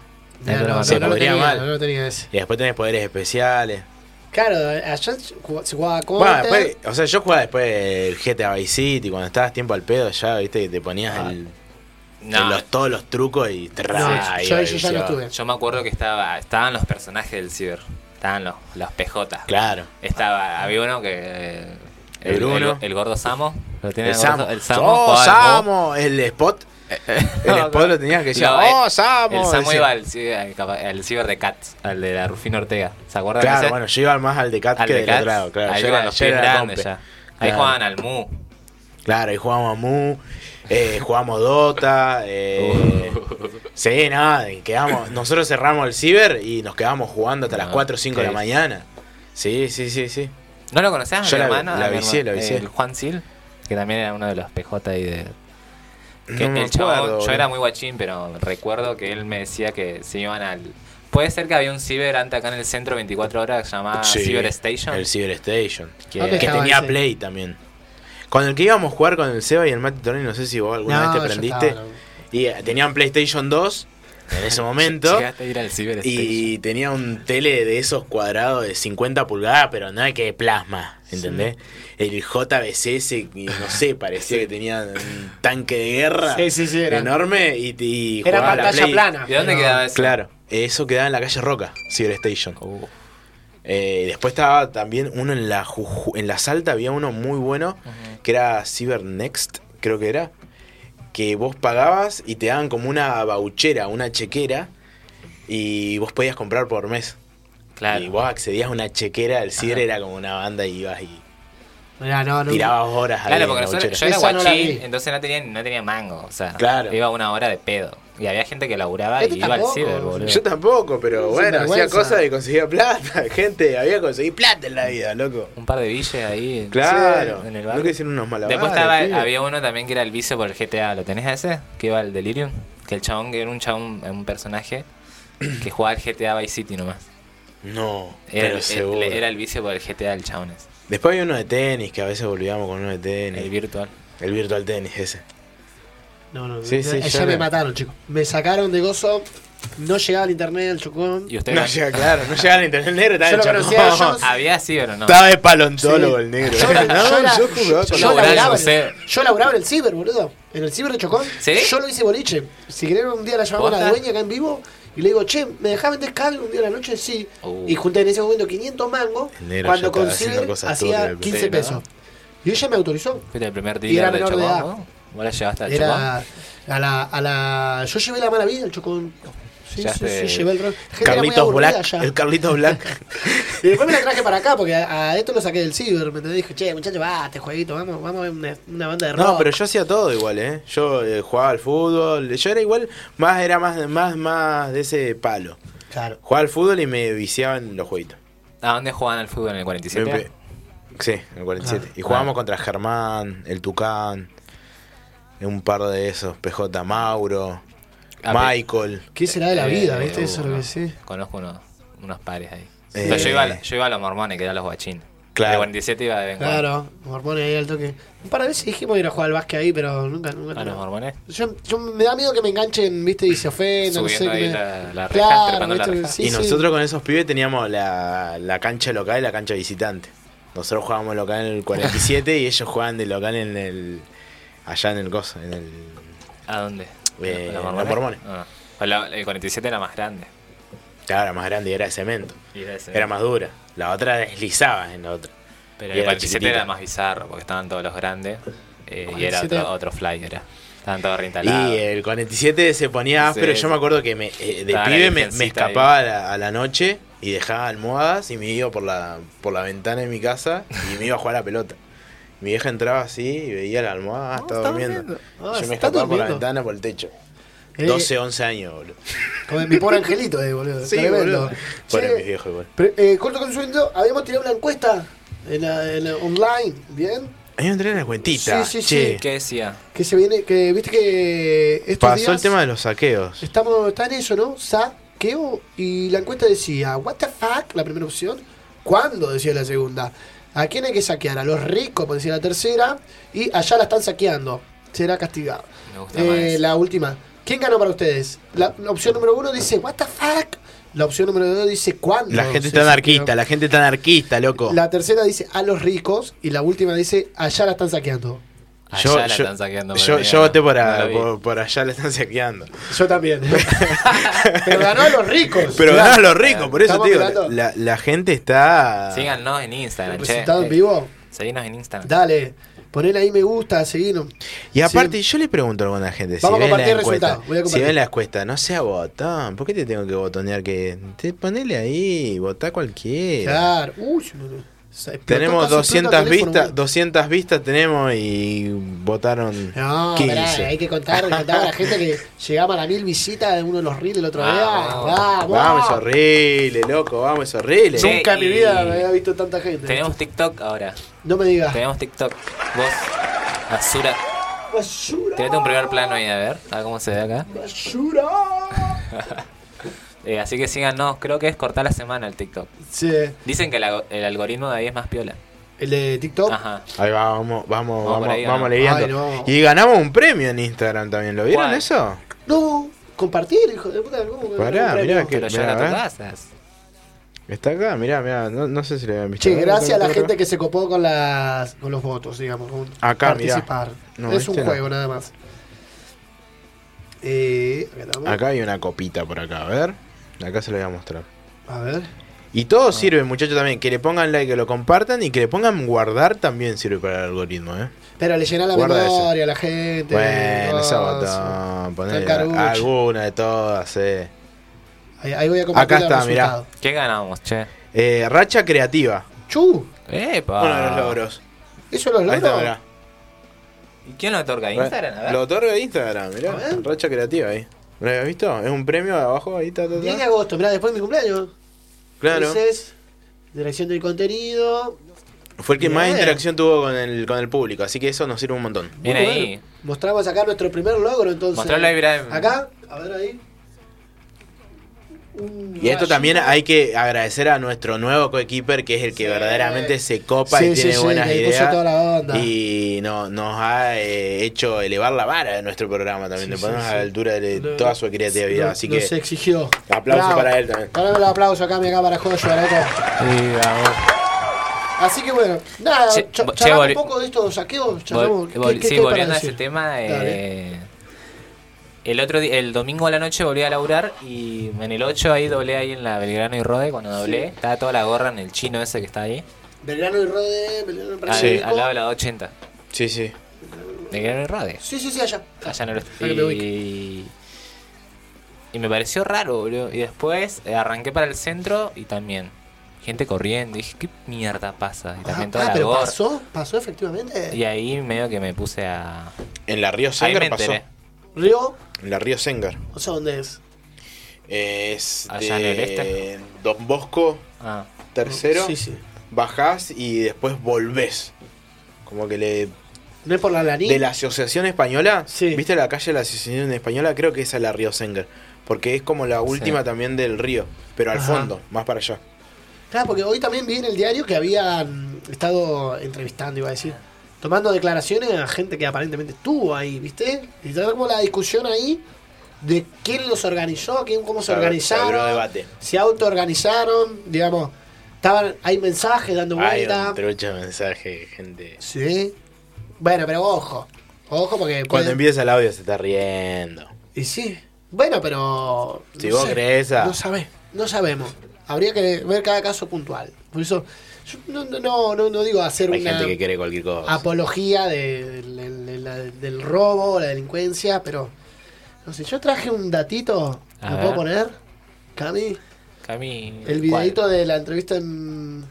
[SPEAKER 1] No, no,
[SPEAKER 3] Se
[SPEAKER 1] no, no lo
[SPEAKER 2] podría
[SPEAKER 1] tenía,
[SPEAKER 2] mal.
[SPEAKER 1] No lo tenía ese.
[SPEAKER 2] Y después tenés poderes especiales.
[SPEAKER 1] Claro, allá se jugaba- se jugaba con.
[SPEAKER 2] Bueno, después, o sea, yo jugaba después el GTA Vice City, cuando estabas tiempo al pedo ya, viste, que te ponías
[SPEAKER 3] Ah,
[SPEAKER 2] el-
[SPEAKER 3] No.
[SPEAKER 2] los, todos los trucos y... tra,
[SPEAKER 1] No, yo-
[SPEAKER 2] y-
[SPEAKER 1] yo ya no
[SPEAKER 2] y-
[SPEAKER 1] estuve.
[SPEAKER 3] Yo me acuerdo que estaba, estaban los personajes del ciber. Estaban los, los PJ.
[SPEAKER 2] Claro.
[SPEAKER 3] Estaba, había uno que. eh,
[SPEAKER 2] El Bruno.
[SPEAKER 3] El, el gordo Samo. Lo tiene
[SPEAKER 2] El
[SPEAKER 3] el, gordo-
[SPEAKER 2] Samo.
[SPEAKER 3] el Samo.
[SPEAKER 2] ¡Oh,
[SPEAKER 3] jugaba al
[SPEAKER 2] Samo! *laughs* El spot.
[SPEAKER 3] *laughs*
[SPEAKER 2] El spot lo tenías que decir.
[SPEAKER 3] No,
[SPEAKER 2] ¡Oh,
[SPEAKER 3] el-
[SPEAKER 2] Samo!
[SPEAKER 3] El Samo
[SPEAKER 2] decía.
[SPEAKER 3] iba al, ci- al capa- al ciber de Cats, al de la Rufina Ortega. ¿Se acuerdan de
[SPEAKER 2] Claro,
[SPEAKER 3] ese?
[SPEAKER 2] bueno, yo iba más al de Cat
[SPEAKER 3] al
[SPEAKER 2] que
[SPEAKER 3] de
[SPEAKER 2] del
[SPEAKER 3] Cats.
[SPEAKER 2] otro lado. Claro,
[SPEAKER 3] ahí
[SPEAKER 2] Yo
[SPEAKER 3] iban
[SPEAKER 2] era-
[SPEAKER 3] los
[SPEAKER 2] yo
[SPEAKER 3] pies
[SPEAKER 2] era
[SPEAKER 3] grandes
[SPEAKER 2] rompe.
[SPEAKER 3] ya. Ahí
[SPEAKER 2] Claro.
[SPEAKER 3] jugaban al Mu.
[SPEAKER 2] Claro, y jugamos a Mu, eh, jugamos Dota.
[SPEAKER 3] *laughs*
[SPEAKER 2] Eh, Sí, nada, y quedamos. Nosotros cerramos el ciber y nos quedamos jugando hasta
[SPEAKER 3] No,
[SPEAKER 2] las 4 o 5 de la
[SPEAKER 3] Ah, sí.
[SPEAKER 2] mañana. Sí, sí, sí, sí.
[SPEAKER 3] ¿No lo conocías,
[SPEAKER 2] Yo
[SPEAKER 3] mi
[SPEAKER 2] la-
[SPEAKER 3] hermano?
[SPEAKER 2] la
[SPEAKER 3] A mi
[SPEAKER 2] vicié,
[SPEAKER 3] hermano,
[SPEAKER 2] la vicié.
[SPEAKER 3] El Juan Sil, que también era uno de los PJ ahí de... Que
[SPEAKER 2] No me
[SPEAKER 3] el chabón-
[SPEAKER 2] acuerdo,
[SPEAKER 3] yo
[SPEAKER 2] boludo.
[SPEAKER 3] era muy guachín, pero recuerdo que él me decía que se iban al... Puede ser que había un ciber antes acá en el centro 24 horas que se llamaba
[SPEAKER 2] Sí,
[SPEAKER 3] Ciber Station.
[SPEAKER 2] El Ciber Station. Que,
[SPEAKER 1] ¿Dónde
[SPEAKER 2] que
[SPEAKER 1] estaba
[SPEAKER 2] tenía
[SPEAKER 1] ese?
[SPEAKER 2] Play también. Con el que íbamos a jugar con el Seba y el Mati Torni, no sé si vos alguna
[SPEAKER 1] No,
[SPEAKER 2] vez
[SPEAKER 1] yo
[SPEAKER 2] te prendiste.
[SPEAKER 1] estaba, no.
[SPEAKER 2] Y eh, tenían PlayStation 2 en
[SPEAKER 3] *laughs*
[SPEAKER 2] ese momento.
[SPEAKER 3] Llegaste a ir al Ciber Station.
[SPEAKER 2] Y tenía un tele de esos cuadrados de 50 pulgadas, pero nada que plasma, ¿entendés? El JBCS, que no sé, parecía que tenía un tanque de guerra
[SPEAKER 1] Sí, sí, sí, era.
[SPEAKER 2] enorme y, y
[SPEAKER 1] Era
[SPEAKER 2] jugaba a la
[SPEAKER 1] pantalla
[SPEAKER 2] Play.
[SPEAKER 1] plana.
[SPEAKER 3] ¿Y dónde
[SPEAKER 1] pero-
[SPEAKER 3] quedaba eso?
[SPEAKER 2] Claro, eso quedaba en la calle Roca, Cyber Station.
[SPEAKER 3] Uh,
[SPEAKER 2] Eh, después estaba también uno en la Juju- en la Salta había uno muy bueno que era Cyber Next, creo que era, que vos pagabas y te daban como una bauchera, una chequera y vos podías comprar por mes.
[SPEAKER 3] claro.
[SPEAKER 2] Y vos accedías a una chequera, el ciber era como una banda y ibas y
[SPEAKER 1] Mirá, no, no.
[SPEAKER 2] tirabas horas ahí
[SPEAKER 3] Claro,
[SPEAKER 2] en
[SPEAKER 3] porque
[SPEAKER 2] la
[SPEAKER 3] nosotros, yo
[SPEAKER 2] bauchera.
[SPEAKER 3] era
[SPEAKER 1] Esa no la
[SPEAKER 3] guachín,
[SPEAKER 1] vi.
[SPEAKER 3] entonces no tenía, no tenía mango. O sea,
[SPEAKER 2] Claro.
[SPEAKER 3] iba una hora de pedo. Y había gente que laburaba
[SPEAKER 1] Este
[SPEAKER 3] y iba al
[SPEAKER 1] tampoco.
[SPEAKER 3] ciber, boludo.
[SPEAKER 2] Yo tampoco, pero
[SPEAKER 1] Sin
[SPEAKER 2] bueno, hacía
[SPEAKER 1] vergüenza.
[SPEAKER 2] cosas y conseguía plata. *laughs* Gente, había conseguido plata en la vida, loco.
[SPEAKER 3] Un par de billes ahí.
[SPEAKER 2] Claro,
[SPEAKER 3] sí, en el
[SPEAKER 2] no
[SPEAKER 3] bar.
[SPEAKER 2] que hicieron unos malabares.
[SPEAKER 3] Después estaba,
[SPEAKER 2] pibe.
[SPEAKER 3] había uno también que era el vice por el GTA. ¿Lo tenés a ese? Que iba al Delirium. Que el chabón, que era un chabón, eh, un personaje que jugaba al GTA Vice City nomás.
[SPEAKER 2] No,
[SPEAKER 3] Era,
[SPEAKER 2] pero
[SPEAKER 3] el,
[SPEAKER 2] seguro.
[SPEAKER 3] el- era el vice por el GTA del chabón ese,
[SPEAKER 2] Después había uno de tenis, que a veces volvíamos con uno de tenis.
[SPEAKER 3] El
[SPEAKER 2] El,
[SPEAKER 3] virtual.
[SPEAKER 2] virtual tenis ese.
[SPEAKER 1] No, no,
[SPEAKER 2] Sí,
[SPEAKER 1] no,
[SPEAKER 2] sí,
[SPEAKER 1] ya,
[SPEAKER 2] yo
[SPEAKER 1] me
[SPEAKER 2] la-
[SPEAKER 1] mataron, chicos. Me sacaron de gozo. No llegaba al internet, el chocón.
[SPEAKER 3] ¿Y
[SPEAKER 2] No
[SPEAKER 3] ustedes?
[SPEAKER 2] llega, claro, no llega al internet negro, estaba
[SPEAKER 1] Yo lo
[SPEAKER 2] hecho-
[SPEAKER 1] conocía,
[SPEAKER 2] no.
[SPEAKER 1] yo-
[SPEAKER 3] ¿Había ciber o no?
[SPEAKER 2] Estaba de paleontólogo
[SPEAKER 1] Sí.
[SPEAKER 2] el negro. *laughs*
[SPEAKER 1] Yo, yo era-
[SPEAKER 2] yo jugaba con
[SPEAKER 1] yo
[SPEAKER 3] laburaba en
[SPEAKER 2] los-
[SPEAKER 1] laburaba
[SPEAKER 3] el
[SPEAKER 1] en el-
[SPEAKER 3] museo.
[SPEAKER 1] yo laburaba en el ciber, boludo. En el ciber de Chocón.
[SPEAKER 3] ¿Sí?
[SPEAKER 1] Yo lo hice boliche. Si querés un día la llamamos a la
[SPEAKER 3] ¿Posta?
[SPEAKER 1] dueña acá en vivo y le digo, che, ¿me dejás vender cable un día a la noche? Sí.
[SPEAKER 3] Uh.
[SPEAKER 1] Y junté en ese momento 500 mangos.
[SPEAKER 2] El negro ya
[SPEAKER 1] Cuando
[SPEAKER 2] estaba
[SPEAKER 1] con
[SPEAKER 2] haciendo
[SPEAKER 1] ciber
[SPEAKER 2] cosas turbias,
[SPEAKER 1] hacía
[SPEAKER 2] ¿no?
[SPEAKER 1] 15 pesos. Y ella me autorizó.
[SPEAKER 3] Fuiste el primer
[SPEAKER 1] Y era
[SPEAKER 3] dealer de
[SPEAKER 1] menor de
[SPEAKER 3] Chocón,
[SPEAKER 1] edad.
[SPEAKER 3] ¿no? ¿Vos la llevaste al Chocón?
[SPEAKER 1] Era a la, a la. Yo llevé la mala vida al Chocón. Sí,
[SPEAKER 3] Ya
[SPEAKER 1] sí,
[SPEAKER 3] sé.
[SPEAKER 1] sí, llevé el rol. Gente era muy
[SPEAKER 2] Carlitos
[SPEAKER 1] aburrida
[SPEAKER 2] Black.
[SPEAKER 1] ya.
[SPEAKER 2] El Carlitos Black.
[SPEAKER 1] Y después me la traje para acá porque a, a esto lo saqué del ciber. Me entendés? dije, che, muchachos, va, este jueguito, vamos, vamos a ver una, una banda de rock.
[SPEAKER 2] No, pero yo hacía todo igual, ¿eh? Yo eh, jugaba al fútbol. Yo era igual, más era más, más, más de ese palo.
[SPEAKER 1] Claro.
[SPEAKER 2] Jugaba al fútbol y me viciaba en los jueguitos.
[SPEAKER 3] ¿A dónde jugaban al fútbol en el 47?
[SPEAKER 2] Me- me- Sí, en el 47.
[SPEAKER 1] Ah.
[SPEAKER 2] y jugábamos contra Germán, el Tucán, un par de esos, PJ Mauro,
[SPEAKER 3] Ah,
[SPEAKER 2] Michael.
[SPEAKER 1] ¿Qué será de la vida,
[SPEAKER 3] Eh,
[SPEAKER 1] viste? Eso es lo que sí.
[SPEAKER 3] Conozco unos, unos pares ahí.
[SPEAKER 2] Eh.
[SPEAKER 3] Pero yo, iba, a- yo iba a los mormones, que eran los guachines.
[SPEAKER 2] Claro.
[SPEAKER 3] De 47 iba de vez en cuando.
[SPEAKER 1] Claro, mormones ahí al toque. Un par de veces dijimos ir a jugar al básquet ahí, pero nunca, nunca.
[SPEAKER 3] A los mormones.
[SPEAKER 1] yo, yo me da miedo que me enganchen, viste, y se ofendan, no sé.
[SPEAKER 3] Subiendo
[SPEAKER 1] que
[SPEAKER 3] ahí
[SPEAKER 1] me-
[SPEAKER 3] la- la reja,
[SPEAKER 1] claro,
[SPEAKER 3] trepando la
[SPEAKER 1] ¿viste?
[SPEAKER 3] reja.
[SPEAKER 1] Sí,
[SPEAKER 2] y
[SPEAKER 1] sí.
[SPEAKER 2] nosotros con esos pibes teníamos la, la cancha local y la cancha visitante. Nosotros jugábamos local en el 47 y ellos jugaban de local en el. allá en el coso, en el.
[SPEAKER 3] ¿A dónde?
[SPEAKER 2] Eh,
[SPEAKER 3] ¿A
[SPEAKER 2] los mormones.
[SPEAKER 3] Ah. O la- el 47 era más grande.
[SPEAKER 2] Claro, era más grande y era de cemento.
[SPEAKER 3] Y era, ese.
[SPEAKER 2] Era más dura. La otra deslizaba en la otra.
[SPEAKER 3] Pero el
[SPEAKER 2] y era
[SPEAKER 3] 47
[SPEAKER 2] chiquitita.
[SPEAKER 3] era más bizarro, porque estaban todos los grandes. eh, y era
[SPEAKER 1] 47.
[SPEAKER 3] otro, otro fly, era. Estaban todos reinstalados.
[SPEAKER 2] Y eh, el 47 se ponía áspero.
[SPEAKER 3] Sí,
[SPEAKER 2] yo me
[SPEAKER 3] sí.
[SPEAKER 2] acuerdo que me, eh, de
[SPEAKER 3] Estaba la
[SPEAKER 2] pibe me, me
[SPEAKER 3] virgencita
[SPEAKER 2] escapaba a la, a la noche y dejaba almohadas y me iba por la, por la ventana de mi casa y me iba a jugar a la pelota. Mi vieja entraba así y veía la almohada, estaba
[SPEAKER 1] Ah,
[SPEAKER 2] durmiendo. yo
[SPEAKER 1] está
[SPEAKER 2] me escapaba por la
[SPEAKER 1] durmiendo.
[SPEAKER 2] ventana, por el techo.
[SPEAKER 1] Eh,
[SPEAKER 2] 12, 11 años, boludo.
[SPEAKER 1] Como mi pobre angelito, eh, boludo.
[SPEAKER 2] Sí,
[SPEAKER 1] tremendo.
[SPEAKER 2] boludo. Pobre
[SPEAKER 1] Che,
[SPEAKER 2] mis viejos igual.
[SPEAKER 1] Pre- eh, corto con sueldo, habíamos tirado una encuesta en la, en la online, ¿bien?
[SPEAKER 2] Ahí entré en la cuentita.
[SPEAKER 1] Sí, sí,
[SPEAKER 2] che.
[SPEAKER 3] ¿Qué decía?
[SPEAKER 1] Que se viene, que viste que estos
[SPEAKER 2] Pasó
[SPEAKER 1] días
[SPEAKER 2] el tema de los saqueos.
[SPEAKER 1] estamos, está en eso, ¿no? Saqueo y la encuesta decía, what the fuck, la primera opción, ¿cuándo? decía la segunda. ¿A quién hay que saquear? A los ricos, pues, decía la tercera, y allá la están saqueando, será castigado.
[SPEAKER 3] Me gusta
[SPEAKER 1] Eh,
[SPEAKER 3] más.
[SPEAKER 1] la última. ¿Quién ganó para ustedes? La, la opción número uno dice, what the fuck. La opción número dos dice, ¿cuándo?
[SPEAKER 2] La gente
[SPEAKER 1] se
[SPEAKER 2] está anarquista,
[SPEAKER 1] saqueó?
[SPEAKER 2] la gente está anarquista, loco.
[SPEAKER 1] La tercera dice a los ricos y la última dice allá la están saqueando.
[SPEAKER 3] Allá
[SPEAKER 2] yo,
[SPEAKER 3] Ah, la
[SPEAKER 2] yo-
[SPEAKER 3] están saqueando.
[SPEAKER 2] yo-
[SPEAKER 3] pero
[SPEAKER 2] yo
[SPEAKER 3] mira,
[SPEAKER 2] voté por,
[SPEAKER 3] no
[SPEAKER 2] a-
[SPEAKER 3] la vi.
[SPEAKER 2] por- por allá, la
[SPEAKER 1] *laughs*
[SPEAKER 2] están saqueando.
[SPEAKER 1] Yo
[SPEAKER 2] *laughs*
[SPEAKER 1] también. Pero ganó a los ricos.
[SPEAKER 2] Pero
[SPEAKER 1] Mirá,
[SPEAKER 2] ganás los ricos, por eso
[SPEAKER 1] Estamos
[SPEAKER 2] te digo,
[SPEAKER 1] hablando-
[SPEAKER 2] la, la gente está...
[SPEAKER 3] Síganos en Instagram, che.
[SPEAKER 2] Eh.
[SPEAKER 1] Resultado en vivo.
[SPEAKER 3] Seguinos en Instagram.
[SPEAKER 1] Dale. Poner ahí me gusta, seguirnos.
[SPEAKER 2] Y aparte, yo le pregunto a alguna gente, si
[SPEAKER 1] Vamos a
[SPEAKER 2] ven, la
[SPEAKER 1] compartir
[SPEAKER 2] encuesta,
[SPEAKER 1] resultados, voy a
[SPEAKER 2] si
[SPEAKER 1] compartir.
[SPEAKER 2] ven la encuesta, no sea botón, ¿por qué te tengo que botonear que te ponele ahí, votá cualquiera?
[SPEAKER 1] Claro. Uy, se me- se explotó
[SPEAKER 2] Tenemos
[SPEAKER 1] casi, explota
[SPEAKER 2] 200
[SPEAKER 1] el teléfono,
[SPEAKER 2] vistas,
[SPEAKER 1] boludo.
[SPEAKER 2] 200 vistas tenemos y votaron
[SPEAKER 1] No,
[SPEAKER 2] 15.
[SPEAKER 1] pará, eh, hay que contar, contaba a la gente que llegaba a la mil visitas de uno de los reels del otro día.
[SPEAKER 3] Vamos.
[SPEAKER 1] Vamos,
[SPEAKER 2] Vamos, es horrible, loco, vamos, es horrible.
[SPEAKER 3] Sí.
[SPEAKER 1] Nunca en mi
[SPEAKER 3] y-
[SPEAKER 1] vida me había visto tanta gente.
[SPEAKER 3] Tenemos TikTok ahora.
[SPEAKER 1] No me digas.
[SPEAKER 3] Tenemos TikTok. Vos, Azura.
[SPEAKER 1] Basura.
[SPEAKER 3] Tirate un primer plano ahí, a ver. A ver cómo se ve acá.
[SPEAKER 2] *laughs*
[SPEAKER 1] Basura.
[SPEAKER 3] Eh, así que síganos. Creo que es cortar la semana el TikTok.
[SPEAKER 1] Sí,
[SPEAKER 3] Dicen que el, algo- el algoritmo de ahí es más piola.
[SPEAKER 1] el de
[SPEAKER 2] Oh.
[SPEAKER 1] TikTok.
[SPEAKER 3] Ajá.
[SPEAKER 2] Ahí va, vamos, vamos,
[SPEAKER 3] Vamos
[SPEAKER 2] vamos,
[SPEAKER 3] por
[SPEAKER 2] vamos,
[SPEAKER 3] ahí, ¿no?
[SPEAKER 2] aliviando.
[SPEAKER 1] Ay, no.
[SPEAKER 2] Y ganamos un premio en Instagram también, ¿lo vieron
[SPEAKER 3] ¿Cuál?
[SPEAKER 2] eso?
[SPEAKER 1] No, compartir, hijo de puta. ¿cómo que
[SPEAKER 2] Pará,
[SPEAKER 1] no, no,
[SPEAKER 2] mirá
[SPEAKER 1] no?
[SPEAKER 2] que-
[SPEAKER 3] Pero ya
[SPEAKER 2] mirá,
[SPEAKER 3] no
[SPEAKER 2] a ver.
[SPEAKER 3] tocasas.
[SPEAKER 2] Está acá, mirá, mirá, no, no sé si le habían visto.
[SPEAKER 1] Che, gracias a la gente que se copó con las con los votos, digamos, con
[SPEAKER 2] Acá, mirá.
[SPEAKER 1] participar.
[SPEAKER 2] No,
[SPEAKER 1] es un
[SPEAKER 2] este no.
[SPEAKER 1] juego nada más. Eh, acá estamos.
[SPEAKER 2] Acá hay una copita por acá, a ver. Acá se lo voy a mostrar.
[SPEAKER 1] A ver.
[SPEAKER 2] Y todo
[SPEAKER 3] Ah.
[SPEAKER 2] sirve, muchachos, también. Que le pongan like, que lo compartan y que le pongan guardar también sirve para el algoritmo, ¿eh.
[SPEAKER 1] Pero le llená la
[SPEAKER 2] Guarda
[SPEAKER 1] memoria a la gente.
[SPEAKER 2] Bueno,
[SPEAKER 1] no,
[SPEAKER 2] esa
[SPEAKER 1] sí.
[SPEAKER 2] botón, ponele
[SPEAKER 1] Trancarucho.
[SPEAKER 2] alguna de todas, eh.
[SPEAKER 1] Ahí, ahí voy a compartir
[SPEAKER 2] Acá
[SPEAKER 1] el
[SPEAKER 2] está, mirá.
[SPEAKER 1] resultado.
[SPEAKER 3] ¿Qué ganamos, che?
[SPEAKER 2] Eh, racha creativa.
[SPEAKER 1] Chu,
[SPEAKER 3] ¡Epa!
[SPEAKER 2] Uno de los logros.
[SPEAKER 1] eso los
[SPEAKER 2] Ahí está,
[SPEAKER 1] logros.
[SPEAKER 2] mirá.
[SPEAKER 3] ¿Y quién lo otorga? ¿Instagram? A ver.
[SPEAKER 2] Lo otorga Instagram, mirá.
[SPEAKER 1] A ver.
[SPEAKER 2] Racha creativa ahí. ¿No lo habías visto? Es un premio de abajo, ahí está, está, está.
[SPEAKER 1] 10 de agosto, mirá, después de mi cumpleaños.
[SPEAKER 2] Claro.
[SPEAKER 1] Entonces, dirección del contenido.
[SPEAKER 2] Fue el que más
[SPEAKER 1] Bien.
[SPEAKER 2] interacción tuvo con el, con el público, así que eso nos sirve un montón.
[SPEAKER 3] Bien
[SPEAKER 1] Muy
[SPEAKER 3] ahí.
[SPEAKER 1] bueno. Mostramos acá nuestro primer logro, entonces.
[SPEAKER 3] Mostralo ahí, mirá.
[SPEAKER 1] Acá, a ver ahí. Un
[SPEAKER 2] Y esto
[SPEAKER 1] rayito.
[SPEAKER 2] también hay que agradecer a nuestro nuevo coequiper, que es el que
[SPEAKER 1] Sí.
[SPEAKER 2] verdaderamente se copa
[SPEAKER 1] Sí,
[SPEAKER 2] y
[SPEAKER 1] sí,
[SPEAKER 2] tiene
[SPEAKER 1] sí,
[SPEAKER 2] buenas
[SPEAKER 1] que ahí puso
[SPEAKER 2] ideas.
[SPEAKER 1] toda la onda.
[SPEAKER 2] Y no, nos ha eh, hecho elevar la vara de nuestro programa también.
[SPEAKER 1] Sí,
[SPEAKER 2] Nos
[SPEAKER 1] sí,
[SPEAKER 2] ponemos a
[SPEAKER 1] sí.
[SPEAKER 2] la altura de
[SPEAKER 1] No-
[SPEAKER 2] toda su creatividad.
[SPEAKER 1] no-
[SPEAKER 2] así
[SPEAKER 1] no
[SPEAKER 2] que
[SPEAKER 1] se exigió.
[SPEAKER 2] aplauso
[SPEAKER 1] Bravo.
[SPEAKER 2] para él también.
[SPEAKER 1] Ahora el aplauso acá, mira, acá para Joyo, acá. Así que bueno, nada,
[SPEAKER 3] Che,
[SPEAKER 1] cha-
[SPEAKER 3] vo- che,
[SPEAKER 1] charlamos
[SPEAKER 3] volvi-
[SPEAKER 1] un poco de estos saqueos.
[SPEAKER 3] Vol-
[SPEAKER 1] Charlamos, ¿qué-
[SPEAKER 3] vol- sí,
[SPEAKER 1] qué- qué hay para
[SPEAKER 3] volviendo a ese
[SPEAKER 1] decir?
[SPEAKER 3] tema, eh,
[SPEAKER 1] Dale.
[SPEAKER 3] el otro di- el domingo a la noche volví a laburar y en el 8 ahí doblé ahí en la Belgrano y Rode cuando doblé, estaba toda la gorra en el chino ese que está ahí,
[SPEAKER 1] Belgrano y Rode, Belgrano y
[SPEAKER 3] al,
[SPEAKER 2] Sí.
[SPEAKER 1] Francisco.
[SPEAKER 3] Ah, al lado de la 80.
[SPEAKER 2] Sí, sí.
[SPEAKER 3] Belgrano y Rode.
[SPEAKER 1] Sí, sí, sí, allá.
[SPEAKER 3] Allá no
[SPEAKER 1] Para que me
[SPEAKER 3] lo
[SPEAKER 1] ubique.
[SPEAKER 3] y, y me pareció raro, boludo. Y después eh, arranqué para el centro y también gente corriendo. dije, ¿qué mierda pasa? Y
[SPEAKER 1] Ah,
[SPEAKER 3] también toda
[SPEAKER 1] ah,
[SPEAKER 3] la
[SPEAKER 1] pero
[SPEAKER 3] gorra.
[SPEAKER 1] pasó, pasó efectivamente.
[SPEAKER 3] Y ahí medio que me puse a.
[SPEAKER 2] En la Río
[SPEAKER 3] Ahí eh. me
[SPEAKER 2] Sengar pasó.
[SPEAKER 3] enteré.
[SPEAKER 1] Río,
[SPEAKER 2] En la Río Sengar.
[SPEAKER 1] o sea, ¿dónde es?
[SPEAKER 2] Es
[SPEAKER 3] Allá en
[SPEAKER 2] de
[SPEAKER 3] el este.
[SPEAKER 2] Don Bosco,
[SPEAKER 3] Ah.
[SPEAKER 2] tercero.
[SPEAKER 1] Sí, sí.
[SPEAKER 2] Bajás y después volvés. Como que le
[SPEAKER 1] ¿No es por la Lanín?
[SPEAKER 2] de la Asociación Española.
[SPEAKER 1] Sí.
[SPEAKER 2] ¿Viste la calle de la Asociación Española? Creo que esa es la Río Senger. Porque es como la última también del río. Pero al
[SPEAKER 1] Ajá.
[SPEAKER 2] fondo, más para allá.
[SPEAKER 1] Claro, porque hoy también vi en el diario que habían estado entrevistando, iba a decir, tomando declaraciones a gente que aparentemente estuvo ahí, ¿viste? Y traer como la discusión ahí de quién los organizó, quién, cómo se
[SPEAKER 2] Se abrió- se abrió
[SPEAKER 1] organizaron,
[SPEAKER 2] debate.
[SPEAKER 1] se autoorganizaron, digamos, estaban, hay mensajes dando
[SPEAKER 2] Hay
[SPEAKER 1] vuelta.
[SPEAKER 2] un trucho de mensaje, gente.
[SPEAKER 1] Sí. Bueno, pero ojo, ojo porque...
[SPEAKER 2] Cuando
[SPEAKER 1] pueden-
[SPEAKER 2] empieza el audio se está riendo.
[SPEAKER 1] Y sí. Bueno, pero.
[SPEAKER 2] Si vos crees a-
[SPEAKER 1] No sabés, no sabemos. Habría que ver cada caso puntual. Por eso, yo no, no- no, no, no digo hacer
[SPEAKER 2] Hay
[SPEAKER 1] una Ah,
[SPEAKER 2] gente que quiere cualquier cosa.
[SPEAKER 1] apología de- de- de la- del robo, la delincuencia, pero. No sé, yo traje un datito.
[SPEAKER 3] A
[SPEAKER 1] ¿Lo
[SPEAKER 3] ver.
[SPEAKER 1] puedo poner? Cami.
[SPEAKER 3] Cami.
[SPEAKER 1] El videito de la entrevista en.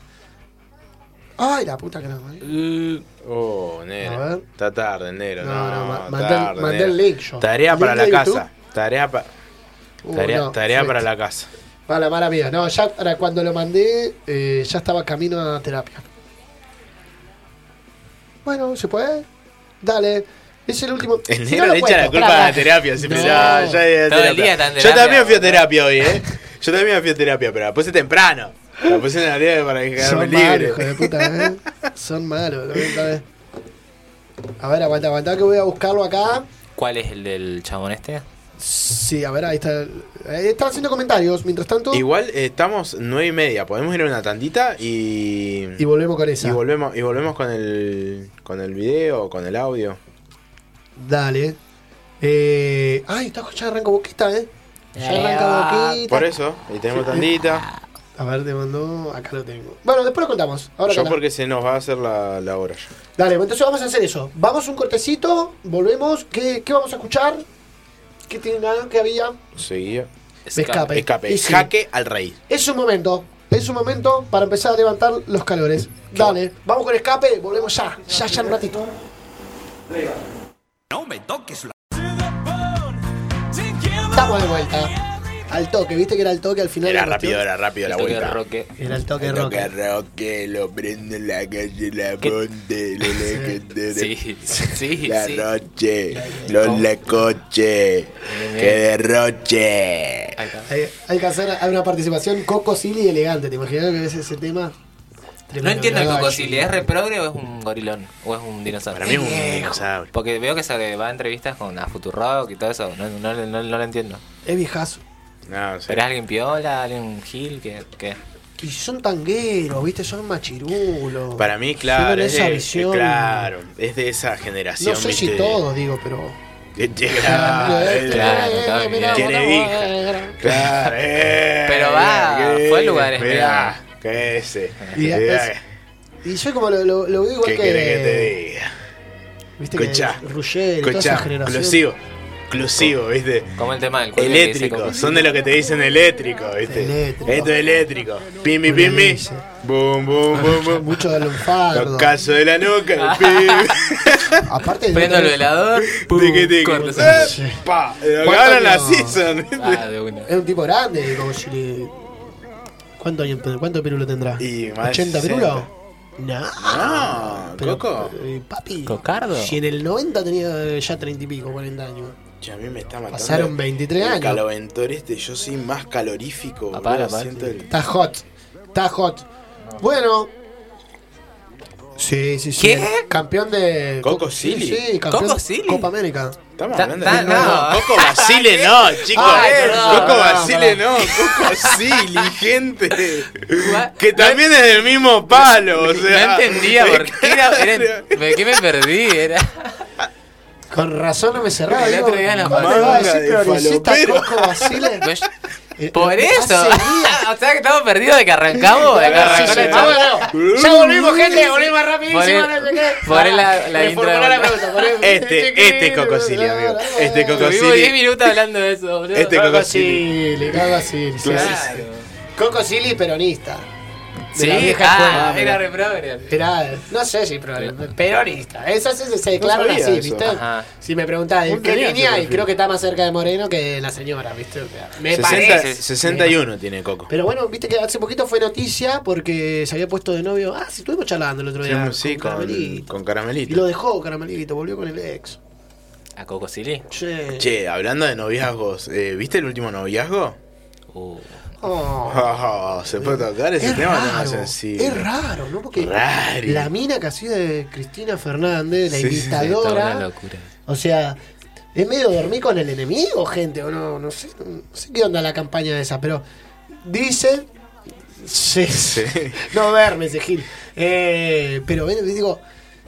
[SPEAKER 1] Ay, la puta que no. ¿eh?
[SPEAKER 3] ¿Cuál? Uh,
[SPEAKER 2] Oh,
[SPEAKER 1] A
[SPEAKER 2] negro.
[SPEAKER 1] ver.
[SPEAKER 2] Está tarde, negro.
[SPEAKER 1] No, no,
[SPEAKER 2] No, no,
[SPEAKER 1] ma-
[SPEAKER 2] está
[SPEAKER 1] mandé el-
[SPEAKER 2] tarde,
[SPEAKER 1] mandé
[SPEAKER 2] negro.
[SPEAKER 1] el link yo.
[SPEAKER 2] Tarea
[SPEAKER 1] ¿Link
[SPEAKER 2] para la
[SPEAKER 1] de
[SPEAKER 2] casa.
[SPEAKER 1] YouTube?
[SPEAKER 2] Tarea, pa-
[SPEAKER 1] Uh,
[SPEAKER 2] tarea,
[SPEAKER 1] no,
[SPEAKER 2] tarea
[SPEAKER 1] fue-
[SPEAKER 2] para la casa.
[SPEAKER 1] Mala, mala mía. No, ya para cuando lo mandé, eh, ya estaba camino a terapia. Bueno, ¿se puede? Dale. Es el último.
[SPEAKER 2] El
[SPEAKER 1] Si
[SPEAKER 2] negro
[SPEAKER 1] no
[SPEAKER 2] le
[SPEAKER 1] lo
[SPEAKER 2] echa la
[SPEAKER 1] cuento,
[SPEAKER 2] culpa
[SPEAKER 1] pará,
[SPEAKER 2] a la
[SPEAKER 1] pará.
[SPEAKER 2] terapia. siempre,
[SPEAKER 1] No.
[SPEAKER 2] ya, ya de
[SPEAKER 3] Todo el
[SPEAKER 2] terapia.
[SPEAKER 3] día está en
[SPEAKER 2] Yo
[SPEAKER 3] terapia,
[SPEAKER 2] también fui a
[SPEAKER 3] boludo.
[SPEAKER 2] terapia hoy, ¿eh? Yo también fui a terapia, pero la puse temprano. La puse en la tarea para quedarme
[SPEAKER 1] Son malos,
[SPEAKER 2] libre.
[SPEAKER 1] hijo de puta, ¿eh? Son malos. lo voy A ver. A ver, aguanta, aguanta que voy a buscarlo acá.
[SPEAKER 3] ¿Cuál es el del chabón este?
[SPEAKER 1] Sí, a ver, ahí está. Eh, están haciendo comentarios. Mientras tanto,
[SPEAKER 2] Igual eh, estamos nueve y media. Podemos ir a una tantita y.
[SPEAKER 1] y volvemos con esa.
[SPEAKER 2] y volvemos, y volvemos con el. con el video, con el audio.
[SPEAKER 1] Dale. Eh, ay, está, ya arranca boquita, ¿eh? Ya arranca
[SPEAKER 3] Ah,
[SPEAKER 1] boquita.
[SPEAKER 2] Por eso, y tenemos tantita.
[SPEAKER 1] A ver, te mandó. Acá lo tengo. Bueno, después lo contamos. Ahora
[SPEAKER 2] Yo
[SPEAKER 1] contamos.
[SPEAKER 2] porque se nos va a hacer la, la hora. ya.
[SPEAKER 1] Dale, bueno, entonces vamos a hacer eso. Vamos un cortecito, volvemos. ¿Qué, qué vamos a escuchar? ¿Qué tiene nada? ¿Qué había?
[SPEAKER 2] Seguía.
[SPEAKER 1] escape.
[SPEAKER 2] Escape.
[SPEAKER 1] Y sí.
[SPEAKER 2] Jaque al rey.
[SPEAKER 1] Es un momento. Es un momento para empezar a levantar los calores. Dale, vamos con escape, volvemos ya. Ya, ya en un ratito.
[SPEAKER 5] No me toques la.
[SPEAKER 1] Estamos de vuelta. Al toque, viste que era el toque al final.
[SPEAKER 2] Era
[SPEAKER 1] de la cuestión?
[SPEAKER 2] rápido, era rápido la
[SPEAKER 3] Esto que
[SPEAKER 2] vuelta.
[SPEAKER 3] roque.
[SPEAKER 1] Era el toque de rock.
[SPEAKER 2] Toca roque, lo prende en la calle, la ponte, *laughs* lo legendario.
[SPEAKER 3] Sí, *laughs* sí,
[SPEAKER 2] *laughs* La
[SPEAKER 3] sí.
[SPEAKER 2] noche, los lecoche, que derroche.
[SPEAKER 3] Ahí está.
[SPEAKER 1] Hay, hay que hacer hay una participación coco, silly y elegante. ¿Te imaginas que es ese tema?
[SPEAKER 3] No
[SPEAKER 1] Tremendo,
[SPEAKER 3] entiendo el
[SPEAKER 1] caballo.
[SPEAKER 3] cocosile, ¿es reprogre o es un gorilón? ¿O es un dinosaurio?
[SPEAKER 2] Para mí es un dinosaurio.
[SPEAKER 3] Porque veo que se va a entrevistas con a Futurock y todo eso. No, no, no, no lo entiendo.
[SPEAKER 1] Es viejazo.
[SPEAKER 2] No, sé.
[SPEAKER 3] ¿Pero es alguien piola? ¿Alguien gil? ¿Qué? qué?
[SPEAKER 1] Y son tangueros, viste, son machirulos.
[SPEAKER 2] Para mí, claro,
[SPEAKER 1] Tienen
[SPEAKER 2] es
[SPEAKER 1] esa
[SPEAKER 2] de,
[SPEAKER 1] visión.
[SPEAKER 2] claro, es de esa generación.
[SPEAKER 1] No sé si
[SPEAKER 2] ¿viste?
[SPEAKER 1] todos, digo, pero. Eh,
[SPEAKER 2] Que *laughs* llega-
[SPEAKER 3] Claro, claro, mirá.
[SPEAKER 2] Tiene
[SPEAKER 1] vieja.
[SPEAKER 2] eh, Claro, eh,
[SPEAKER 3] Pero va,
[SPEAKER 2] que-
[SPEAKER 3] fue a lugares,
[SPEAKER 2] Mirá, que ese.
[SPEAKER 1] Y
[SPEAKER 2] mirá,
[SPEAKER 1] después- Y yo como lo, lo, lo veo igual
[SPEAKER 2] ¿Qué
[SPEAKER 1] que.
[SPEAKER 2] querés que te diga?
[SPEAKER 1] Viste que
[SPEAKER 2] Escuchá,
[SPEAKER 1] Ruggeri, toda esa
[SPEAKER 2] Escuchá,
[SPEAKER 1] generación.
[SPEAKER 2] exclusivo, exclusivo, ¿viste?
[SPEAKER 3] Como el tema del cuello que dice
[SPEAKER 2] Eléctrico,
[SPEAKER 3] como-
[SPEAKER 2] son de lo que te dicen eléctrico, ¿viste?
[SPEAKER 1] Eléctrico.
[SPEAKER 2] Esto es eléctrico. Pimbi, pimbi.
[SPEAKER 1] Dice.
[SPEAKER 2] Boom, boom, boom, boom.
[SPEAKER 1] Mucho de Lunfardo.
[SPEAKER 2] Los casos de la *laughs* nuca. pimbi.
[SPEAKER 1] Aparte de.
[SPEAKER 3] Prendo el
[SPEAKER 1] *laughs*
[SPEAKER 3] velador, pum,
[SPEAKER 2] Tiki, tiki.
[SPEAKER 3] corto.
[SPEAKER 1] Sí.
[SPEAKER 2] Eh, pa, lo
[SPEAKER 1] ¿Cuánto
[SPEAKER 2] Ganaron la
[SPEAKER 1] no?
[SPEAKER 2] season. ¿viste?
[SPEAKER 3] Ah, de una.
[SPEAKER 1] Es un tipo grande, como si le. ¿Cuánto, años- cuánto pirulo tendrá?
[SPEAKER 2] Y más de
[SPEAKER 1] ¿80 pirulo? No.
[SPEAKER 2] No,
[SPEAKER 1] Pero,
[SPEAKER 2] Coco.
[SPEAKER 1] eh, papi.
[SPEAKER 3] ¿Cocardo?
[SPEAKER 1] Si en el 90 tenía eh, ya 30 y pico, 40 años.
[SPEAKER 2] Che, a mí me está matando.
[SPEAKER 1] Pasaron 23
[SPEAKER 2] El
[SPEAKER 1] años.
[SPEAKER 2] caloventor este, yo soy más calorífico. boludo,
[SPEAKER 3] Apara, apara.
[SPEAKER 2] siento el-
[SPEAKER 1] Está hot. Está hot. Bueno. Sí, sí, sí.
[SPEAKER 3] ¿Qué?
[SPEAKER 1] Campeón de.
[SPEAKER 2] Coco
[SPEAKER 1] Co-
[SPEAKER 2] Silly.
[SPEAKER 1] Sí, campeón
[SPEAKER 3] Coco Silly.
[SPEAKER 1] Copa América.
[SPEAKER 2] Estamos
[SPEAKER 3] Ta-
[SPEAKER 2] hablando
[SPEAKER 3] ta-
[SPEAKER 2] de no,
[SPEAKER 3] no.
[SPEAKER 2] Coco Basile no,
[SPEAKER 3] *laughs*
[SPEAKER 2] chicos.
[SPEAKER 1] Ay,
[SPEAKER 3] perdón,
[SPEAKER 2] Coco
[SPEAKER 1] perdón,
[SPEAKER 2] Basile no, Coco Silly, gente.
[SPEAKER 3] Gua-
[SPEAKER 2] Que también es del mismo palo, o sea.
[SPEAKER 3] no
[SPEAKER 1] *laughs*
[SPEAKER 3] entendía por qué era, era- ¿De qué me perdí? Era.
[SPEAKER 1] Con razón no me cerraba.
[SPEAKER 3] El
[SPEAKER 1] digo,
[SPEAKER 3] otro día nos
[SPEAKER 1] ¿cómo
[SPEAKER 2] mandó
[SPEAKER 1] le va a
[SPEAKER 2] una
[SPEAKER 1] decir
[SPEAKER 2] de
[SPEAKER 1] progresista
[SPEAKER 2] falopero?
[SPEAKER 1] Coco Basile?
[SPEAKER 3] No, yo-
[SPEAKER 1] Eh,
[SPEAKER 3] *laughs* Por
[SPEAKER 1] eh,
[SPEAKER 3] eso.
[SPEAKER 1] hace días.
[SPEAKER 3] *laughs* o sea que estamos perdidos de que arrancamos. De que
[SPEAKER 1] Sí,
[SPEAKER 3] arrancamos
[SPEAKER 1] sí,
[SPEAKER 3] la
[SPEAKER 1] sí.
[SPEAKER 3] charla.
[SPEAKER 1] Ah, bueno, Ya volvimos, gente. Volvimos rapidísimo.
[SPEAKER 3] Poné-
[SPEAKER 1] no sé qué.
[SPEAKER 3] poné la- la
[SPEAKER 1] Reformulá
[SPEAKER 3] intro de
[SPEAKER 1] la
[SPEAKER 3] vuelta.
[SPEAKER 1] pregunta, poné-
[SPEAKER 2] Este, este es Coco Silly, amigo. Este es Coco
[SPEAKER 3] Estuvimos 10
[SPEAKER 2] Silly.
[SPEAKER 3] minutos hablando de eso, boludo.
[SPEAKER 2] Este
[SPEAKER 1] Coco
[SPEAKER 2] Coco
[SPEAKER 1] Silly, Coco Silly, sí,
[SPEAKER 2] Claro.
[SPEAKER 1] sí, sí. Coco Silly peronista. De la
[SPEAKER 3] Sí,
[SPEAKER 1] vieja
[SPEAKER 3] ah,
[SPEAKER 1] escuela.
[SPEAKER 3] era reprograma.
[SPEAKER 1] Era- ah, no sé si pero- peronista. Eso se, se declaran
[SPEAKER 2] No sabía
[SPEAKER 1] así,
[SPEAKER 2] eso.
[SPEAKER 1] ¿viste?
[SPEAKER 3] Ajá.
[SPEAKER 1] Si me preguntás
[SPEAKER 2] ¿Vos
[SPEAKER 1] en qué
[SPEAKER 2] tenías ese
[SPEAKER 1] línea, y
[SPEAKER 2] perfil?
[SPEAKER 1] creo que está más cerca de Moreno que la señora, ¿viste? O sea,
[SPEAKER 2] *laughs*
[SPEAKER 1] me
[SPEAKER 2] 60
[SPEAKER 1] parece.
[SPEAKER 2] 61 tiene Coco.
[SPEAKER 1] Pero bueno, viste que hace poquito fue noticia porque se había puesto de novio. Ah, sí, estuvimos charlando el otro día.
[SPEAKER 2] Sí, sí, con,
[SPEAKER 1] eh, Caramelito. Y
[SPEAKER 2] con
[SPEAKER 1] lo
[SPEAKER 2] caramelito.
[SPEAKER 1] dejó Caramelito, volvió con el ex.
[SPEAKER 3] ¿A Coco Silly?
[SPEAKER 1] Che.
[SPEAKER 2] Che, hablando de noviazgos, eh, ¿viste el último noviazgo?
[SPEAKER 3] Uh.
[SPEAKER 1] Oh.
[SPEAKER 2] Oh, se puede tocar ese
[SPEAKER 1] Es
[SPEAKER 2] tema
[SPEAKER 1] raro,
[SPEAKER 2] no más sencillo.
[SPEAKER 1] Es raro, ¿no? Porque
[SPEAKER 2] Raro.
[SPEAKER 1] la mina que hacía de Cristina Fernández, la
[SPEAKER 2] Sí, sí, sí,
[SPEAKER 3] Está
[SPEAKER 1] imitadora.
[SPEAKER 3] una locura.
[SPEAKER 1] o sea, es medio dormir con el enemigo, gente, o no, no sé, no sé qué onda la campaña esa, pero dicen. Sí,
[SPEAKER 2] Sí.
[SPEAKER 1] *laughs* No verme ese Gil. Eh, pero ven, digo,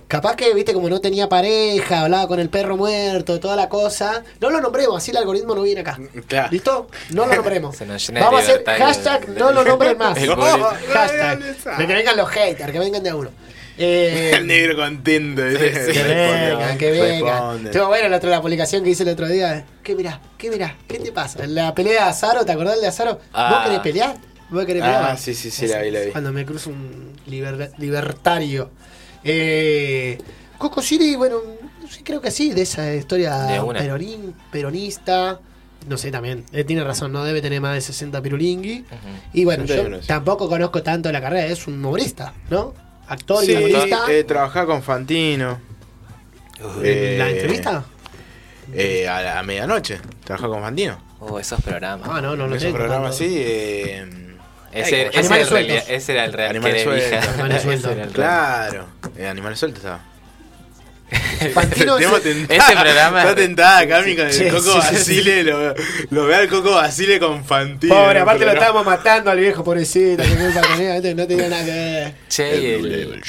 [SPEAKER 1] capaz que, viste, como no tenía pareja, hablaba con el perro muerto, toda la cosa. No lo nombremos, así el algoritmo no viene acá.
[SPEAKER 2] Claro.
[SPEAKER 1] ¿Listo? No lo
[SPEAKER 3] *laughs*
[SPEAKER 1] nombremos.
[SPEAKER 3] Se nos llena de
[SPEAKER 1] Vamos a hacer
[SPEAKER 3] libertad
[SPEAKER 1] hashtag
[SPEAKER 3] el-
[SPEAKER 1] no lo nombren
[SPEAKER 3] *laughs*
[SPEAKER 1] más.
[SPEAKER 3] el
[SPEAKER 2] gol.
[SPEAKER 1] hashtag. De que vengan los haters, que vengan de a uno. Eh,
[SPEAKER 2] *laughs* El negro contento. ¿viste?
[SPEAKER 1] que vengan, que vengan.
[SPEAKER 2] Responde.
[SPEAKER 1] Estuvo bueno la, otra- la publicación que hice el otro día. ¿Qué mirás? ¿Qué mirás? ¿Qué te pasa? La pelea de Azaro, ¿te acordás de Azaro?
[SPEAKER 3] Ah.
[SPEAKER 1] ¿Vos querés pelear? ¿Vos querés pelear?
[SPEAKER 2] Ah, sí, sí, sí, la vi, la vi.
[SPEAKER 1] Cuando me cruzo un liber- libertario. Eh, Coco Siri, bueno, sí, creo que sí, de esa historia
[SPEAKER 3] De una.
[SPEAKER 1] peronín- peronista. No sé también, eh, tiene razón, no debe tener más de 60 pirulingui. Y bueno, yo
[SPEAKER 2] 61, sí.
[SPEAKER 1] tampoco conozco tanto la carrera, es un humorista, ¿no? Actor y
[SPEAKER 2] Sí,
[SPEAKER 1] humorista.
[SPEAKER 2] eh, trabajaba con Fantino.
[SPEAKER 1] ¿En la
[SPEAKER 2] eh,
[SPEAKER 1] entrevista?
[SPEAKER 2] eh, a, la, a medianoche. Trabajaba con Fantino.
[SPEAKER 3] Uh, esos programas.
[SPEAKER 1] Ah, no, no, no
[SPEAKER 2] en esos
[SPEAKER 1] tengo
[SPEAKER 2] programas
[SPEAKER 1] tanto. *laughs*
[SPEAKER 2] así. eh,
[SPEAKER 3] Ese,
[SPEAKER 2] ay,
[SPEAKER 3] ese
[SPEAKER 1] Ah, Animales
[SPEAKER 3] era el
[SPEAKER 1] sueltos.
[SPEAKER 3] reali- ese era el real que
[SPEAKER 2] Animales
[SPEAKER 3] era hija.
[SPEAKER 2] sueltos.
[SPEAKER 1] Animales
[SPEAKER 3] *laughs* Ese
[SPEAKER 1] sueltos.
[SPEAKER 3] era el real.
[SPEAKER 2] Claro. Eh, animales sueltos estaba.
[SPEAKER 1] *laughs* Fantino
[SPEAKER 2] Tenemos
[SPEAKER 1] es-
[SPEAKER 2] tentada-
[SPEAKER 3] ese programa-
[SPEAKER 2] Está tentada Cami con el
[SPEAKER 1] Sí,
[SPEAKER 2] Coco
[SPEAKER 1] sí, sí,
[SPEAKER 2] Basile. Lo, lo ve al Coco Basile con Fantino.
[SPEAKER 1] Pobre, aparte lo
[SPEAKER 2] Pero-
[SPEAKER 1] estábamos matando al viejo pobrecito. que culpa tenía, ¿viste? este, no tenía nada que ver.
[SPEAKER 3] Che, y el.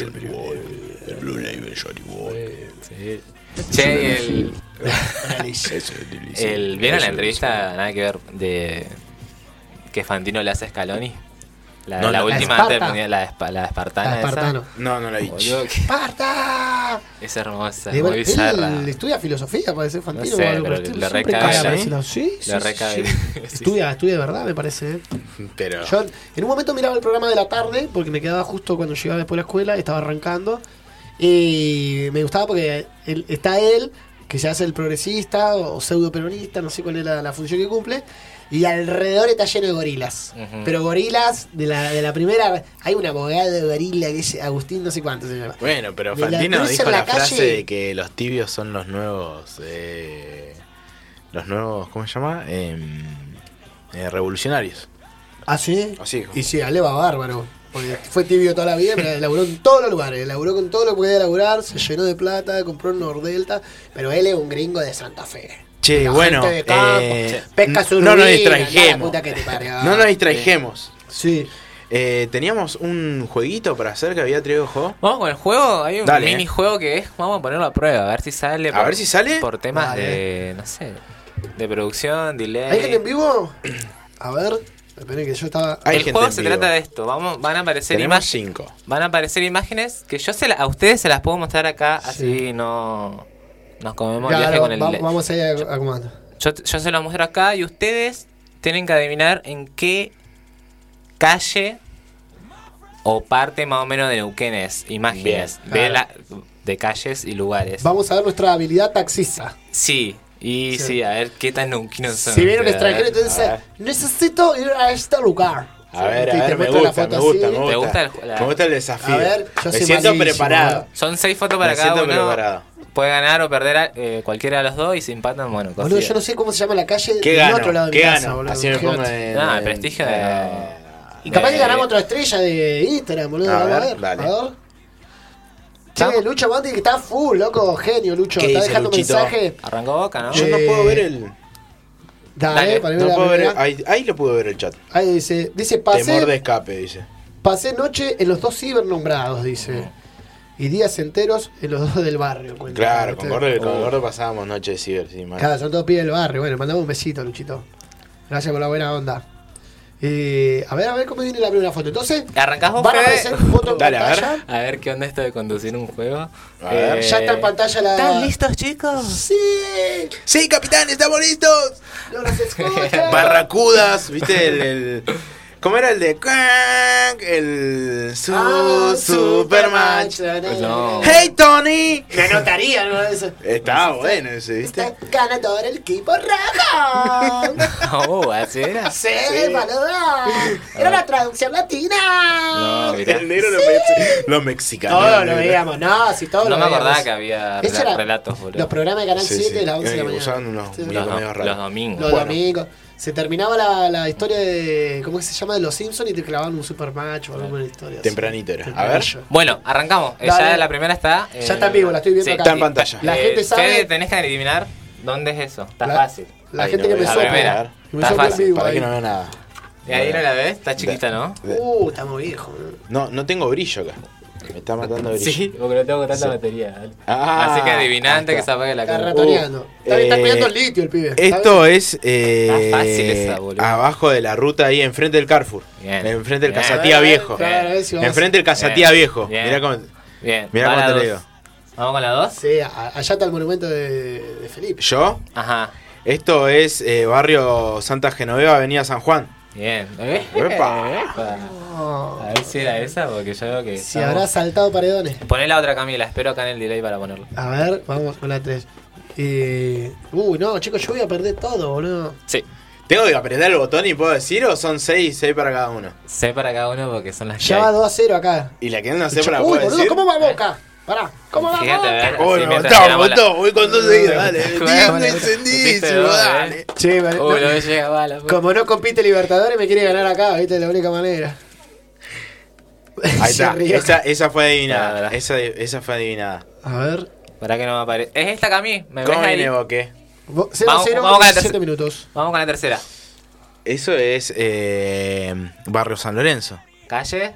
[SPEAKER 3] Che, y el. *laughs* el ¿Vieron la entrevista? Nada que ver. De. Que Fantino le hace a Scaloni. La,
[SPEAKER 2] No,
[SPEAKER 3] la
[SPEAKER 2] la-
[SPEAKER 3] última
[SPEAKER 1] la
[SPEAKER 3] antes del
[SPEAKER 1] Esparta.
[SPEAKER 3] mundial, la, de espa- la espartana.
[SPEAKER 1] Ah,
[SPEAKER 3] esa.
[SPEAKER 1] espartano.
[SPEAKER 2] No, no la vi.
[SPEAKER 3] Boludo, que-
[SPEAKER 1] ¡Parta!
[SPEAKER 3] es hermosa,
[SPEAKER 1] Le-
[SPEAKER 3] es muy
[SPEAKER 1] él
[SPEAKER 3] bizarra.
[SPEAKER 1] estudia filosofía, parece Fantino.
[SPEAKER 3] No sé,
[SPEAKER 1] o
[SPEAKER 3] pero
[SPEAKER 1] algo por el estilo.
[SPEAKER 3] lo
[SPEAKER 1] Siempre
[SPEAKER 3] recae,
[SPEAKER 1] cae a
[SPEAKER 2] ¿eh?
[SPEAKER 1] Marcelo. Sí, sí,
[SPEAKER 3] La
[SPEAKER 1] sí,
[SPEAKER 3] reca
[SPEAKER 1] sí. Estudia, estudia de verdad, me parece. ¿eh?
[SPEAKER 2] Pero.
[SPEAKER 1] Yo en un momento miraba el programa de la tarde, porque me quedaba justo cuando llegaba después de la escuela, estaba arrancando. Y me gustaba porque él- está él, que se hace el progresista o pseudo peronista, no sé cuál es la, la función que cumple. Y alrededor está lleno de gorilas.
[SPEAKER 3] Ujú.
[SPEAKER 1] Pero gorilas de la, de la primera. Hay un abogado de gorila que es Agustín, no sé cuánto se llama.
[SPEAKER 2] Bueno, pero
[SPEAKER 1] De la
[SPEAKER 2] Fantino
[SPEAKER 1] cruz
[SPEAKER 2] dijo
[SPEAKER 1] en
[SPEAKER 2] la,
[SPEAKER 1] la
[SPEAKER 2] frase
[SPEAKER 1] calle.
[SPEAKER 2] de que los tibios son los nuevos. eh, los nuevos, ¿cómo se llama? Em, eh, revolucionarios.
[SPEAKER 1] ¿Ah, sí?
[SPEAKER 2] Así dijo.
[SPEAKER 1] Y sí, Ale va bárbaro. Porque fue tibio toda la vida, pero laburó en todos los lugares. Laburó con todo lo que podía laburar, se llenó de plata, compró en Nordelta. Pero él es un gringo de Santa Fe.
[SPEAKER 2] Che,
[SPEAKER 1] La
[SPEAKER 2] bueno.
[SPEAKER 1] gente de campo,
[SPEAKER 2] eh,
[SPEAKER 1] pesca su
[SPEAKER 2] no nos
[SPEAKER 1] ruina, la
[SPEAKER 2] distrajemos.
[SPEAKER 1] puta que te parió.
[SPEAKER 2] No nos distrajemos.
[SPEAKER 1] Sí.
[SPEAKER 2] Eh, teníamos un jueguito para hacer que había traído Jo.
[SPEAKER 3] Vamos con el juego, hay un
[SPEAKER 2] Dale, eh.
[SPEAKER 3] minijuego que es, vamos a ponerlo a prueba, a ver si sale.
[SPEAKER 2] A ver si sale.
[SPEAKER 3] Por temas
[SPEAKER 1] Dale.
[SPEAKER 3] de, no sé, de producción,
[SPEAKER 1] ¿Hay gente en
[SPEAKER 3] delay.
[SPEAKER 1] vivo? A ver, esperen que yo estaba.
[SPEAKER 2] Hay
[SPEAKER 3] el
[SPEAKER 2] gente
[SPEAKER 3] juego
[SPEAKER 2] en
[SPEAKER 3] se
[SPEAKER 2] vivo.
[SPEAKER 3] trata de esto, vamos, van a aparecer
[SPEAKER 2] Tenemos
[SPEAKER 3] imágenes.
[SPEAKER 2] cinco.
[SPEAKER 3] Van a aparecer imágenes que yo se la- a ustedes se las puedo mostrar acá,
[SPEAKER 1] Sí.
[SPEAKER 3] así no nos comemos el viaje
[SPEAKER 1] Claro,
[SPEAKER 3] con el
[SPEAKER 1] va- vamos a ir acomodando.
[SPEAKER 3] Yo, yo se las muestro acá y ustedes tienen que adivinar en qué calle o parte más o menos de Neuquén es, imágenes
[SPEAKER 1] Bien,
[SPEAKER 3] de,
[SPEAKER 1] claro.
[SPEAKER 3] la- de calles y lugares.
[SPEAKER 1] Vamos a ver nuestra habilidad taxista.
[SPEAKER 3] Sí, y
[SPEAKER 1] Sí.
[SPEAKER 3] sí. a ver qué tan neuquinos son.
[SPEAKER 1] Si viene un
[SPEAKER 3] ustedes, a
[SPEAKER 1] extranjero,
[SPEAKER 3] ver.
[SPEAKER 1] entonces necesito ir a este lugar.
[SPEAKER 2] A ver,
[SPEAKER 1] Y
[SPEAKER 2] a
[SPEAKER 1] te
[SPEAKER 2] ver, me
[SPEAKER 1] muestra la
[SPEAKER 2] gusta,
[SPEAKER 1] foto
[SPEAKER 2] me gusta,
[SPEAKER 1] así.
[SPEAKER 2] me gusta.
[SPEAKER 3] ¿Te gusta el ju- la-
[SPEAKER 2] Me gusta el desafío.
[SPEAKER 1] A ver, yo
[SPEAKER 2] me
[SPEAKER 1] soy
[SPEAKER 2] siento
[SPEAKER 1] malísimo,
[SPEAKER 2] preparado.
[SPEAKER 1] boludo.
[SPEAKER 3] Son seis fotos para
[SPEAKER 2] Me
[SPEAKER 3] cada
[SPEAKER 2] siento
[SPEAKER 3] uno.
[SPEAKER 2] preparado.
[SPEAKER 3] Puede ganar o perder eh, cualquiera de los dos y si empatan, bueno,
[SPEAKER 1] Boludo,
[SPEAKER 3] cosilla.
[SPEAKER 1] yo no sé cómo se llama la calle
[SPEAKER 2] ¿Qué
[SPEAKER 1] del
[SPEAKER 2] gano?
[SPEAKER 1] otro lado de
[SPEAKER 2] ¿Qué
[SPEAKER 1] mi casa,
[SPEAKER 2] gano?
[SPEAKER 1] boludo.
[SPEAKER 2] Así me
[SPEAKER 1] Qué
[SPEAKER 2] pongo
[SPEAKER 1] gato.
[SPEAKER 2] en-
[SPEAKER 3] Ah,
[SPEAKER 2] en-
[SPEAKER 3] prestigio
[SPEAKER 2] eh,
[SPEAKER 1] Y capaz que
[SPEAKER 3] Eh,
[SPEAKER 1] ganamos otra estrella de Instagram, boludo.
[SPEAKER 2] A
[SPEAKER 1] vamos A
[SPEAKER 2] ver,
[SPEAKER 1] ver,
[SPEAKER 2] dale.
[SPEAKER 1] a ver.
[SPEAKER 3] ¿Estamos?
[SPEAKER 1] Che, Lucho Bandi que está full, loco, genio, Lucho.
[SPEAKER 2] ¿Qué
[SPEAKER 1] Está
[SPEAKER 2] dice
[SPEAKER 1] dejando
[SPEAKER 2] Luchito?
[SPEAKER 1] mensaje.
[SPEAKER 3] Arrancó boca, ¿no?
[SPEAKER 2] Yo no
[SPEAKER 1] Eh,
[SPEAKER 2] puedo ver el.
[SPEAKER 1] Dale,
[SPEAKER 3] Dale,
[SPEAKER 1] para mí
[SPEAKER 2] No
[SPEAKER 1] la
[SPEAKER 2] puedo ver el-
[SPEAKER 1] primera.
[SPEAKER 2] ahí, ahí lo pude ver el chat.
[SPEAKER 1] Ahí dice, dice
[SPEAKER 2] Temor de
[SPEAKER 1] pasé,
[SPEAKER 2] escape, dice.
[SPEAKER 1] pasé noche en los dos cibernombrados, dice. Y días enteros en los dos del barrio. cuenta,
[SPEAKER 2] Claro,
[SPEAKER 1] ¿viste?
[SPEAKER 2] con gordo, con
[SPEAKER 3] Oh.
[SPEAKER 2] gordo pasábamos noche de ciber, sí, mal.
[SPEAKER 1] Claro, son todos pibes del barrio. Bueno, mandamos un besito, Luchito. Gracias por la buena onda. Eh, a ver, a ver cómo viene la primera foto. Entonces,
[SPEAKER 3] ¿Arrancás vos,
[SPEAKER 1] van a
[SPEAKER 3] Fede?
[SPEAKER 1] aparecer fotos en
[SPEAKER 2] Dale, a ver. Eh,
[SPEAKER 1] pantalla.
[SPEAKER 3] *laughs* A ver qué onda esto de conducir un juego. Eh,
[SPEAKER 2] A ver.
[SPEAKER 1] Ya está en pantalla la.
[SPEAKER 3] ¿Están listos, chicos?
[SPEAKER 1] ¡Sí!
[SPEAKER 2] ¡Sí, capitán, estamos listos!
[SPEAKER 1] ¡No las
[SPEAKER 2] *laughs*
[SPEAKER 1] escucha!
[SPEAKER 2] Barracudas, ¿viste?
[SPEAKER 1] *laughs*
[SPEAKER 2] El, el- ¿Cómo era el de. Crank? El. Su, Pues
[SPEAKER 1] Ah,
[SPEAKER 2] Superman.
[SPEAKER 3] No.
[SPEAKER 2] ¡Hey, Tony!
[SPEAKER 1] Me anotaría, ¿no? Eso.
[SPEAKER 2] Está bueno ese, ¿viste?
[SPEAKER 1] Está ganador el equipo
[SPEAKER 2] *laughs*
[SPEAKER 1] rojo.
[SPEAKER 3] *laughs* Oh, así
[SPEAKER 1] *laughs*
[SPEAKER 3] era.
[SPEAKER 1] Sí, boludo. Era la traducción latina.
[SPEAKER 3] No, mirá.
[SPEAKER 2] El negro lo, mex- lo mexicano.
[SPEAKER 1] Todo lo veíamos, no, si todo
[SPEAKER 3] No
[SPEAKER 1] lo
[SPEAKER 3] me acordaba
[SPEAKER 1] veíamos.
[SPEAKER 3] que había
[SPEAKER 1] Eso
[SPEAKER 3] rela-
[SPEAKER 1] era
[SPEAKER 3] relatos, boludo.
[SPEAKER 1] Los programas de Canal
[SPEAKER 2] Sí,
[SPEAKER 1] 7
[SPEAKER 2] sí.
[SPEAKER 1] de las 11 de la
[SPEAKER 2] Eh,
[SPEAKER 1] mañana.
[SPEAKER 2] usaban unos
[SPEAKER 1] Sí.
[SPEAKER 2] muñecos
[SPEAKER 3] Los,
[SPEAKER 2] medio
[SPEAKER 3] do-
[SPEAKER 2] raros.
[SPEAKER 3] los domingos.
[SPEAKER 1] Los
[SPEAKER 2] Mm, Bueno.
[SPEAKER 1] domingos. Se terminaba la, la historia de. ¿Cómo que se llama? De los Simpsons y te clavaban un supermacho o alguna historia. así.
[SPEAKER 2] Tempranito era. A ver.
[SPEAKER 1] Tempranillo.
[SPEAKER 3] Bueno, arrancamos. Eh,
[SPEAKER 1] Dale.
[SPEAKER 3] Ya la primera está. eh,
[SPEAKER 1] Ya está en vivo, la estoy viendo
[SPEAKER 3] sí.
[SPEAKER 1] acá.
[SPEAKER 2] Está en pantalla.
[SPEAKER 1] La
[SPEAKER 3] Eh,
[SPEAKER 1] gente sabe-
[SPEAKER 3] Fede, tenés que adivinar dónde es eso. Está
[SPEAKER 1] La-
[SPEAKER 3] fácil.
[SPEAKER 1] La
[SPEAKER 2] Ay,
[SPEAKER 1] gente
[SPEAKER 2] no
[SPEAKER 1] que
[SPEAKER 2] veo
[SPEAKER 1] me
[SPEAKER 2] nada.
[SPEAKER 1] sopla.
[SPEAKER 2] A ver, a ver.
[SPEAKER 1] Que me
[SPEAKER 3] Está
[SPEAKER 1] sopla en
[SPEAKER 3] fácil,
[SPEAKER 1] vivo
[SPEAKER 2] Para
[SPEAKER 1] ahí.
[SPEAKER 2] que no vea nada.
[SPEAKER 3] Y ahí no la ves, está chiquita, ¿no?
[SPEAKER 1] Uh, estamos viejos. ¿no?
[SPEAKER 2] No, no tengo brillo acá. Me está matando
[SPEAKER 3] *laughs*
[SPEAKER 2] brillo.
[SPEAKER 3] porque no tengo tanta batería.
[SPEAKER 2] Ah,
[SPEAKER 3] Así que
[SPEAKER 2] ahí
[SPEAKER 3] adiviná antes
[SPEAKER 2] está.
[SPEAKER 3] que se apague la
[SPEAKER 1] Está
[SPEAKER 3] cámara.
[SPEAKER 1] ratoneando. Está, está
[SPEAKER 2] eh,
[SPEAKER 1] cuidando el litio el pibe. Está
[SPEAKER 2] Uh, Esto es eh,
[SPEAKER 3] Está fácil esa, boludo.
[SPEAKER 2] abajo de la ruta ahí enfrente del Carrefour.
[SPEAKER 3] Bien.
[SPEAKER 2] Enfrente del
[SPEAKER 3] Bien.
[SPEAKER 2] Casatía
[SPEAKER 1] A ver,
[SPEAKER 2] Viejo.
[SPEAKER 1] a ver, a ver si vamos.
[SPEAKER 2] Enfrente del Casatía
[SPEAKER 3] Bien.
[SPEAKER 2] Viejo.
[SPEAKER 3] Bien.
[SPEAKER 2] Mirá cómo,
[SPEAKER 3] Bien,
[SPEAKER 2] mirá
[SPEAKER 3] va la
[SPEAKER 2] cómo te
[SPEAKER 3] dos.
[SPEAKER 2] leo.
[SPEAKER 3] ¿Vamos con la 2?
[SPEAKER 1] Sí, a- allá está el monumento de, de Felipe.
[SPEAKER 2] Yo,
[SPEAKER 3] Ajá.
[SPEAKER 2] esto es eh, barrio Santa Genoveva, Avenida San Juan.
[SPEAKER 3] Bien. Eh,
[SPEAKER 2] Epa.
[SPEAKER 3] epa. A ver si era esa, porque yo veo que.
[SPEAKER 1] Si
[SPEAKER 3] estamos-
[SPEAKER 1] Oh, habrá saltado paredones.
[SPEAKER 3] Poné la otra Camila, espero acá en el delay para ponerlo.
[SPEAKER 1] A ver, vamos con la 3. Eh, uh, no, chicos, yo voy a perder todo, boludo.
[SPEAKER 3] Sí.
[SPEAKER 2] ¿Tengo que apretar el botón y puedo decir o son 6 6 para cada uno?
[SPEAKER 3] Sé para cada uno porque son las que
[SPEAKER 1] Ya va
[SPEAKER 3] hay.
[SPEAKER 1] 2 a 0 acá.
[SPEAKER 2] Y la que no sé
[SPEAKER 1] Yo-
[SPEAKER 2] para
[SPEAKER 1] Uy,
[SPEAKER 2] puedo
[SPEAKER 1] boludo,
[SPEAKER 2] decir.
[SPEAKER 1] ¿cómo va Boca? Pará, ¿cómo va
[SPEAKER 3] Fíjate, a
[SPEAKER 1] Boca?
[SPEAKER 3] ver.
[SPEAKER 2] Uy,
[SPEAKER 3] así
[SPEAKER 2] me
[SPEAKER 3] mientras
[SPEAKER 2] botó,
[SPEAKER 3] tiramos *laughs*
[SPEAKER 2] me
[SPEAKER 3] la-
[SPEAKER 2] botó. Voy con dos seguidas, dale.
[SPEAKER 3] Bueno,
[SPEAKER 2] Lindo,
[SPEAKER 3] bueno, pusiste
[SPEAKER 2] incendísimo,
[SPEAKER 3] dos, eh.
[SPEAKER 2] dale.
[SPEAKER 1] Che, vale,
[SPEAKER 3] Uy,
[SPEAKER 1] no-
[SPEAKER 3] no me llega bala. pues.
[SPEAKER 1] como no compite Libertadores, me quiere ganar acá, viste, es la única manera. Se *laughs*
[SPEAKER 2] Ahí *laughs* está.
[SPEAKER 1] rió.
[SPEAKER 2] Esa, esa fue
[SPEAKER 3] Ah,
[SPEAKER 2] adivinada.
[SPEAKER 3] verdad.
[SPEAKER 2] Esa, esa fue adivinada.
[SPEAKER 1] A ver.
[SPEAKER 3] Para que no me aparezca. Es esta Cami, me ves
[SPEAKER 2] ¿Cómo
[SPEAKER 3] ahí.
[SPEAKER 2] viene Boque?
[SPEAKER 1] 0
[SPEAKER 3] Vamos-
[SPEAKER 1] 0
[SPEAKER 3] vamos con la
[SPEAKER 1] 17
[SPEAKER 3] tercera.
[SPEAKER 1] minutos.
[SPEAKER 3] Vamos con la tercera.
[SPEAKER 2] Eso es eh, Barrio San Lorenzo.
[SPEAKER 3] Calle.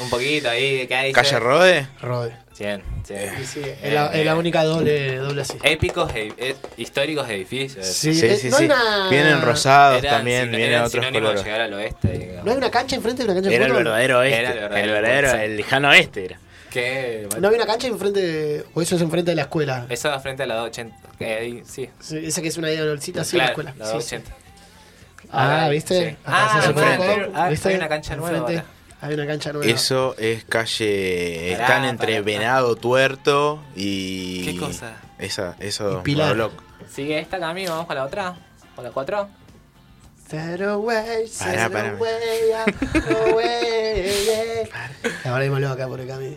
[SPEAKER 3] Un poquito ahí, ¿qué hay?
[SPEAKER 2] Calle Rode.
[SPEAKER 1] Rode.
[SPEAKER 3] 100, 100.
[SPEAKER 1] Y sí, es, la, es la única doble, doble así.
[SPEAKER 3] Épicos, e- e- históricos edificios.
[SPEAKER 1] Sí,
[SPEAKER 2] Sí,
[SPEAKER 1] eh,
[SPEAKER 2] sí,
[SPEAKER 1] no hay
[SPEAKER 2] sí.
[SPEAKER 1] una-
[SPEAKER 2] Vienen rosados
[SPEAKER 3] Eran
[SPEAKER 2] también,
[SPEAKER 3] sin-
[SPEAKER 2] vienen
[SPEAKER 3] eran
[SPEAKER 2] otros
[SPEAKER 3] sinónimo de
[SPEAKER 2] colores.
[SPEAKER 3] llegar al oeste, digamos.
[SPEAKER 1] ¿No hay una cancha enfrente de una cancha de
[SPEAKER 2] Era el
[SPEAKER 1] fútbol?
[SPEAKER 2] verdadero oeste.
[SPEAKER 3] Era el
[SPEAKER 2] el
[SPEAKER 3] verdadero
[SPEAKER 2] verdadero,
[SPEAKER 3] oeste.
[SPEAKER 2] el lejano oeste era.
[SPEAKER 3] Que,
[SPEAKER 1] ¿No había una cancha enfrente de- o eso es enfrente de la escuela?
[SPEAKER 3] Eso da frente a la 280. que ahí, sí.
[SPEAKER 1] Sí, esa que es una idea olcita así
[SPEAKER 3] Claro,
[SPEAKER 1] de la
[SPEAKER 3] la
[SPEAKER 1] escuela. Sí, sí.
[SPEAKER 3] 280.
[SPEAKER 1] Ah,
[SPEAKER 3] Ah,
[SPEAKER 1] ¿viste?
[SPEAKER 3] sí.
[SPEAKER 1] Acá
[SPEAKER 3] Ah,
[SPEAKER 1] se hace
[SPEAKER 3] enfrente.
[SPEAKER 1] poco,
[SPEAKER 3] Ah,
[SPEAKER 1] ¿viste?
[SPEAKER 3] hay una cancha nueva
[SPEAKER 1] Enfrente
[SPEAKER 3] ahora.
[SPEAKER 1] Hay una cancha nueva.
[SPEAKER 2] Eso es calle.
[SPEAKER 3] Pará,
[SPEAKER 2] están entre
[SPEAKER 3] pará, pará.
[SPEAKER 2] Venado Tuerto y.
[SPEAKER 3] ¿Qué cosa?
[SPEAKER 2] Esa, eso.
[SPEAKER 1] Y Pilar.
[SPEAKER 2] monobloc.
[SPEAKER 3] Sigue esta camino, vamos con la otra. Con la 4.
[SPEAKER 1] Set away, set
[SPEAKER 2] Pará, pará.
[SPEAKER 1] away,
[SPEAKER 3] *laughs*
[SPEAKER 1] away, yeah. Ahora mismo lo acá por el camino.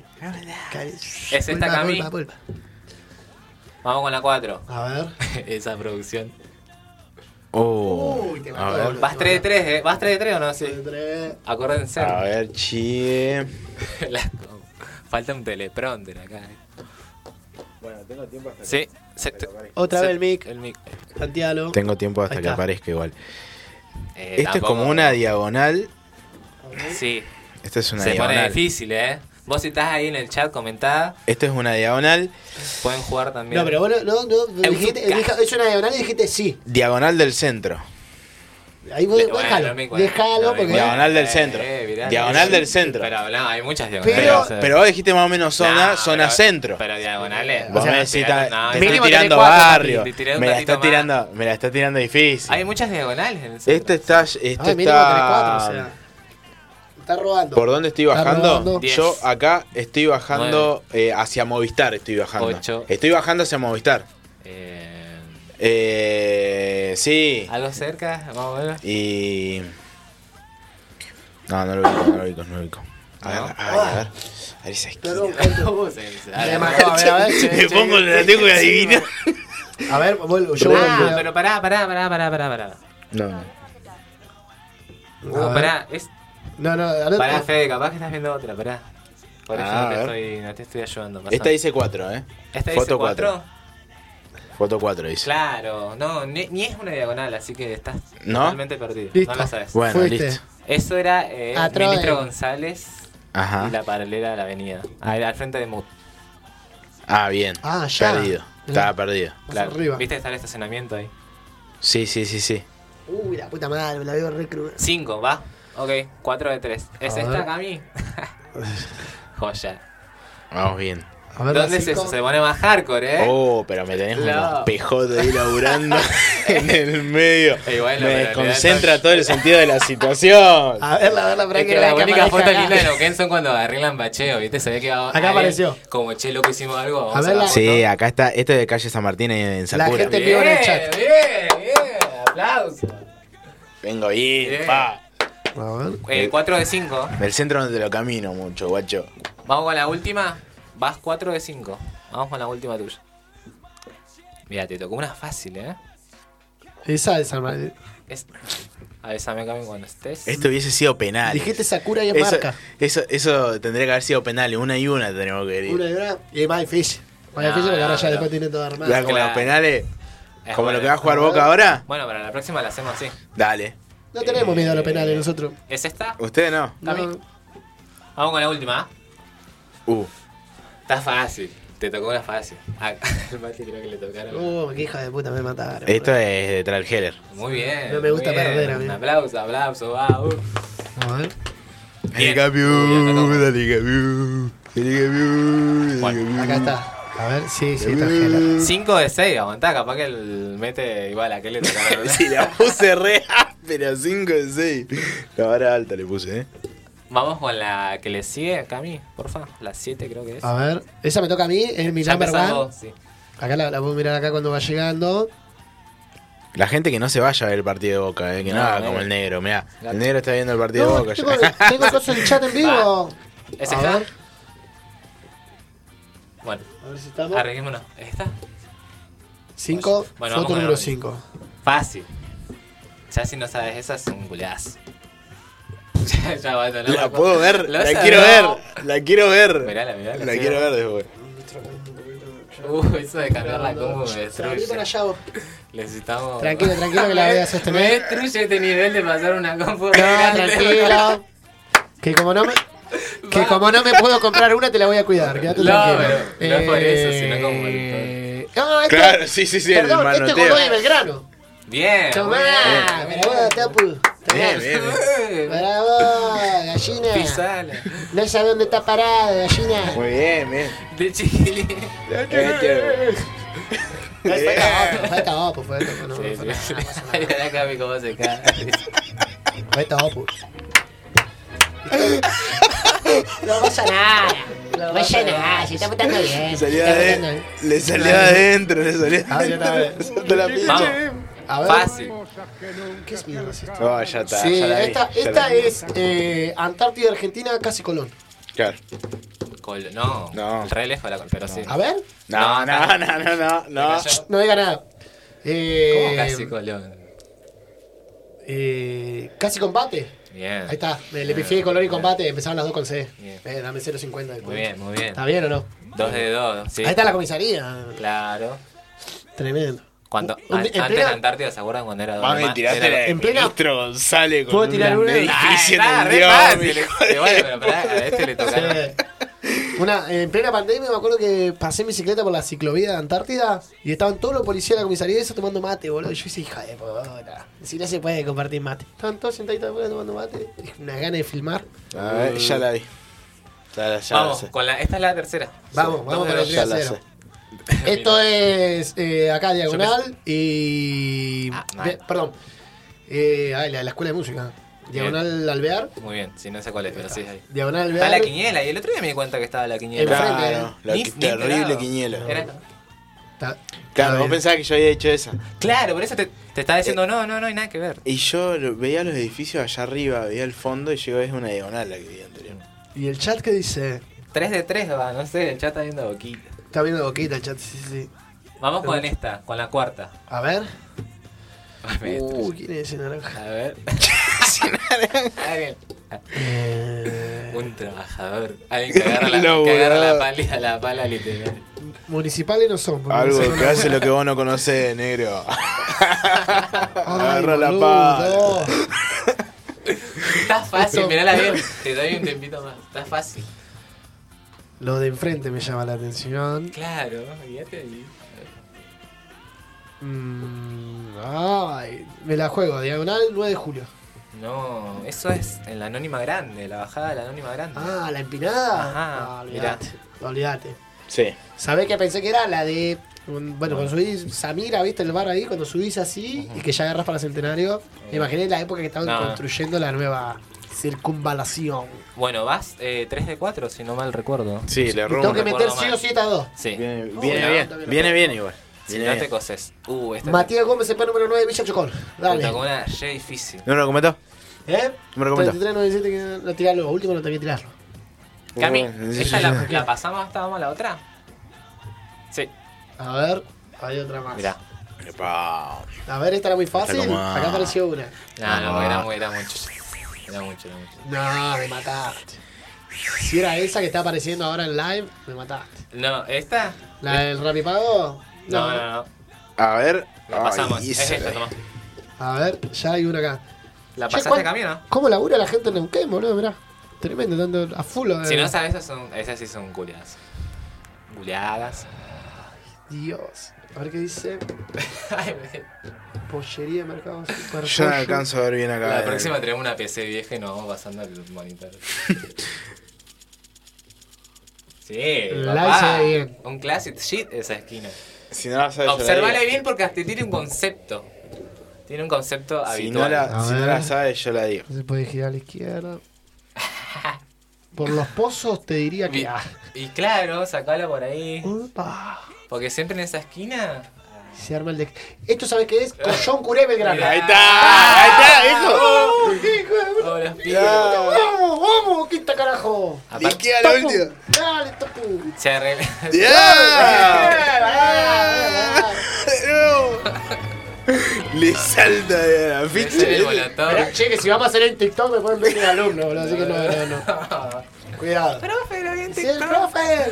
[SPEAKER 1] Es
[SPEAKER 3] esta Cami. Vamos con la 4.
[SPEAKER 1] A ver.
[SPEAKER 3] *laughs* Esa producción.
[SPEAKER 2] Oh,
[SPEAKER 1] Uy, te
[SPEAKER 2] a
[SPEAKER 1] mató.
[SPEAKER 2] ver.
[SPEAKER 3] Vas 3 de 3, ¿eh? ¿Vas 3 de 3 o no? Sí.
[SPEAKER 1] Tres.
[SPEAKER 3] Acuérdense.
[SPEAKER 2] A ver, chie.
[SPEAKER 3] *laughs* La- Falta un teleprompter acá. eh.
[SPEAKER 2] Bueno, tengo tiempo hasta
[SPEAKER 3] Sí. se- te-
[SPEAKER 1] Otra
[SPEAKER 3] se-
[SPEAKER 1] vez el mic.
[SPEAKER 3] El mic.
[SPEAKER 1] Santiago.
[SPEAKER 2] Tengo tiempo
[SPEAKER 1] Ahí
[SPEAKER 2] hasta que
[SPEAKER 1] está.
[SPEAKER 2] aparezca igual.
[SPEAKER 3] Eh,
[SPEAKER 2] Esto Este es
[SPEAKER 3] tampoco-
[SPEAKER 2] como una diagonal.
[SPEAKER 3] Sí.
[SPEAKER 2] Esta es una
[SPEAKER 3] Se pone
[SPEAKER 2] diagonal.
[SPEAKER 3] difícil, ¿eh? Vos si estás ahí en el chat comentada,
[SPEAKER 2] Esta es una diagonal.
[SPEAKER 3] pueden jugar también.
[SPEAKER 1] No, pero vos no, no, no dijiste,
[SPEAKER 3] Euzuka.
[SPEAKER 1] dijo- es una diagonal y dijiste sí.
[SPEAKER 2] Diagonal del centro.
[SPEAKER 1] Ahí vos
[SPEAKER 3] De- bueno,
[SPEAKER 1] déjalo.
[SPEAKER 3] no me cuadra.
[SPEAKER 1] déjalo
[SPEAKER 3] No me
[SPEAKER 1] porque.
[SPEAKER 3] cuadra.
[SPEAKER 2] Diagonal del centro.
[SPEAKER 3] mirá,
[SPEAKER 2] Diagonal
[SPEAKER 3] sí.
[SPEAKER 2] del centro.
[SPEAKER 3] Pero no, hay muchas diagonales.
[SPEAKER 2] Pero,
[SPEAKER 3] o sea.
[SPEAKER 2] pero vos dijiste más o menos zona,
[SPEAKER 3] Nah,
[SPEAKER 2] zona
[SPEAKER 3] pero-
[SPEAKER 2] centro.
[SPEAKER 3] Pero diagonales.
[SPEAKER 2] Vos
[SPEAKER 1] O sea,
[SPEAKER 2] me decís,
[SPEAKER 3] diagonal, no,
[SPEAKER 2] ta- te
[SPEAKER 3] es-
[SPEAKER 2] está
[SPEAKER 1] Mínimo tenés
[SPEAKER 2] tirando
[SPEAKER 1] cuatro,
[SPEAKER 2] barrio.
[SPEAKER 3] papi, te tiré un
[SPEAKER 2] Me la,
[SPEAKER 3] ratito
[SPEAKER 2] está
[SPEAKER 3] más.
[SPEAKER 2] tirando, me la está tirando difícil.
[SPEAKER 3] Hay muchas diagonales en el centro.
[SPEAKER 2] Este está. Este
[SPEAKER 1] Ay, mínimo tenés
[SPEAKER 2] está
[SPEAKER 1] cuatro, o sea. Está robando.
[SPEAKER 2] ¿Por dónde estoy
[SPEAKER 1] Está
[SPEAKER 2] bajando?
[SPEAKER 1] rodando.
[SPEAKER 3] Diez.
[SPEAKER 2] Yo acá estoy bajando eh, hacia Movistar. Estoy bajando.
[SPEAKER 3] Ocho.
[SPEAKER 2] Estoy bajando hacia Movistar.
[SPEAKER 3] Eh,
[SPEAKER 2] Eh, sí.
[SPEAKER 3] Algo cerca, vamos
[SPEAKER 1] *laughs*
[SPEAKER 3] a ver.
[SPEAKER 2] Y. No, no lo ubico, no lo ubico, no lo ubico. A ver,
[SPEAKER 3] No.
[SPEAKER 2] a ver, a ver. A ver esa esquina.
[SPEAKER 1] Perdón, Anto. Me mató, a ver,
[SPEAKER 3] Ah,
[SPEAKER 1] a ver. che,
[SPEAKER 2] *laughs* Me
[SPEAKER 1] che,
[SPEAKER 2] pongo el
[SPEAKER 1] che,
[SPEAKER 2] latejo y
[SPEAKER 1] che,
[SPEAKER 2] adivino.
[SPEAKER 1] A ver, vuelvo, yo
[SPEAKER 3] Ah,
[SPEAKER 1] vuelvo.
[SPEAKER 3] pero pará, pará, pará, pará, pará, pará.
[SPEAKER 2] No, no.
[SPEAKER 1] A
[SPEAKER 3] No,
[SPEAKER 1] ver.
[SPEAKER 3] uh, pará, es,
[SPEAKER 1] No, no, a ver. uh,
[SPEAKER 3] pará, Fede, capaz que estás viendo otra, pará. Por eso
[SPEAKER 2] Ah,
[SPEAKER 3] no, te
[SPEAKER 2] a ver.
[SPEAKER 3] estoy, no te estoy ayudando. pasá.
[SPEAKER 2] Esta dice 4, ¿eh?
[SPEAKER 3] ¿Esta
[SPEAKER 2] foto
[SPEAKER 3] dice cuatro?
[SPEAKER 2] cuatro. Foto 4 dice.
[SPEAKER 3] Claro, no, ni, ni es una diagonal, así que estás
[SPEAKER 2] ¿No?
[SPEAKER 3] totalmente perdido.
[SPEAKER 1] Listo.
[SPEAKER 3] No la sabes.
[SPEAKER 2] Bueno,
[SPEAKER 1] Fuiste.
[SPEAKER 2] listo.
[SPEAKER 3] Eso era eh,
[SPEAKER 1] A Troy.
[SPEAKER 3] Ministro González
[SPEAKER 2] Ajá.
[SPEAKER 3] y la paralela de la avenida. Al, al frente de Mut.
[SPEAKER 2] Ah, bien.
[SPEAKER 1] Ah, ya.
[SPEAKER 2] Perdido. Estaba perdido.
[SPEAKER 1] Más arriba.
[SPEAKER 3] ¿Viste que está el estacionamiento ahí?
[SPEAKER 2] Sí, sí, sí, sí.
[SPEAKER 1] Uy, la puta madre, me la veo re cruda.
[SPEAKER 3] Cinco, va. Ok, cuatro de tres. ¿Es
[SPEAKER 1] A
[SPEAKER 3] esta,
[SPEAKER 1] ver.
[SPEAKER 3] Cami? *laughs* Joya.
[SPEAKER 2] Vamos bien.
[SPEAKER 1] A ver,
[SPEAKER 3] ¿Dónde
[SPEAKER 1] la
[SPEAKER 3] es
[SPEAKER 1] cinco.
[SPEAKER 3] eso? Se pone más hardcore, ¿eh?
[SPEAKER 2] Oh, pero me tenés
[SPEAKER 3] No.
[SPEAKER 2] unos pejotes
[SPEAKER 3] *laughs*
[SPEAKER 2] ahí laburando en el medio.
[SPEAKER 3] Eh, bueno, pero
[SPEAKER 2] me
[SPEAKER 3] le da
[SPEAKER 2] desconcentra
[SPEAKER 3] toque.
[SPEAKER 2] todo el sentido de la situación.
[SPEAKER 3] Ah,
[SPEAKER 1] A verla, a verla, para
[SPEAKER 3] Es que
[SPEAKER 1] la
[SPEAKER 3] la
[SPEAKER 1] cámara
[SPEAKER 3] única foto
[SPEAKER 1] deja
[SPEAKER 3] linda de
[SPEAKER 1] acá.
[SPEAKER 3] Neuquén son cuando arreglan bacheo, ¿viste? Se ve que va
[SPEAKER 1] Acá
[SPEAKER 3] ahí,
[SPEAKER 1] apareció.
[SPEAKER 3] Como che, loco, hicimos algo. vamos
[SPEAKER 1] A
[SPEAKER 3] la
[SPEAKER 1] verla.
[SPEAKER 3] foto.
[SPEAKER 2] Sí, acá está. Este es de calle San Martín en
[SPEAKER 1] La
[SPEAKER 2] Sakura.
[SPEAKER 1] gente-
[SPEAKER 3] Bien,
[SPEAKER 1] Te pido en el chat.
[SPEAKER 3] bien, bien. Aplauso.
[SPEAKER 2] Vengo bien,
[SPEAKER 3] Bien.
[SPEAKER 2] pa.
[SPEAKER 1] A ver.
[SPEAKER 3] Eh, 4 de 5.
[SPEAKER 2] Del centro no te lo camino mucho, guacho.
[SPEAKER 3] Vamos con la última. Vas 4 de 5. Vamos con la última tuya. Mira, te tocó una fácil, ¿eh?
[SPEAKER 1] Esa es San Martín.
[SPEAKER 3] Es... Avísame, Cami, cuando estés.
[SPEAKER 2] Esto hubiese sido penal.
[SPEAKER 1] Dijiste Sakura y es
[SPEAKER 2] eso,
[SPEAKER 1] marca.
[SPEAKER 2] eso, eso tendría que haber sido penal. Una y una tenemos que ir.
[SPEAKER 1] Una y una. Y My Fish. My
[SPEAKER 3] No,
[SPEAKER 1] Fish, porque ahora ya
[SPEAKER 3] no.
[SPEAKER 1] después tiene todo armado.
[SPEAKER 2] Ya, como
[SPEAKER 3] Claro.
[SPEAKER 2] los penales,
[SPEAKER 3] Es
[SPEAKER 2] como
[SPEAKER 3] bueno.
[SPEAKER 2] lo que va a jugar Boca ahora,
[SPEAKER 3] Bueno, para la próxima la hacemos así.
[SPEAKER 2] dale.
[SPEAKER 1] No tenemos miedo a los penales nosotros.
[SPEAKER 3] ¿Es esta?
[SPEAKER 2] Ustedes no.
[SPEAKER 1] No.
[SPEAKER 3] Cami. Vamos con la última. ¿eh?
[SPEAKER 2] Uh,
[SPEAKER 3] Está fácil. Te tocó una fácil. Ah, *laughs* el Mati creo que le tocaron.
[SPEAKER 1] Uh, qué hija de puta me mataron.
[SPEAKER 2] esto es de Tralheller.
[SPEAKER 3] Muy bien.
[SPEAKER 1] No me gusta
[SPEAKER 3] muy bien.
[SPEAKER 1] perder, amigo.
[SPEAKER 3] Un aplauso, aplauso, va. uh.
[SPEAKER 1] A ver.
[SPEAKER 3] Bien.
[SPEAKER 2] El campeón,
[SPEAKER 3] Uy,
[SPEAKER 2] dale campeón, dale campeón, dale
[SPEAKER 3] Bueno,
[SPEAKER 2] campeón.
[SPEAKER 1] Acá está. A ver, sí, sí, está gela.
[SPEAKER 3] 5 de 6, aguantá, capaz que el mete igual a que le tocaron.
[SPEAKER 2] Si la puse re áspera, 5 de 6. La vara alta le puse, ¿eh?
[SPEAKER 3] Vamos con la que le sigue, Cami, porfa. La 7 creo que es.
[SPEAKER 2] Ah.
[SPEAKER 1] A ver. Esa me toca a mí, es mi
[SPEAKER 3] ya
[SPEAKER 1] number
[SPEAKER 3] empezás
[SPEAKER 1] one.
[SPEAKER 3] vos, sí.
[SPEAKER 1] Acá la, la puedo mirar acá cuando va llegando.
[SPEAKER 2] La gente que no se vaya a ver el partido de Boca, ¿eh? que no,
[SPEAKER 3] No,
[SPEAKER 2] haga
[SPEAKER 3] no.
[SPEAKER 2] como el negro, mirá.
[SPEAKER 3] Gato.
[SPEAKER 2] El negro está viendo el partido
[SPEAKER 1] No,
[SPEAKER 2] de Boca.
[SPEAKER 1] tengo,
[SPEAKER 2] ya.
[SPEAKER 1] tengo cosas en chat en vivo.
[SPEAKER 3] ¿Es
[SPEAKER 1] A
[SPEAKER 3] esta?
[SPEAKER 1] ver.
[SPEAKER 3] Bueno,
[SPEAKER 1] A ver si estamos.
[SPEAKER 3] arreglémonos. ¿Esta?
[SPEAKER 1] 5,
[SPEAKER 3] Bueno, vamos
[SPEAKER 1] foto
[SPEAKER 3] con el
[SPEAKER 1] número
[SPEAKER 3] orden.
[SPEAKER 1] 5.
[SPEAKER 3] Fácil. Ya si no sabes esa, es un culiazo. *laughs* ya, ya va, no
[SPEAKER 2] la
[SPEAKER 3] va-
[SPEAKER 2] puedo ver,
[SPEAKER 3] Lo
[SPEAKER 2] la
[SPEAKER 3] sabrá.
[SPEAKER 2] quiero ver, la quiero ver.
[SPEAKER 3] Mirala, mirala,
[SPEAKER 2] La
[SPEAKER 3] sí.
[SPEAKER 2] quiero ver después.
[SPEAKER 3] Uh, eso de cambiarla como me
[SPEAKER 1] Salí para
[SPEAKER 3] destruye. *laughs*
[SPEAKER 1] allá vos.
[SPEAKER 3] Necesitamos. este
[SPEAKER 1] Tranquilo, tranquilo que la voy a
[SPEAKER 3] *laughs*
[SPEAKER 1] sostener.
[SPEAKER 3] Me destruye este nivel de pasar una compu.
[SPEAKER 1] No, tranquilo. Que como no me. Que como no me puedo comprar una, te la voy a cuidar. Quédate
[SPEAKER 3] No,
[SPEAKER 1] tranquilo. Eh,
[SPEAKER 3] pero no es por eso, sino como el-
[SPEAKER 1] Ah, este,
[SPEAKER 2] Claro, sí, sí, sí, el
[SPEAKER 1] Perdón, este es
[SPEAKER 2] manoteo.
[SPEAKER 1] Godoy de Belgrano.
[SPEAKER 3] Bien.
[SPEAKER 1] Tomá,
[SPEAKER 3] muy
[SPEAKER 1] me la voy a dar, Tapu.
[SPEAKER 2] Bien, bien, bien.
[SPEAKER 3] bien.
[SPEAKER 1] Para vos, gallina.
[SPEAKER 3] Pisala.
[SPEAKER 1] No sabe dónde está parada, gallina.
[SPEAKER 2] Muy bien, bien.
[SPEAKER 3] De Chile.
[SPEAKER 2] *laughs* Este-
[SPEAKER 1] Fue tapo, fue tapo, fue tapo, no,
[SPEAKER 3] Eh. Sí,
[SPEAKER 1] fue nada,
[SPEAKER 3] sí.
[SPEAKER 1] no pasa
[SPEAKER 3] *laughs*
[SPEAKER 1] nada.
[SPEAKER 3] Mirá acá mi cómo se cae.
[SPEAKER 1] Fue tapo. No pasa nada. No pasa nada, se está portando bien. se
[SPEAKER 2] Salía
[SPEAKER 1] está
[SPEAKER 2] de-
[SPEAKER 1] portando bien.
[SPEAKER 2] le salía adentro, le salía
[SPEAKER 1] Ah, ya está,
[SPEAKER 2] adentro.
[SPEAKER 1] ya.
[SPEAKER 2] Saltó la
[SPEAKER 3] Vamos.
[SPEAKER 2] pinche.
[SPEAKER 1] A ver,
[SPEAKER 3] Fácil.
[SPEAKER 1] ¿qué es mierda es esto?
[SPEAKER 2] No, Oh, ya está,
[SPEAKER 1] Sí,
[SPEAKER 2] ya la vi,
[SPEAKER 1] esta,
[SPEAKER 2] ya
[SPEAKER 1] esta
[SPEAKER 2] la vi.
[SPEAKER 1] es eh, Antártida Argentina, casi Colón.
[SPEAKER 2] Claro.
[SPEAKER 3] Col- no.
[SPEAKER 2] No.
[SPEAKER 3] Re lejos la col, pero sí.
[SPEAKER 1] A ver,
[SPEAKER 2] No, no, no, no, no, no.
[SPEAKER 3] Cayó.
[SPEAKER 1] no diga nada. Eh,
[SPEAKER 3] ¿Cómo casi colón?
[SPEAKER 1] eh, casi combate.
[SPEAKER 3] Bien.
[SPEAKER 1] Ahí está, me le pifié color y combate, empezaron las dos con C.
[SPEAKER 3] Bien.
[SPEAKER 1] Eh, dame 0.50 después.
[SPEAKER 3] Muy bien, muy bien.
[SPEAKER 1] ¿Está bien o no?
[SPEAKER 3] Dos de dos. Sí.
[SPEAKER 1] Ahí está la comisaría.
[SPEAKER 3] Claro.
[SPEAKER 1] Tremendo.
[SPEAKER 3] Cuando,
[SPEAKER 1] Un-
[SPEAKER 3] an-
[SPEAKER 1] en
[SPEAKER 3] antes de
[SPEAKER 1] plena-
[SPEAKER 3] Antártida, ¿se acuerdan cuando era
[SPEAKER 2] Mami,
[SPEAKER 3] más-
[SPEAKER 2] tirate
[SPEAKER 3] era-
[SPEAKER 2] la de
[SPEAKER 1] en plena-
[SPEAKER 2] ministro González con
[SPEAKER 1] ¿Puedo tirar
[SPEAKER 2] un
[SPEAKER 1] una?
[SPEAKER 3] Ah,
[SPEAKER 2] edificio en
[SPEAKER 3] está,
[SPEAKER 2] el
[SPEAKER 3] re
[SPEAKER 2] dios,
[SPEAKER 3] fácil.
[SPEAKER 2] hijo *laughs* de-
[SPEAKER 3] Y bueno, pero pará, a este le
[SPEAKER 1] Sí.
[SPEAKER 3] tocaron.
[SPEAKER 1] Una, en plena pandemia me acuerdo que pasé en bicicleta por la ciclovía de Antártida y estaban todos los policías de la comisaría y eso tomando mate, boludo. Y yo hice hija de puta. Si no se puede compartir mate. Estaban todos sentaditos afuera tomando mate. Una gana de filmar.
[SPEAKER 2] A ver, ya la vi. Ya la, ya la
[SPEAKER 3] Vamos,
[SPEAKER 2] sé.
[SPEAKER 3] con la, esta es la tercera.
[SPEAKER 1] Vamos,
[SPEAKER 3] Sí, dos
[SPEAKER 1] vamos
[SPEAKER 3] de
[SPEAKER 1] con la
[SPEAKER 3] dos.
[SPEAKER 2] Ya
[SPEAKER 1] tercera.
[SPEAKER 2] la sé. *laughs*
[SPEAKER 1] Esto es eh, acá diagonal y.
[SPEAKER 3] Ah, mal.
[SPEAKER 1] Ve- perdón. Eh, ay, la de la escuela de música. Diagonal Alvear.
[SPEAKER 3] Muy bien, si no sé cuál es, pero sí es ahí.
[SPEAKER 1] Diagonal
[SPEAKER 3] Está
[SPEAKER 1] Alvear.
[SPEAKER 3] la quiniela, y el otro día me di cuenta que estaba la quiniela.
[SPEAKER 1] Enfrente,
[SPEAKER 2] Claro, la
[SPEAKER 3] ¿eh? Ni-
[SPEAKER 2] qui-
[SPEAKER 3] ni
[SPEAKER 2] terrible
[SPEAKER 3] enterado.
[SPEAKER 2] quiniela.
[SPEAKER 3] Era-
[SPEAKER 1] Está-
[SPEAKER 2] Claro, vos
[SPEAKER 1] está bien.
[SPEAKER 2] pensabas que yo había hecho esa.
[SPEAKER 3] Claro, por eso te, te estaba diciendo, no, no, no hay nada que ver.
[SPEAKER 2] Y yo lo- veía los edificios allá arriba, veía el fondo y llegó es una diagonal la que vi anterior.
[SPEAKER 1] Y el chat que dice.
[SPEAKER 3] 3 de 3 va, no sé, el chat está viendo boquita.
[SPEAKER 1] Está viendo boquita el chat, sí, sí, sí.
[SPEAKER 3] Vamos con esta, con la cuarta.
[SPEAKER 1] A ver.
[SPEAKER 3] Me-
[SPEAKER 1] Uy, ¿quién es ese naranja?
[SPEAKER 3] A
[SPEAKER 2] *laughs*
[SPEAKER 3] ver. Alguien-
[SPEAKER 1] Eh,
[SPEAKER 3] Un trabajador. Alguien que agarra la,
[SPEAKER 2] No,
[SPEAKER 3] que agarra la
[SPEAKER 2] boludo.
[SPEAKER 3] pala, la pala literal.
[SPEAKER 1] municipales no son. porque
[SPEAKER 2] Algo
[SPEAKER 1] no son-
[SPEAKER 2] que hace lo que vos no conocés, negro.
[SPEAKER 1] Ay,
[SPEAKER 2] Agarra la
[SPEAKER 1] boludo.
[SPEAKER 2] pala.
[SPEAKER 3] Está fácil, mirala *laughs* bien. Te doy un tempito más. Está fácil.
[SPEAKER 1] Lo de enfrente me llama la atención.
[SPEAKER 3] Claro, fíjate ahí.
[SPEAKER 1] Mm, ay, me la juego. Diagonal 9 de julio.
[SPEAKER 3] No, eso es en la anónima grande, la bajada de la anónima grande.
[SPEAKER 1] Ah, la empinada.
[SPEAKER 3] Ajá,
[SPEAKER 1] Ah, olvídate. Olvídate.
[SPEAKER 2] Sí.
[SPEAKER 1] ¿Sabés que pensé que era la de. un- Bueno, cuando subís Samira, ¿viste el bar ahí? Cuando subís así y que ya agarras para Centenario. Me imaginé la época que estaban
[SPEAKER 3] No.
[SPEAKER 1] construyendo la nueva circunvalación.
[SPEAKER 3] Bueno, vas eh, 3 de 4, si no mal recuerdo.
[SPEAKER 2] Sí, le
[SPEAKER 1] Tengo
[SPEAKER 2] robo.
[SPEAKER 1] que
[SPEAKER 2] una.
[SPEAKER 1] meter
[SPEAKER 3] recuerdo
[SPEAKER 1] sí
[SPEAKER 3] mal.
[SPEAKER 1] o sí estas dos.
[SPEAKER 3] Sí.
[SPEAKER 2] Viene,
[SPEAKER 1] Uy,
[SPEAKER 2] viene
[SPEAKER 1] no, también
[SPEAKER 2] bien,
[SPEAKER 1] lo
[SPEAKER 2] viene
[SPEAKER 1] tengo.
[SPEAKER 2] bien igual.
[SPEAKER 3] Si
[SPEAKER 2] Viene
[SPEAKER 3] no
[SPEAKER 2] bien.
[SPEAKER 3] te coses. Uh, esta
[SPEAKER 1] Matías Gómez, el número 9 de Villa Chocón. Dale.
[SPEAKER 3] puta, con una J difícil.
[SPEAKER 2] ¿No lo comentó?
[SPEAKER 1] ¿Eh?
[SPEAKER 2] Me recomiendo.
[SPEAKER 1] 33, 97, que no tirarlo. Último no tenía que tirarlo.
[SPEAKER 3] Cami,
[SPEAKER 2] Bueno, sí,
[SPEAKER 3] ¿esta
[SPEAKER 2] sí,
[SPEAKER 3] la,
[SPEAKER 2] sí.
[SPEAKER 3] la pasamos hasta vamos a la otra? Sí.
[SPEAKER 1] A ver, hay otra más.
[SPEAKER 3] Mirá.
[SPEAKER 2] Epa.
[SPEAKER 1] A ver, esta era muy fácil.
[SPEAKER 2] Esta como-
[SPEAKER 1] Acá apareció una.
[SPEAKER 3] No, no,
[SPEAKER 2] Ah.
[SPEAKER 3] era, mu- era mucho. Era mucho, era mucho.
[SPEAKER 1] No, me mataste. Si era esa que está apareciendo ahora en live, me mataste.
[SPEAKER 3] No, ¿esta?
[SPEAKER 1] ¿La del Rapipago?
[SPEAKER 3] No, no, no.
[SPEAKER 2] A ver.
[SPEAKER 3] La pasamos.
[SPEAKER 2] Ay,
[SPEAKER 3] es
[SPEAKER 2] se-
[SPEAKER 3] esta, tomá.
[SPEAKER 1] A ver, ya hay una acá.
[SPEAKER 3] ¿La
[SPEAKER 1] Che,
[SPEAKER 3] pasaste
[SPEAKER 1] ¿cuál-
[SPEAKER 3] camino?
[SPEAKER 1] ¿Cómo labura la gente en Neuquén, boludo? Mirá. Tremendo, tanto a full. eh.
[SPEAKER 3] Si no sabes, esas, son, esas sí son culiadas.
[SPEAKER 1] *laughs*
[SPEAKER 3] Culiadas.
[SPEAKER 1] Dios. A ver qué dice.
[SPEAKER 3] Ay, me-
[SPEAKER 1] Pollería de mercado super
[SPEAKER 2] Yo no
[SPEAKER 1] pollo.
[SPEAKER 2] alcanzo a ver bien acá. eh.
[SPEAKER 3] La próxima tenemos una PC vieja y nos vamos pasando al
[SPEAKER 2] *laughs*
[SPEAKER 3] monitor. Sí,
[SPEAKER 1] La
[SPEAKER 3] papá.
[SPEAKER 1] hice bien.
[SPEAKER 3] Un classic shit esa esquina.
[SPEAKER 2] Si no la sabes, yo la
[SPEAKER 3] Observala
[SPEAKER 2] digo.
[SPEAKER 3] bien porque hasta tiene un concepto. Tiene un concepto
[SPEAKER 2] Si
[SPEAKER 3] habitual.
[SPEAKER 2] no, la,
[SPEAKER 1] A
[SPEAKER 2] si no
[SPEAKER 1] ver.
[SPEAKER 2] la sabes, yo la digo.
[SPEAKER 1] No se puede girar a la izquierda. Por los pozos te diría
[SPEAKER 3] Vi-
[SPEAKER 1] que. Ah.
[SPEAKER 3] Y claro, sacala por ahí.
[SPEAKER 1] Upa.
[SPEAKER 3] Porque siempre en esa esquina.
[SPEAKER 1] Se arma el de. Esto sabes qué es? Collón Curé Belgrano.
[SPEAKER 3] Mirá.
[SPEAKER 2] Ahí está, ahí está, hijo.
[SPEAKER 1] ¡Oh, qué hijo de-
[SPEAKER 3] Todos los pibes.
[SPEAKER 2] Ya.
[SPEAKER 1] ¡Vamos, vamos! ¡Quita carajo!
[SPEAKER 2] Y
[SPEAKER 3] Aparte,
[SPEAKER 2] queda la
[SPEAKER 1] Tapu,
[SPEAKER 2] última.
[SPEAKER 1] ¡Dale, Topu!
[SPEAKER 3] se arregla.
[SPEAKER 2] ¡Ya! No. Le salta de la
[SPEAKER 3] se sale el
[SPEAKER 2] ficha.
[SPEAKER 3] molotov.
[SPEAKER 1] Che, que si vamos a hacer en TikTok me pueden ver mi alumno, boludo, así que no, no, no. Cuidado.
[SPEAKER 3] Profe, lo vi en
[SPEAKER 1] ¡Sí, el
[SPEAKER 3] TikTok.
[SPEAKER 1] profe!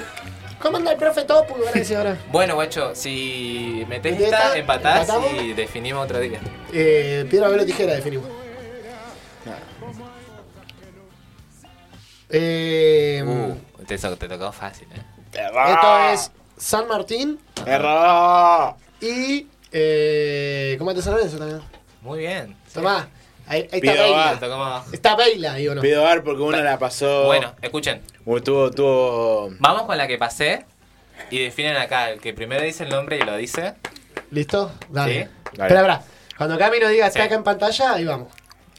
[SPEAKER 1] ¿Cómo anda el profe Topu? Van a decir ahora.
[SPEAKER 3] Bueno, guacho, si metés
[SPEAKER 1] ¿Metés
[SPEAKER 3] esta,
[SPEAKER 1] esta?
[SPEAKER 3] empatás
[SPEAKER 1] ¿Empatamos?
[SPEAKER 3] y definimos otro día.
[SPEAKER 1] Eh, piedra, papel o tijera, definimos. Eh,
[SPEAKER 3] Uh, te, so- te tocó fácil, eh.
[SPEAKER 1] Esto
[SPEAKER 2] Ah.
[SPEAKER 1] es San Martín
[SPEAKER 2] ¡Error!
[SPEAKER 1] y. Eh, Combate San Lorenzo también.
[SPEAKER 3] Muy bien. sí.
[SPEAKER 1] Tomá. Ahí, ahí está
[SPEAKER 2] Pido
[SPEAKER 3] Te
[SPEAKER 1] Baila.
[SPEAKER 2] bar.
[SPEAKER 3] tocó más.
[SPEAKER 1] Está Baila, digo no.
[SPEAKER 2] Pido bar porque una la pasó.
[SPEAKER 3] Bueno, escuchen.
[SPEAKER 2] Bueno, Tuvo, tuvo.
[SPEAKER 3] Vamos con la que pasé y definen acá. El que primero dice el nombre y lo dice.
[SPEAKER 1] ¿Listo? Dale.
[SPEAKER 3] Sí.
[SPEAKER 2] Dale.
[SPEAKER 1] Espera, espera. Cuando Cami nos diga está
[SPEAKER 3] Sí.
[SPEAKER 1] acá en pantalla, ahí vamos.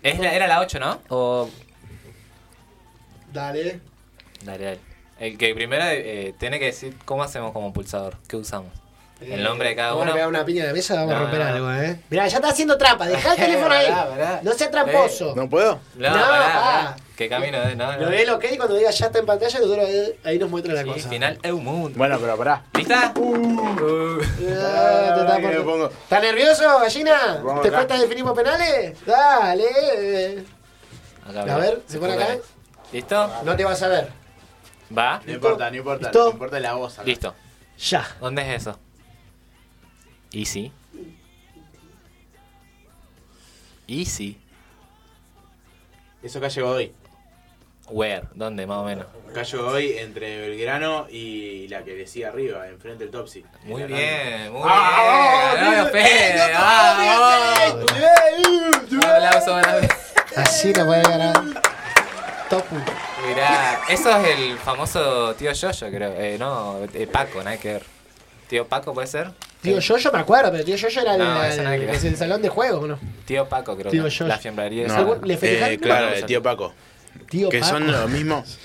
[SPEAKER 3] Es la- era la 8, ¿no? O.
[SPEAKER 1] Dale.
[SPEAKER 3] Dale, dale. El que primero eh, tiene que decir cómo hacemos como pulsador. ¿Qué usamos?
[SPEAKER 1] Eh,
[SPEAKER 3] El nombre de cada
[SPEAKER 1] Vamos a
[SPEAKER 3] uno.
[SPEAKER 1] pegar una piña en la mesa, vamos a
[SPEAKER 3] No,
[SPEAKER 1] romper
[SPEAKER 3] no, no.
[SPEAKER 1] algo, eh. Mirá, ya está haciendo trampa, dejá el teléfono ahí.
[SPEAKER 3] *laughs* Pará, pará.
[SPEAKER 1] No sea tramposo.
[SPEAKER 2] ¿No puedo?
[SPEAKER 3] No,
[SPEAKER 1] No,
[SPEAKER 3] pará,
[SPEAKER 1] pará.
[SPEAKER 3] pará. ¿Qué camino de? No,
[SPEAKER 1] Lo
[SPEAKER 3] no.
[SPEAKER 1] ve el ok y cuando diga ya está en pantalla, nosotros eh, ahí nos muestra la
[SPEAKER 3] Sí,
[SPEAKER 1] cosa.
[SPEAKER 3] final Eumund.
[SPEAKER 2] Bueno, pero pará.
[SPEAKER 3] ¿Lista? Uh.
[SPEAKER 1] Ah, te
[SPEAKER 2] Pará,
[SPEAKER 1] está
[SPEAKER 2] que me
[SPEAKER 1] por-
[SPEAKER 2] pongo-
[SPEAKER 1] ¿Estás nervioso, gallina?
[SPEAKER 2] Vamos
[SPEAKER 1] ¿Te
[SPEAKER 2] acá.
[SPEAKER 1] cuesta definir por penales? Dale.
[SPEAKER 3] Acá,
[SPEAKER 1] A ver, ¿se pone acá?
[SPEAKER 3] ¿Listo?
[SPEAKER 1] No te vas a ver.
[SPEAKER 3] ¿Va?
[SPEAKER 2] No importa, no importa.
[SPEAKER 1] ¿Listo?
[SPEAKER 2] No importa la voz. acá.
[SPEAKER 3] Listo.
[SPEAKER 1] Ya.
[SPEAKER 3] ¿Dónde es eso? Easy. Easy.
[SPEAKER 2] Eso acá llegó hoy.
[SPEAKER 3] Where, ¿dónde más o menos?
[SPEAKER 2] Acá llegó hoy entre Belgrano y la que decía arriba, enfrente del Topsy.
[SPEAKER 3] Muy
[SPEAKER 2] En la
[SPEAKER 1] Eh,
[SPEAKER 3] bien, muy
[SPEAKER 2] Ah,
[SPEAKER 3] bien. ¡Vamos, Fede!
[SPEAKER 2] bien,
[SPEAKER 3] ¡Vamos! Un aplauso para mí.
[SPEAKER 1] Así la puede ganar. Topu.
[SPEAKER 3] Mirá, eso es el famoso tío Yoyo, creo. Eh, no, eh, Paco, nada que ver. ¿Tío Paco puede ser?
[SPEAKER 1] Tío yo yo me acuerdo, pero tío yo yo era el-
[SPEAKER 3] No,
[SPEAKER 1] el,
[SPEAKER 3] eso nada que ver.
[SPEAKER 1] es el salón de juegos, ¿no?
[SPEAKER 3] Tío Paco, creo.
[SPEAKER 1] Tío
[SPEAKER 3] que-
[SPEAKER 1] Yoyo.
[SPEAKER 3] La fiambrería.
[SPEAKER 2] No,
[SPEAKER 1] ¿Algún- le festejaron?
[SPEAKER 2] eh, claro, el tío Paco.
[SPEAKER 1] Tío
[SPEAKER 2] que
[SPEAKER 1] Paco.
[SPEAKER 2] son
[SPEAKER 1] *laughs*
[SPEAKER 2] los mismos.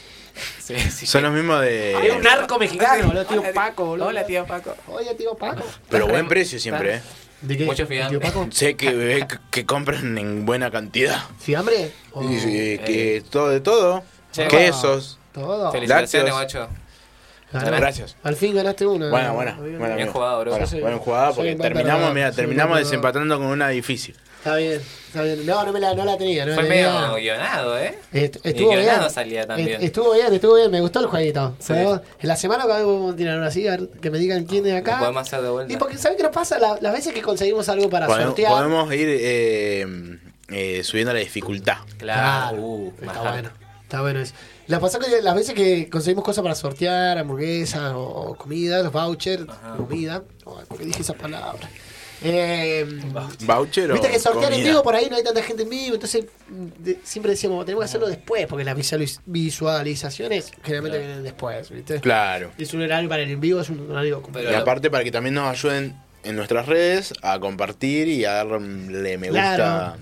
[SPEAKER 3] Sí, sí.
[SPEAKER 2] Son los mismos
[SPEAKER 1] Era un
[SPEAKER 2] de.
[SPEAKER 1] narco mexicano, boludo, tío
[SPEAKER 3] Hola,
[SPEAKER 1] Paco, boludo.
[SPEAKER 3] Hola, tío Paco.
[SPEAKER 1] Oye, tío Paco.
[SPEAKER 2] Pero buen precio siempre, eh.
[SPEAKER 1] ¿De qué?
[SPEAKER 3] Mucho
[SPEAKER 1] ¿De
[SPEAKER 3] fiambre.
[SPEAKER 1] ¿Tío Paco?
[SPEAKER 2] Sé que, eh, que- que compran en buena cantidad.
[SPEAKER 1] ¿Fiambre? O-
[SPEAKER 2] Y, eh, que todo de todo.
[SPEAKER 3] Che,
[SPEAKER 2] Quesos.
[SPEAKER 1] Todo.
[SPEAKER 3] Felicitaciones,
[SPEAKER 2] Lácteos.
[SPEAKER 3] guacho.
[SPEAKER 1] Ganó.
[SPEAKER 2] Gracias.
[SPEAKER 1] Al fin ganaste uno.
[SPEAKER 2] Buena,
[SPEAKER 1] ¿no?
[SPEAKER 2] buena.
[SPEAKER 1] Muy bien.
[SPEAKER 2] buena,
[SPEAKER 3] Bien
[SPEAKER 2] amigo.
[SPEAKER 3] jugado, bro.
[SPEAKER 2] Buena,
[SPEAKER 1] Yo soy-
[SPEAKER 2] buena jugada
[SPEAKER 1] soy
[SPEAKER 2] porque
[SPEAKER 1] un buen
[SPEAKER 2] terminamos,
[SPEAKER 1] perdedor,
[SPEAKER 2] mira,
[SPEAKER 1] soy un
[SPEAKER 2] terminamos
[SPEAKER 1] buen
[SPEAKER 2] desempatando con una difícil.
[SPEAKER 1] Está bien, está bien. No, no me la, no la tenía. No
[SPEAKER 3] Fue
[SPEAKER 1] la tenía.
[SPEAKER 3] medio guionado, ¿eh?
[SPEAKER 1] Est- estuvo
[SPEAKER 3] Y
[SPEAKER 1] bien.
[SPEAKER 3] Leonardo salía también.
[SPEAKER 1] Est- estuvo bien, estuvo bien. Me gustó el jueguito.
[SPEAKER 3] Sí.
[SPEAKER 1] Pero En la semana que podemos tirar una así, a ver, que me digan quién es
[SPEAKER 3] Lo podemos
[SPEAKER 1] acá.
[SPEAKER 3] hacer de vuelta.
[SPEAKER 1] Y porque, ¿sabes qué nos pasa? La- las veces que conseguimos algo para
[SPEAKER 2] Podemos,
[SPEAKER 1] sortear.
[SPEAKER 2] podemos ir eh, eh, subiendo la dificultad.
[SPEAKER 3] Claro. Uh,
[SPEAKER 1] está
[SPEAKER 3] majá.
[SPEAKER 1] bueno. Está bueno eso. La pasó que las veces que conseguimos cosas para sortear, hamburguesas o, o comida, los vouchers,
[SPEAKER 3] Ajá.
[SPEAKER 1] comida. Ay, ¿Por qué dije esas palabras? Eh,
[SPEAKER 2] Voucher o
[SPEAKER 1] Viste que sortear en
[SPEAKER 2] comida?
[SPEAKER 1] vivo por ahí no hay tanta gente en vivo, entonces mm, de- siempre decíamos, tenemos que hacerlo después, porque las visualiz- visualizaciones generalmente vienen después, ¿viste?
[SPEAKER 2] Claro.
[SPEAKER 1] Es un horario para el en vivo, es un horario completo.
[SPEAKER 2] Y aparte para que también nos ayuden en nuestras redes a compartir y a darle me gusta
[SPEAKER 1] Claro.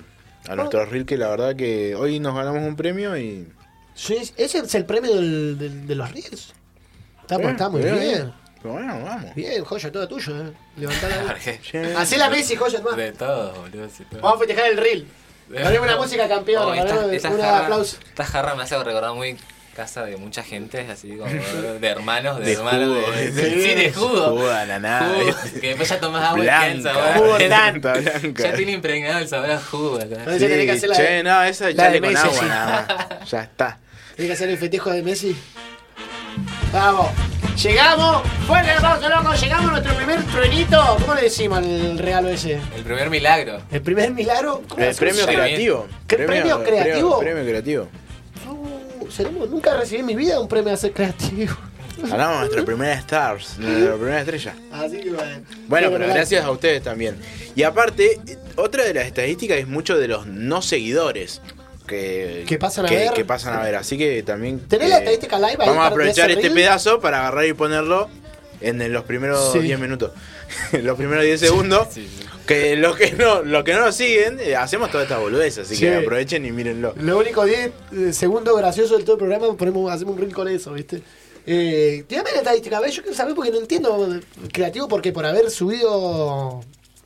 [SPEAKER 2] a nuestros reels que la verdad que hoy nos ganamos un premio y
[SPEAKER 1] Sí, es- ese es el premio del- del- de los Reels. Está,
[SPEAKER 2] Eh,
[SPEAKER 1] está muy
[SPEAKER 2] bien,
[SPEAKER 1] bien.
[SPEAKER 2] bien. Pero bueno, vamos.
[SPEAKER 1] Bien, joya, todo tuyo, eh. Levantá la
[SPEAKER 3] Jorge,
[SPEAKER 2] Che.
[SPEAKER 1] Hacé la Messi, joya, más.
[SPEAKER 3] De todo, boludo. sí, todo.
[SPEAKER 1] Vamos a festejar el Reel. Ponemos una música campeona,
[SPEAKER 3] Oh, esta-
[SPEAKER 1] ponemos
[SPEAKER 3] esta
[SPEAKER 1] un
[SPEAKER 3] jarra-
[SPEAKER 1] aplauso.
[SPEAKER 3] Esta jarra me hace recordar muy casa de mucha gente, así como de hermanos, de,
[SPEAKER 2] De
[SPEAKER 3] hermanos.
[SPEAKER 2] jugo,
[SPEAKER 3] de,
[SPEAKER 2] de-
[SPEAKER 3] sí, de jugo.
[SPEAKER 2] Jugo de ananá,
[SPEAKER 3] Jugo,
[SPEAKER 2] ¿viste?
[SPEAKER 3] que después ya tomás agua y queda el
[SPEAKER 2] Blanca,
[SPEAKER 1] ¿eh?
[SPEAKER 3] sabor. *laughs*
[SPEAKER 2] jugo
[SPEAKER 3] Ya-
[SPEAKER 2] blanca, blanca.
[SPEAKER 3] Ya tiene impregnado el sabor a jugo acá.
[SPEAKER 1] Entonces tenés que hacer la
[SPEAKER 2] che,
[SPEAKER 1] de-
[SPEAKER 2] no, esa
[SPEAKER 1] la de
[SPEAKER 2] chale con
[SPEAKER 1] Messi,
[SPEAKER 2] agua
[SPEAKER 1] sí.
[SPEAKER 2] nada
[SPEAKER 1] *laughs*
[SPEAKER 2] más. Ya está.
[SPEAKER 1] Tiene que hacer el festejo de Messi. Vamos. Llegamos. Fuerte el aplauso, loco. Llegamos a nuestro primer truenito. ¿Cómo le decimos al regalo ese?
[SPEAKER 3] El primer milagro.
[SPEAKER 1] El primer milagro. ¿Cómo
[SPEAKER 2] El
[SPEAKER 1] se
[SPEAKER 2] Eh, premio
[SPEAKER 1] llama?
[SPEAKER 2] creativo.
[SPEAKER 1] ¿Qué premio creativo?
[SPEAKER 2] Premio, creativo.
[SPEAKER 1] No, seremos- nunca recibí en mi vida un premio a ser creativo. *laughs*
[SPEAKER 2] Ganamos nuestra primera stars, nuestra primera estrella.
[SPEAKER 1] Así que bueno.
[SPEAKER 2] Bueno, pero
[SPEAKER 1] nada.
[SPEAKER 2] gracias a ustedes también. Y aparte, eh, otra de las estadísticas es mucho de los no seguidores que,
[SPEAKER 1] Que pasan a ver.
[SPEAKER 2] que pasan a ver. Así que también.
[SPEAKER 1] ¿Tenés
[SPEAKER 2] eh,
[SPEAKER 1] la estadística live ahí
[SPEAKER 2] Vamos a
[SPEAKER 1] para
[SPEAKER 2] aprovechar
[SPEAKER 1] de ese
[SPEAKER 2] este
[SPEAKER 1] reel?
[SPEAKER 2] pedazo para agarrar y ponerlo en el- los primeros
[SPEAKER 1] Sí.
[SPEAKER 2] 10 minutos. *laughs* los primeros 10 segundos. Que los que no los que no nos siguen, eh, hacemos todas estas boludeces. Así
[SPEAKER 1] Sí.
[SPEAKER 2] que aprovechen y mírenlo.
[SPEAKER 1] Lo único 10 eh, segundos gracioso del todo el programa, ponemos, hacemos un reel con eso, ¿viste? Eh, tirame la estadística, a ver, yo quiero saber porque no entiendo eh, creativo porque por haber subido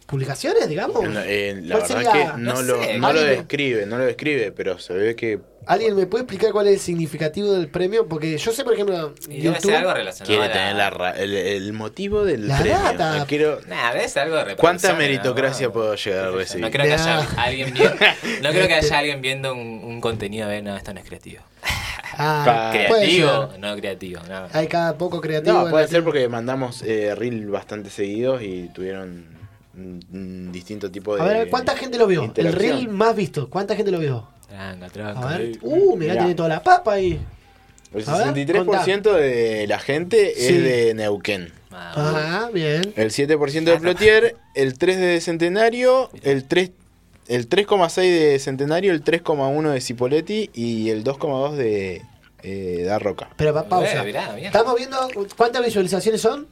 [SPEAKER 1] publicaciones, digamos.
[SPEAKER 2] No, eh, la
[SPEAKER 1] ¿Cuál
[SPEAKER 2] verdad
[SPEAKER 1] sería?
[SPEAKER 2] que no,
[SPEAKER 3] No
[SPEAKER 2] lo,
[SPEAKER 3] sé.
[SPEAKER 2] no lo
[SPEAKER 1] Alguien-
[SPEAKER 2] describe, no lo describe, pero se ve que
[SPEAKER 1] ¿Alguien me puede explicar cuál es el significativo del premio? Porque yo sé, por ejemplo,
[SPEAKER 3] Y debe ser algo relacionado.
[SPEAKER 2] quiere
[SPEAKER 3] a la-
[SPEAKER 2] tener la ra- el, el motivo del
[SPEAKER 1] La
[SPEAKER 2] premio.
[SPEAKER 1] data.
[SPEAKER 2] No quiero-
[SPEAKER 3] Nah, debe ser algo de
[SPEAKER 2] ¿Cuánta
[SPEAKER 3] reproducciones,
[SPEAKER 2] meritocracia
[SPEAKER 3] ¿no?
[SPEAKER 2] puedo llegar a
[SPEAKER 3] No
[SPEAKER 2] recibir?
[SPEAKER 3] creo que
[SPEAKER 1] Nah.
[SPEAKER 3] haya alguien viendo, no creo que
[SPEAKER 2] *laughs*
[SPEAKER 3] haya alguien viendo un, un contenido de no, esto no es creativo.
[SPEAKER 1] Ah, puede
[SPEAKER 3] Creativo,
[SPEAKER 1] ser.
[SPEAKER 3] no creativo, no.
[SPEAKER 1] Hay cada poco creativo.
[SPEAKER 2] No, puede
[SPEAKER 1] creativo.
[SPEAKER 2] ser porque mandamos eh, reel bastante seguidos y tuvieron un, un distinto tipo de.
[SPEAKER 1] A ver, ¿cuánta gente lo vio? El
[SPEAKER 2] interacción.
[SPEAKER 1] reel más visto, ¿cuánta gente lo vio?
[SPEAKER 3] Tranca,
[SPEAKER 1] A
[SPEAKER 3] tranca.
[SPEAKER 1] ver.
[SPEAKER 3] eh.
[SPEAKER 1] Uh, mirá,
[SPEAKER 2] Mirá.
[SPEAKER 1] tiene toda la papa ahí.
[SPEAKER 2] El
[SPEAKER 1] A ver,
[SPEAKER 2] 63% de la gente
[SPEAKER 1] Sí.
[SPEAKER 2] es de Neuquén.
[SPEAKER 3] Ah,
[SPEAKER 1] Ah, bien.
[SPEAKER 2] El 7% de Plotier, el 3 de Centenario, el 3 el 3,6 de Centenario, el 3,1 de Cipoletti y el 2,2 de eh, Da Roca.
[SPEAKER 1] Pero pa- pausa.
[SPEAKER 3] Eh, mirá, bien.
[SPEAKER 1] Estamos viendo cuántas visualizaciones son.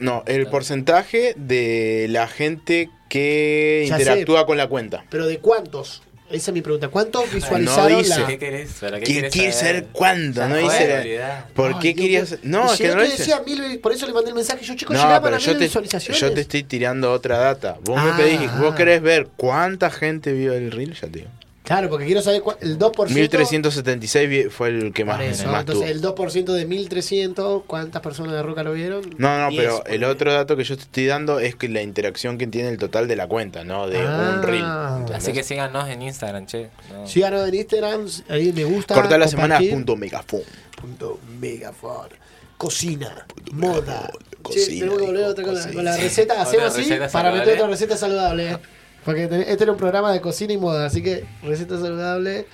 [SPEAKER 2] No, el porcentaje de la gente que
[SPEAKER 1] Ya
[SPEAKER 2] interactúa con la cuenta.
[SPEAKER 1] Pero de cuántos. Esa es mi pregunta. ¿Cuántos visualizaron
[SPEAKER 2] no dice.
[SPEAKER 1] la.?
[SPEAKER 3] ¿Qué querés? ¿Pero qué
[SPEAKER 2] ¿Quién
[SPEAKER 3] querés
[SPEAKER 2] quiere saber cuándo?
[SPEAKER 3] Ya
[SPEAKER 2] No
[SPEAKER 3] fue,
[SPEAKER 2] dice. la-
[SPEAKER 3] olvidá.
[SPEAKER 2] ¿Por
[SPEAKER 1] Ay,
[SPEAKER 2] qué
[SPEAKER 1] Dios,
[SPEAKER 2] querías.? No,
[SPEAKER 1] Llegó
[SPEAKER 2] es que no lo
[SPEAKER 1] y
[SPEAKER 2] dice.
[SPEAKER 1] decía mil, por eso le mandé el mensaje. Yo, chicos,
[SPEAKER 2] No,
[SPEAKER 1] llegaba
[SPEAKER 2] pero
[SPEAKER 1] para
[SPEAKER 2] yo
[SPEAKER 1] mil
[SPEAKER 2] te,
[SPEAKER 1] visualizaciones.
[SPEAKER 2] yo te estoy tirando otra data. Vos
[SPEAKER 1] Ah.
[SPEAKER 2] me pedís, vos querés ver cuánta gente vio el reel, ya te digo.
[SPEAKER 1] Claro, porque quiero saber cuál- el 2%.
[SPEAKER 2] 1376 vi- fue el que más,
[SPEAKER 1] Por eso,
[SPEAKER 2] más tuvo.
[SPEAKER 1] entonces el 2% de 1300, ¿cuántas personas de Roca lo vieron?
[SPEAKER 2] No, no,
[SPEAKER 1] Diez,
[SPEAKER 2] pero
[SPEAKER 1] ponele.
[SPEAKER 2] el otro dato que yo te estoy dando es que la interacción que tiene el total de la cuenta, no de
[SPEAKER 1] Ah.
[SPEAKER 2] un reel.
[SPEAKER 3] Así que síganos en Instagram, che. No.
[SPEAKER 1] Síganos en Instagram, ahí me gusta.
[SPEAKER 2] Cortar la semana
[SPEAKER 1] compartir.
[SPEAKER 2] punto megafon.
[SPEAKER 1] Punto Megafon. Cocina, moda.
[SPEAKER 2] cocina,
[SPEAKER 1] Che, tenemos que volver
[SPEAKER 2] dijo,
[SPEAKER 1] otra con la,
[SPEAKER 2] cocina.
[SPEAKER 1] con la receta.
[SPEAKER 3] Otra
[SPEAKER 1] Hacemos así
[SPEAKER 3] receta
[SPEAKER 1] para meter
[SPEAKER 3] saludable.
[SPEAKER 1] otra receta saludable. eh. Porque ten- este era un programa de cocina y moda, así que receta saludable.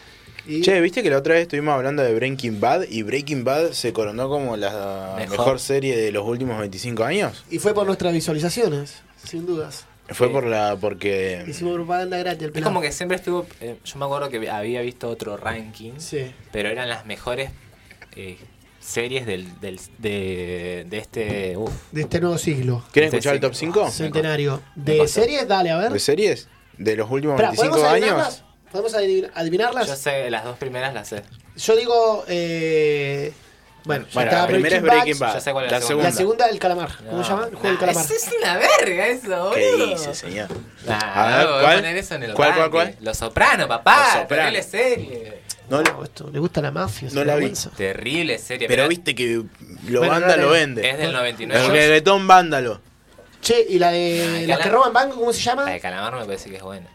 [SPEAKER 1] Y
[SPEAKER 2] Che, viste que la otra vez estuvimos hablando de Breaking Bad y Breaking Bad se coronó como la
[SPEAKER 3] Mejor.
[SPEAKER 2] mejor, serie de los últimos 25 años.
[SPEAKER 1] Y fue por nuestras visualizaciones, sin dudas.
[SPEAKER 2] Fue
[SPEAKER 3] Sí.
[SPEAKER 2] por la porque
[SPEAKER 1] Hicimos propaganda gratis al
[SPEAKER 3] Es como que siempre estuvo. eh, yo me acuerdo que había visto otro ranking,
[SPEAKER 1] Sí.
[SPEAKER 3] pero eran las mejores eh, series del, del- de, de este. Uf.
[SPEAKER 1] De este nuevo siglo.
[SPEAKER 2] ¿Quieren
[SPEAKER 3] Sí,
[SPEAKER 2] escuchar el
[SPEAKER 3] sí.
[SPEAKER 2] top
[SPEAKER 1] Ah,
[SPEAKER 2] 5
[SPEAKER 1] Centenario.
[SPEAKER 3] Me
[SPEAKER 1] ¿De
[SPEAKER 3] pasó.
[SPEAKER 1] series? Dale, a ver.
[SPEAKER 2] de series de los últimos
[SPEAKER 1] Esperá,
[SPEAKER 2] 25 años?
[SPEAKER 1] ¿Podemos adivin- adivinarlas?
[SPEAKER 3] Yo sé, las dos primeras las sé.
[SPEAKER 1] Yo digo. Eh, bueno, ya
[SPEAKER 2] Bueno,
[SPEAKER 1] estaba
[SPEAKER 2] la primera es
[SPEAKER 1] Breaking
[SPEAKER 2] Breaking Bad,
[SPEAKER 3] ya sé cuál es
[SPEAKER 2] la
[SPEAKER 3] la
[SPEAKER 1] La
[SPEAKER 2] segunda.
[SPEAKER 1] segunda, el calamar. ¿Cómo
[SPEAKER 3] No.
[SPEAKER 1] se llama? El juego del
[SPEAKER 3] Nah,
[SPEAKER 1] calamar.
[SPEAKER 3] eso Ah, es una verga, eso, boludo.
[SPEAKER 2] ¿Qué dice, señor?
[SPEAKER 3] Nah,
[SPEAKER 2] A ver,
[SPEAKER 3] no, voy
[SPEAKER 2] ¿cuál?
[SPEAKER 3] poner eso en el
[SPEAKER 2] ¿Cuál,
[SPEAKER 3] ranking.
[SPEAKER 2] cuál, cuál?
[SPEAKER 3] Los Soprano, papá.
[SPEAKER 2] Los Soprano.
[SPEAKER 3] Terrible serie.
[SPEAKER 2] No,
[SPEAKER 1] No, Oh, esto, le gusta la mafia.
[SPEAKER 2] No la vi.
[SPEAKER 1] vergüenza.
[SPEAKER 3] Terrible serie.
[SPEAKER 2] pero
[SPEAKER 3] mirá,
[SPEAKER 2] viste que lo
[SPEAKER 1] Bueno,
[SPEAKER 2] vándalo
[SPEAKER 1] no,
[SPEAKER 2] vende.
[SPEAKER 3] Es del 99.
[SPEAKER 2] El reggaetón vándalo.
[SPEAKER 1] Che, ¿y la de
[SPEAKER 3] Ay,
[SPEAKER 1] las
[SPEAKER 3] Ah, Calamar.
[SPEAKER 1] que roban banco, cómo se
[SPEAKER 3] La
[SPEAKER 1] llama?
[SPEAKER 3] de Calamar me parece que es buena.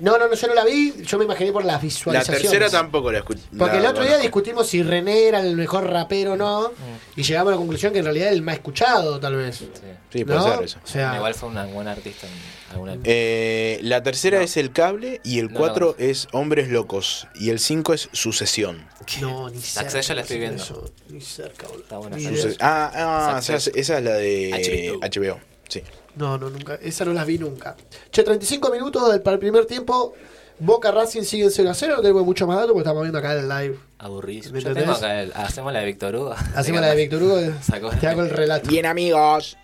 [SPEAKER 1] No, no, no, yo no la vi. Yo me imaginé por las
[SPEAKER 2] La
[SPEAKER 1] visualizaciones.
[SPEAKER 2] tercera tampoco la escuché.
[SPEAKER 1] Porque el
[SPEAKER 2] la
[SPEAKER 1] otro día
[SPEAKER 2] conozco.
[SPEAKER 1] discutimos si René era el mejor rapero o no.
[SPEAKER 3] Mm.
[SPEAKER 1] Y llegamos a la conclusión que en realidad es el más escuchado, tal vez.
[SPEAKER 3] Sí.
[SPEAKER 2] Sí, puede
[SPEAKER 1] ¿No?
[SPEAKER 2] ser eso.
[SPEAKER 1] O sea,
[SPEAKER 3] Igual fue una buena artista en alguna época.
[SPEAKER 2] Eh, la tercera es El Cable y el
[SPEAKER 3] No,
[SPEAKER 2] 4
[SPEAKER 3] no.
[SPEAKER 2] es Hombres Locos y el 5 es Sucesión.
[SPEAKER 1] no, ni cerca.
[SPEAKER 3] Access yo la estoy viendo.
[SPEAKER 1] eso, ni cerca, boludo.
[SPEAKER 3] Está buena
[SPEAKER 1] Ni
[SPEAKER 3] esa.
[SPEAKER 1] idea.
[SPEAKER 2] Suce- ah, ah,
[SPEAKER 3] Success.
[SPEAKER 2] esa es- esa es la de
[SPEAKER 3] HBO.
[SPEAKER 2] HBO. Sí.
[SPEAKER 1] No, no, nunca. Esa no las vi nunca. Che, 35 minutos del- para el primer tiempo. Boca Racing sigue en 0 a 0. No tenemos mucho más datos porque estamos viendo acá el live.
[SPEAKER 3] Aburrido.
[SPEAKER 1] ¿Me
[SPEAKER 3] Yo
[SPEAKER 1] entendés?
[SPEAKER 3] tengo acá el- hacemos la de Víctor Hugo.
[SPEAKER 1] Hacemos la de Víctor Hugo.
[SPEAKER 3] *laughs* Sacó.
[SPEAKER 1] Te hago
[SPEAKER 3] *laughs*
[SPEAKER 1] el relato.
[SPEAKER 2] Bien, amigos.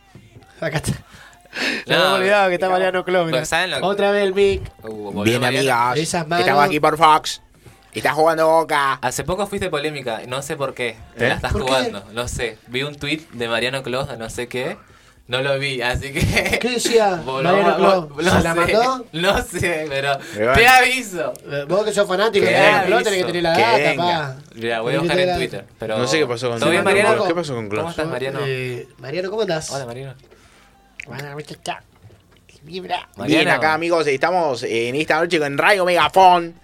[SPEAKER 1] Acá está.
[SPEAKER 3] No,
[SPEAKER 1] No, me había olvidado Ah, que está
[SPEAKER 3] digamos,
[SPEAKER 1] Mariano Clover.
[SPEAKER 3] pero ¿saben lo que-
[SPEAKER 1] Otra vez el mic.
[SPEAKER 3] Uh, volvió
[SPEAKER 2] Bien,
[SPEAKER 3] Mariano.
[SPEAKER 2] amigas.
[SPEAKER 1] Esas manos.
[SPEAKER 2] Estamos aquí por Fox. Estás jugando boca.
[SPEAKER 3] Hace poco fuiste polémica, no sé por qué. Te
[SPEAKER 2] ¿Eh?
[SPEAKER 3] la estás
[SPEAKER 1] ¿Por qué?
[SPEAKER 3] jugando, no sé. Vi un tweet de Mariano Clos, no sé qué. No lo vi, así que.
[SPEAKER 1] *laughs*
[SPEAKER 3] *laughs*
[SPEAKER 1] ¿Qué decía
[SPEAKER 3] Voló-
[SPEAKER 1] Mariano
[SPEAKER 3] vol-
[SPEAKER 1] Clos?
[SPEAKER 3] No
[SPEAKER 1] ¿Se
[SPEAKER 3] sé,
[SPEAKER 1] la mandó?
[SPEAKER 3] *laughs* No sé, pero.
[SPEAKER 2] Pero
[SPEAKER 3] Te
[SPEAKER 2] bueno.
[SPEAKER 3] aviso.
[SPEAKER 1] Eh, Vos que sos fanático,
[SPEAKER 3] Que
[SPEAKER 1] de Mariano Clover,
[SPEAKER 3] aviso.
[SPEAKER 1] tenés que tener la
[SPEAKER 2] Que
[SPEAKER 1] data,
[SPEAKER 2] venga.
[SPEAKER 1] pa.
[SPEAKER 3] Mira, voy a
[SPEAKER 1] Tenés que
[SPEAKER 3] buscar
[SPEAKER 1] tener
[SPEAKER 3] en
[SPEAKER 1] la-
[SPEAKER 3] Twitter. Pero...
[SPEAKER 2] No sé qué pasó con
[SPEAKER 3] ¿Todo bien,
[SPEAKER 1] Mariano
[SPEAKER 3] Mariano?
[SPEAKER 1] Clos.
[SPEAKER 2] ¿Qué pasó con Clos?
[SPEAKER 3] ¿Cómo estás, Mariano?
[SPEAKER 1] Eh, Mariano, ¿cómo estás?
[SPEAKER 3] Hola, Mariano.
[SPEAKER 1] Buenas noches, chao. Vibra.
[SPEAKER 2] Bien,
[SPEAKER 3] Mariano.
[SPEAKER 2] acá, amigos. Estamos en esta noche con Radio Megafon.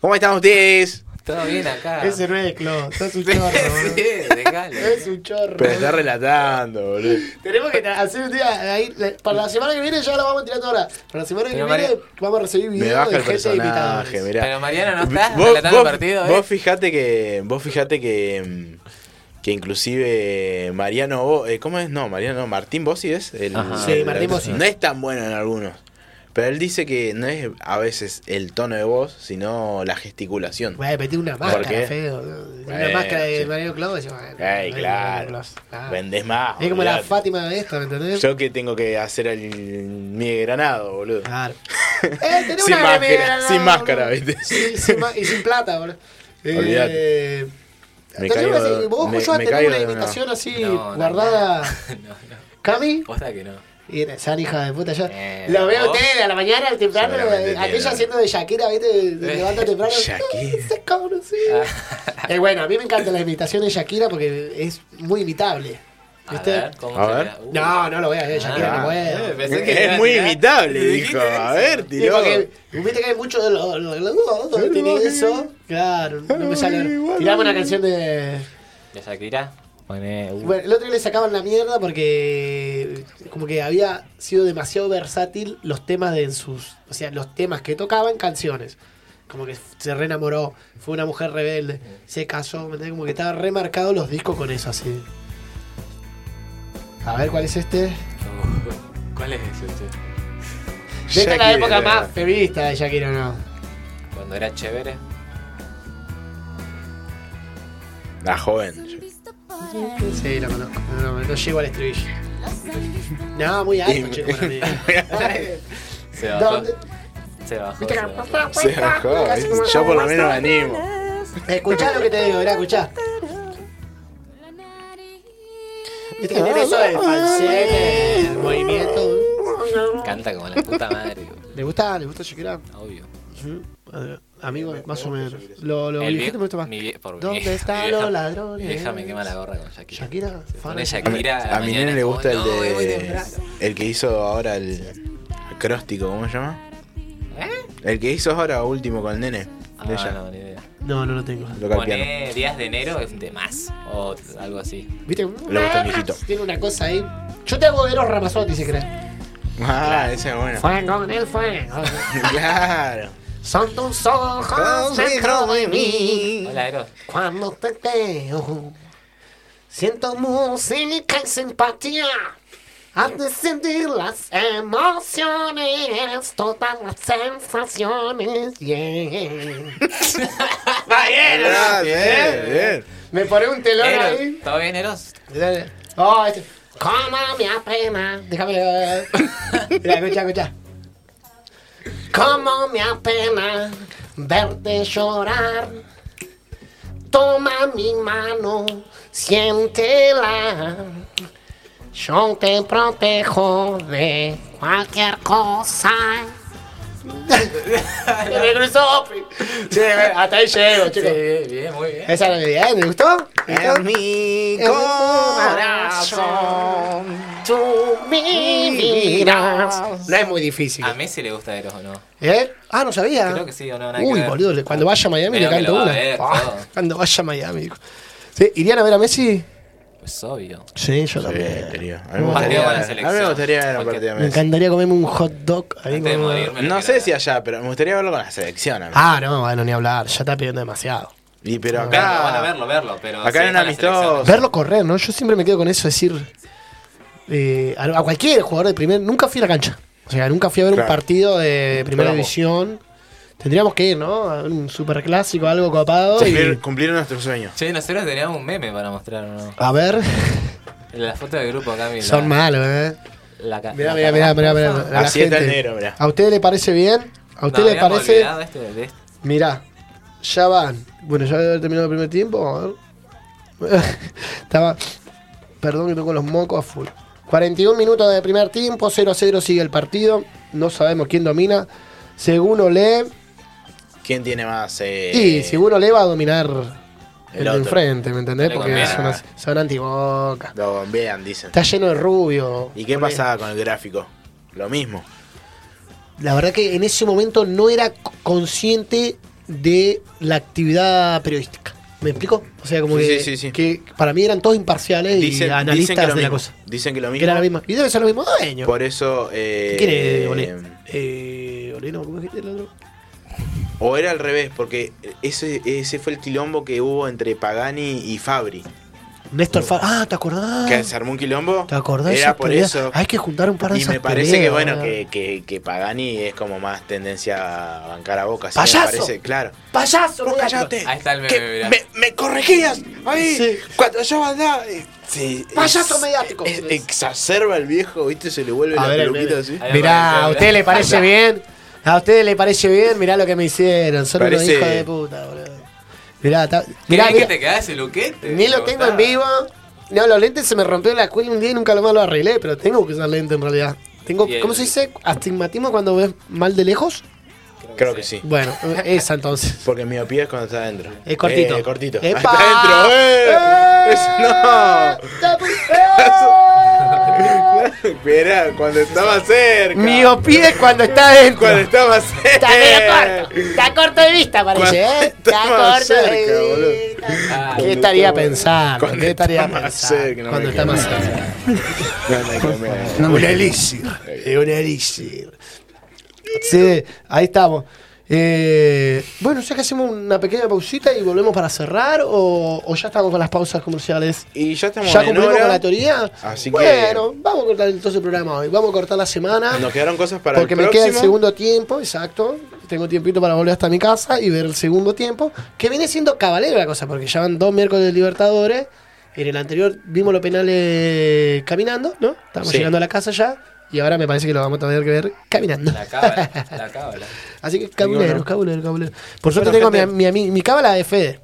[SPEAKER 2] ¿Cómo están ustedes?
[SPEAKER 3] Todo bien acá.
[SPEAKER 1] *laughs* Ese no es Clos, sos un
[SPEAKER 3] *laughs* Sí,
[SPEAKER 1] chorro. boludo.
[SPEAKER 3] *laughs* sí, dejalo.
[SPEAKER 1] Es un chorro.
[SPEAKER 2] Pero está relatando, boludo.
[SPEAKER 1] Tenemos que hacer un día ahí, la- para la semana que viene ya lo vamos a tirar ahora. Para la semana que
[SPEAKER 3] Pero,
[SPEAKER 1] viene
[SPEAKER 3] María-
[SPEAKER 1] vamos a recibir
[SPEAKER 2] Me
[SPEAKER 1] videos
[SPEAKER 2] baja
[SPEAKER 1] de
[SPEAKER 2] el
[SPEAKER 1] gente invitada.
[SPEAKER 2] personaje, mirá.
[SPEAKER 3] Pero Mariano *laughs* no está
[SPEAKER 2] vos,
[SPEAKER 3] relatando el
[SPEAKER 2] vos-
[SPEAKER 3] partido, ¿eh? *laughs*
[SPEAKER 2] vos fijate que. Vos fijate que. mm, Que inclusive Mariano Bo- eh, ¿Cómo es? No, Mariano, no, Martín Bossi es. El,
[SPEAKER 3] Ajá.
[SPEAKER 1] Sí,
[SPEAKER 2] el-
[SPEAKER 1] Martín Bossi.
[SPEAKER 2] No es tan bueno en algunos. Pero él dice que no es a veces el tono de voz, sino la gesticulación.
[SPEAKER 1] Voy a meter una
[SPEAKER 2] qué?
[SPEAKER 1] máscara, feo. ¿no? Una
[SPEAKER 2] Bueno,
[SPEAKER 1] máscara de
[SPEAKER 2] sí.
[SPEAKER 1] Mario Claus. y yo, bueno,
[SPEAKER 2] Ey,
[SPEAKER 1] no es Mario
[SPEAKER 2] claro.
[SPEAKER 1] Claus, nada.
[SPEAKER 2] Vendés más.
[SPEAKER 1] Es como la
[SPEAKER 2] olvidate.
[SPEAKER 1] Fátima de esta, ¿me entendés?
[SPEAKER 2] Yo que tengo que hacer el, mi granado, boludo. *laughs*
[SPEAKER 1] Claro. eh, tenés
[SPEAKER 2] Sin
[SPEAKER 1] una
[SPEAKER 2] máscara,
[SPEAKER 1] remera,
[SPEAKER 2] sin
[SPEAKER 1] no,
[SPEAKER 2] máscara,
[SPEAKER 1] no.
[SPEAKER 2] ¿viste?
[SPEAKER 1] Sí, sin ma- y sin plata, boludo.
[SPEAKER 2] *laughs* Olvidate.
[SPEAKER 1] Eh,
[SPEAKER 2] Me
[SPEAKER 1] tenés
[SPEAKER 2] caigo
[SPEAKER 1] una-
[SPEAKER 2] de-
[SPEAKER 1] vos,
[SPEAKER 2] me-
[SPEAKER 1] Joshua,
[SPEAKER 2] me
[SPEAKER 1] tenés
[SPEAKER 2] caigo
[SPEAKER 1] una
[SPEAKER 2] de una-
[SPEAKER 1] imitación así
[SPEAKER 3] No, no,
[SPEAKER 1] guardada.
[SPEAKER 3] No, no.
[SPEAKER 1] ¿Cami?
[SPEAKER 3] Posta que no.
[SPEAKER 1] Y era esa hija de puta ya.
[SPEAKER 3] Eh,
[SPEAKER 1] lo veo a
[SPEAKER 3] ¿vos?
[SPEAKER 1] ustedes a la mañana, al temprano,
[SPEAKER 2] Seguramente
[SPEAKER 1] eh, aquella
[SPEAKER 2] tiene.
[SPEAKER 1] haciendo de Shakira, ¿viste? Se
[SPEAKER 3] Eh. Ah.
[SPEAKER 1] Levanta temprano.
[SPEAKER 2] Shakira.
[SPEAKER 1] *laughs* Ese cabrón, sí. Eh, bueno, a mí me encanta la imitación de Shakira porque es muy imitable.
[SPEAKER 3] *laughs* A
[SPEAKER 1] ¿Viste?
[SPEAKER 3] ver, ¿cómo
[SPEAKER 2] A
[SPEAKER 3] se
[SPEAKER 2] ver.
[SPEAKER 3] llama? Uh,
[SPEAKER 1] No, no lo voy a ver, Shakira,
[SPEAKER 3] ah,
[SPEAKER 1] no
[SPEAKER 3] eh,
[SPEAKER 1] puedo.
[SPEAKER 3] pensé que iba
[SPEAKER 2] es
[SPEAKER 3] a
[SPEAKER 2] muy
[SPEAKER 3] tirar.
[SPEAKER 2] imitable,
[SPEAKER 3] ¿Dijiste
[SPEAKER 2] dijo.
[SPEAKER 3] eso?
[SPEAKER 2] A ver,
[SPEAKER 1] Sí,
[SPEAKER 2] tiró.
[SPEAKER 1] porque viste que hay mucho de los lo, lo- lo- lo- lo- tiene eso. Claro, no
[SPEAKER 3] Ah,
[SPEAKER 1] me sale. Tiramos una canción de.
[SPEAKER 3] De Shakira. Pone. uh,
[SPEAKER 1] Bueno, el otro día le sacaban la mierda porque como que había sido demasiado versátil los temas de en sus, o sea, los temas que tocaban canciones. como que se reenamoró, fue una mujer rebelde, se casó, ¿me entendés? Como que estaba remarcado los discos con eso así. A ver cuál es este.
[SPEAKER 3] ¿Cuál es ese? che?
[SPEAKER 1] De esta es la
[SPEAKER 2] Shakira.
[SPEAKER 1] época más feminista de Shakira, ¿no?
[SPEAKER 3] Cuando era chévere.
[SPEAKER 2] La joven.
[SPEAKER 1] Sí, lo conozco. No, no, no llego al estribillo. No, muy alto,
[SPEAKER 2] Y-
[SPEAKER 1] chico, para mí.
[SPEAKER 3] Se bajó.
[SPEAKER 1] ¿Dónde?
[SPEAKER 3] Se bajó.
[SPEAKER 1] ¿Viste
[SPEAKER 3] se
[SPEAKER 1] que
[SPEAKER 3] bajó.
[SPEAKER 2] Se bajó. Yo por lo menos me animo.
[SPEAKER 1] Escuchá lo que te digo, mirá, escuchá. Viste que tiene eso del falsete, el movimiento.
[SPEAKER 3] Canta como la puta madre, boludo.
[SPEAKER 1] ¿Le gusta? ¿Le gusta Shakira?
[SPEAKER 3] obvio.
[SPEAKER 1] Ujú. Amigo, más o menos. Lo, lo
[SPEAKER 3] El
[SPEAKER 1] dijiste, me
[SPEAKER 3] viejo-
[SPEAKER 1] gusta más.
[SPEAKER 3] mi vie- por mi
[SPEAKER 1] ¿Dónde
[SPEAKER 3] vieja- mi
[SPEAKER 1] están
[SPEAKER 3] vieja-
[SPEAKER 1] los
[SPEAKER 3] Mi
[SPEAKER 1] ladrones?
[SPEAKER 3] vieja me quema la gorra con Shakira.
[SPEAKER 1] Shakira, fan
[SPEAKER 3] Pone
[SPEAKER 1] de Shakira.
[SPEAKER 3] Shakira.
[SPEAKER 2] A mi
[SPEAKER 3] mañana
[SPEAKER 2] nene le
[SPEAKER 3] es como,
[SPEAKER 2] gusta el
[SPEAKER 3] "No, voy
[SPEAKER 2] de.
[SPEAKER 3] temprano".
[SPEAKER 2] El que hizo ahora el. Acróstico, ¿cómo se llama?
[SPEAKER 1] ¿Eh?
[SPEAKER 2] El que hizo ahora último con el nene. De
[SPEAKER 3] Ah,
[SPEAKER 2] ella.
[SPEAKER 3] no, ni idea.
[SPEAKER 1] No, no lo tengo.
[SPEAKER 2] Toca el piano.
[SPEAKER 3] Poné días de enero es de más. O algo así.
[SPEAKER 1] ¿Viste? Ah,
[SPEAKER 2] Le gusta el mijito.
[SPEAKER 1] Tiene una cosa ahí. Yo te hago Eros Ramazotti, si crees.
[SPEAKER 2] Ah, ese es bueno.
[SPEAKER 1] Fue con el fuego.
[SPEAKER 2] *laughs* Claro.
[SPEAKER 1] Son tus ojos dentro de mí.
[SPEAKER 3] Hola, Eros.
[SPEAKER 1] Cuando te veo, siento música y simpatía. Has de sentir las emociones, todas las sensaciones. Yeah. Va bien,
[SPEAKER 2] Ah,
[SPEAKER 1] ¿no?
[SPEAKER 2] bien, bien.
[SPEAKER 1] Me pone un telón
[SPEAKER 3] Eros.
[SPEAKER 1] ahí.
[SPEAKER 3] ¿Todo bien, Eros?
[SPEAKER 1] Dale. Oh, este. ¿Cómo me apena? Déjame ver. *laughs* Mira, escucha, escucha. ¿Cómo me apena verte llorar? Toma mi mano, siéntela. Yo te protejo de cualquier cosa. Se me cruzó. Sí, hasta ahí llego, chicos.
[SPEAKER 3] bien, bien, muy bien.
[SPEAKER 1] Esa era mi idea, ¿me gustó? ¿Me gustó?
[SPEAKER 2] En mi
[SPEAKER 1] En corazón. Tú vivirás. No es muy difícil.
[SPEAKER 3] ¿A Messi le gusta Eros o no?
[SPEAKER 1] ¿Eh? Ah, no sabía.
[SPEAKER 3] Creo que sí o no. nada que
[SPEAKER 1] Uy,
[SPEAKER 3] ver.
[SPEAKER 1] boludo, le- cuando vaya a Miami
[SPEAKER 3] Creo
[SPEAKER 1] le
[SPEAKER 3] que lo
[SPEAKER 1] canto
[SPEAKER 3] va a
[SPEAKER 1] una.
[SPEAKER 3] ver,
[SPEAKER 1] Ah,
[SPEAKER 3] todo.
[SPEAKER 1] cuando vaya a Miami. dijo. Sí, ¿Irían a ver a Messi?
[SPEAKER 3] Es obvio.
[SPEAKER 1] Sí, yo
[SPEAKER 2] Eh,
[SPEAKER 1] también.
[SPEAKER 2] querido. A mí me
[SPEAKER 3] Un partido con
[SPEAKER 2] gustaría,
[SPEAKER 3] la
[SPEAKER 2] a mí me
[SPEAKER 3] selección.
[SPEAKER 2] gustaría ver un
[SPEAKER 3] Porque-
[SPEAKER 2] partido de
[SPEAKER 1] Me
[SPEAKER 2] Messi.
[SPEAKER 1] encantaría comerme un hot dog ahí
[SPEAKER 3] Antes de
[SPEAKER 1] como-
[SPEAKER 3] morirme.
[SPEAKER 2] No sé si allá, pero me gustaría verlo con la selección. a mí.
[SPEAKER 1] Ah, no, bueno, ni hablar. Ya está pidiendo demasiado.
[SPEAKER 2] Y pero
[SPEAKER 3] Verlo, Ah. bueno,
[SPEAKER 2] acá.
[SPEAKER 3] verlo, verlo. Pero
[SPEAKER 2] Acá
[SPEAKER 3] si
[SPEAKER 2] en
[SPEAKER 3] está
[SPEAKER 2] un
[SPEAKER 3] la selección,
[SPEAKER 2] amistoso.
[SPEAKER 1] Verlo correr, ¿no? Yo siempre me quedo con eso, decir. eh, a, a cualquier jugador de primer. Nunca fui a la cancha. O sea, nunca fui a ver
[SPEAKER 2] Claro.
[SPEAKER 1] un partido de primera
[SPEAKER 2] Bravo.
[SPEAKER 1] división. Tendríamos que ir, ¿no? A ver un superclásico, algo copado. y-
[SPEAKER 2] Cumplir, cumplir nuestro sueño.
[SPEAKER 3] Che, nosotros teníamos un meme para mostrar, ¿o ¿no?
[SPEAKER 1] A
[SPEAKER 2] *laughs*
[SPEAKER 1] ver, *laughs*
[SPEAKER 3] La foto del grupo acá, mira.
[SPEAKER 1] son malos, ¿eh?
[SPEAKER 3] La ca- la
[SPEAKER 1] Mirá, mirá,
[SPEAKER 3] ca-
[SPEAKER 1] mirá, mirá. mirá, la
[SPEAKER 2] Así está el
[SPEAKER 1] gente.
[SPEAKER 2] negro, mirá.
[SPEAKER 1] ¿A usted le parece bien? ¿A usted
[SPEAKER 3] No,
[SPEAKER 1] le
[SPEAKER 3] habíamos
[SPEAKER 1] parece.?
[SPEAKER 3] olvidado este- de este.
[SPEAKER 1] Mirá, ya van. Bueno, ya debe haber terminado el primer tiempo. a ver. *laughs* Estaba. Perdón que tengo los mocos a full. 41 minutos de primer tiempo, 0 a 0 sigue el partido. No sabemos quién domina. Según Ole.
[SPEAKER 2] ¿Quién tiene más? Eh,
[SPEAKER 1] y según Ole va a dominar el,
[SPEAKER 2] El
[SPEAKER 1] de
[SPEAKER 2] otro. Ah.
[SPEAKER 1] enfrente, ¿me entendés?
[SPEAKER 3] Le
[SPEAKER 1] Porque
[SPEAKER 3] conviene.
[SPEAKER 1] son, as- son antiboca.
[SPEAKER 2] Lo bombean, dicen.
[SPEAKER 1] Está lleno de rubio.
[SPEAKER 2] ¿Y qué
[SPEAKER 1] Ole.
[SPEAKER 2] pasaba con el gráfico? Lo mismo.
[SPEAKER 1] La verdad que en ese momento no era c- consciente de la actividad periodística. ¿Me explico? O sea, como
[SPEAKER 2] Sí,
[SPEAKER 1] que,
[SPEAKER 2] sí, sí, sí.
[SPEAKER 1] que para mí eran todos imparciales y
[SPEAKER 2] Dicen,
[SPEAKER 1] analistas
[SPEAKER 2] dicen que lo
[SPEAKER 1] de la
[SPEAKER 2] mismo.
[SPEAKER 1] cosa.
[SPEAKER 2] Dicen que lo
[SPEAKER 1] Que eran los
[SPEAKER 2] mismo.
[SPEAKER 1] mismos. Y deben ser los mismos dueños.
[SPEAKER 2] Por eso. Eh,
[SPEAKER 1] ¿Qué quiere Olé?
[SPEAKER 2] eh,
[SPEAKER 1] Eh, Olé, no, ¿cómo es que el otro?
[SPEAKER 2] O era al revés, porque ese, ese fue el quilombo que hubo entre Pagani y Fabri.
[SPEAKER 1] Néstor Fa- Ah, ¿te acordás?
[SPEAKER 2] Que se armó un quilombo.
[SPEAKER 1] ¿Te acordás? de
[SPEAKER 2] Era
[SPEAKER 1] esas
[SPEAKER 2] por
[SPEAKER 1] peleas?
[SPEAKER 2] eso.
[SPEAKER 1] Hay que juntar un par de
[SPEAKER 2] Y
[SPEAKER 1] esas
[SPEAKER 2] me parece
[SPEAKER 1] peleas,
[SPEAKER 2] que bueno,
[SPEAKER 1] ¿verdad?
[SPEAKER 2] que, que, que Pagani es como más tendencia a bancar a boca. así
[SPEAKER 1] ¡Payaso!
[SPEAKER 2] Me parece, claro.
[SPEAKER 1] ¡Payaso!
[SPEAKER 2] Vos
[SPEAKER 1] Roberto!
[SPEAKER 2] callate.
[SPEAKER 3] Ahí está el meme,
[SPEAKER 2] Que
[SPEAKER 3] mirá.
[SPEAKER 2] me, me corregías ahí
[SPEAKER 1] Sí.
[SPEAKER 2] cuando yo andaba. eh, sí,
[SPEAKER 1] Payaso
[SPEAKER 2] es-
[SPEAKER 1] mediático.
[SPEAKER 2] es- exacerba el viejo, viste, se le vuelve
[SPEAKER 1] A
[SPEAKER 2] la
[SPEAKER 1] ver, el
[SPEAKER 2] peluquita
[SPEAKER 1] meme.
[SPEAKER 2] así.
[SPEAKER 3] Ahí
[SPEAKER 1] Mirá,
[SPEAKER 3] apareció,
[SPEAKER 1] ¿a usted
[SPEAKER 3] mirá.
[SPEAKER 1] le parece bien? ¿A usted le parece bien? Mirá lo que me hicieron. Son unos
[SPEAKER 2] Parece-
[SPEAKER 1] hijos de puta, boludo. Mirá, ta- mirá,
[SPEAKER 3] Mirá,
[SPEAKER 1] mirá.
[SPEAKER 3] que te quedás ese luquete.
[SPEAKER 1] Ni lo
[SPEAKER 3] Me
[SPEAKER 1] tengo
[SPEAKER 3] gustaba.
[SPEAKER 1] en vivo. No, los lentes se me rompió la escuela un día y nunca lo más lo arreglé, pero tengo que usar lentes en realidad. Tengo,
[SPEAKER 3] Y el-
[SPEAKER 1] ¿Cómo se dice? ¿Astigmatismo cuando ves mal de lejos?
[SPEAKER 2] Creo que sí.
[SPEAKER 1] Bueno, *laughs* esa entonces.
[SPEAKER 2] Porque miopía es cuando está adentro.
[SPEAKER 1] Es cortito.
[SPEAKER 2] Eh, cortito.
[SPEAKER 1] ¡Epa!
[SPEAKER 2] Está adentro. ¡Eh! Eso *laughs*
[SPEAKER 1] *laughs*
[SPEAKER 2] no. Mirá, cuando estaba cerca.
[SPEAKER 1] Miopía es cuando está dentro.
[SPEAKER 2] Cuando estaba cerca.
[SPEAKER 1] Está medio corto. Está corto de vista, parece,
[SPEAKER 2] Cuando
[SPEAKER 1] ¿eh? Está
[SPEAKER 2] estaba
[SPEAKER 1] corto
[SPEAKER 2] cerca, boludo.
[SPEAKER 1] de vista.
[SPEAKER 3] Ah,
[SPEAKER 1] ¿Qué
[SPEAKER 2] Cuando
[SPEAKER 1] estaría
[SPEAKER 2] estaba-
[SPEAKER 1] pensando?
[SPEAKER 2] cuando
[SPEAKER 1] ¿Qué
[SPEAKER 2] está
[SPEAKER 1] estaría
[SPEAKER 2] más
[SPEAKER 1] pensando?
[SPEAKER 2] cerca, no
[SPEAKER 1] cuando
[SPEAKER 2] me
[SPEAKER 1] está más
[SPEAKER 2] quedo.
[SPEAKER 1] cerca.
[SPEAKER 2] No, no, no, no.
[SPEAKER 1] Un elixir. Un elixir. Sí, ahí estamos. Eh, Bueno, ya que hacemos una pequeña pausita y volvemos para cerrar, o, o ya estamos con las pausas comerciales.
[SPEAKER 2] Y ya estamos
[SPEAKER 1] ¿Ya
[SPEAKER 2] en
[SPEAKER 1] cumplimos
[SPEAKER 2] hora.
[SPEAKER 1] con la teoría?
[SPEAKER 2] Así que-
[SPEAKER 1] bueno, vamos a cortar entonces el programa hoy. Vamos a cortar la semana.
[SPEAKER 2] Nos quedaron cosas para
[SPEAKER 1] porque
[SPEAKER 2] el
[SPEAKER 1] me
[SPEAKER 2] próximo.
[SPEAKER 1] queda el segundo tiempo, exacto. Tengo tiempito para volver hasta mi casa y ver el segundo tiempo. Que viene siendo cabalero la cosa, porque ya van dos miércoles de Libertadores. En el anterior vimos los penales caminando, ¿no? Estamos
[SPEAKER 2] Sí.
[SPEAKER 1] llegando a la casa ya. Y ahora me parece que lo vamos a tener que ver caminando.
[SPEAKER 3] La cábala, la cábala.
[SPEAKER 1] *laughs* Así que cabuleros,
[SPEAKER 2] bueno.
[SPEAKER 1] cabuleros, cabuleros. Por suerte
[SPEAKER 2] Bueno,
[SPEAKER 1] tengo a
[SPEAKER 2] gente.
[SPEAKER 1] mi, mi, ami- mi cábala de Fede.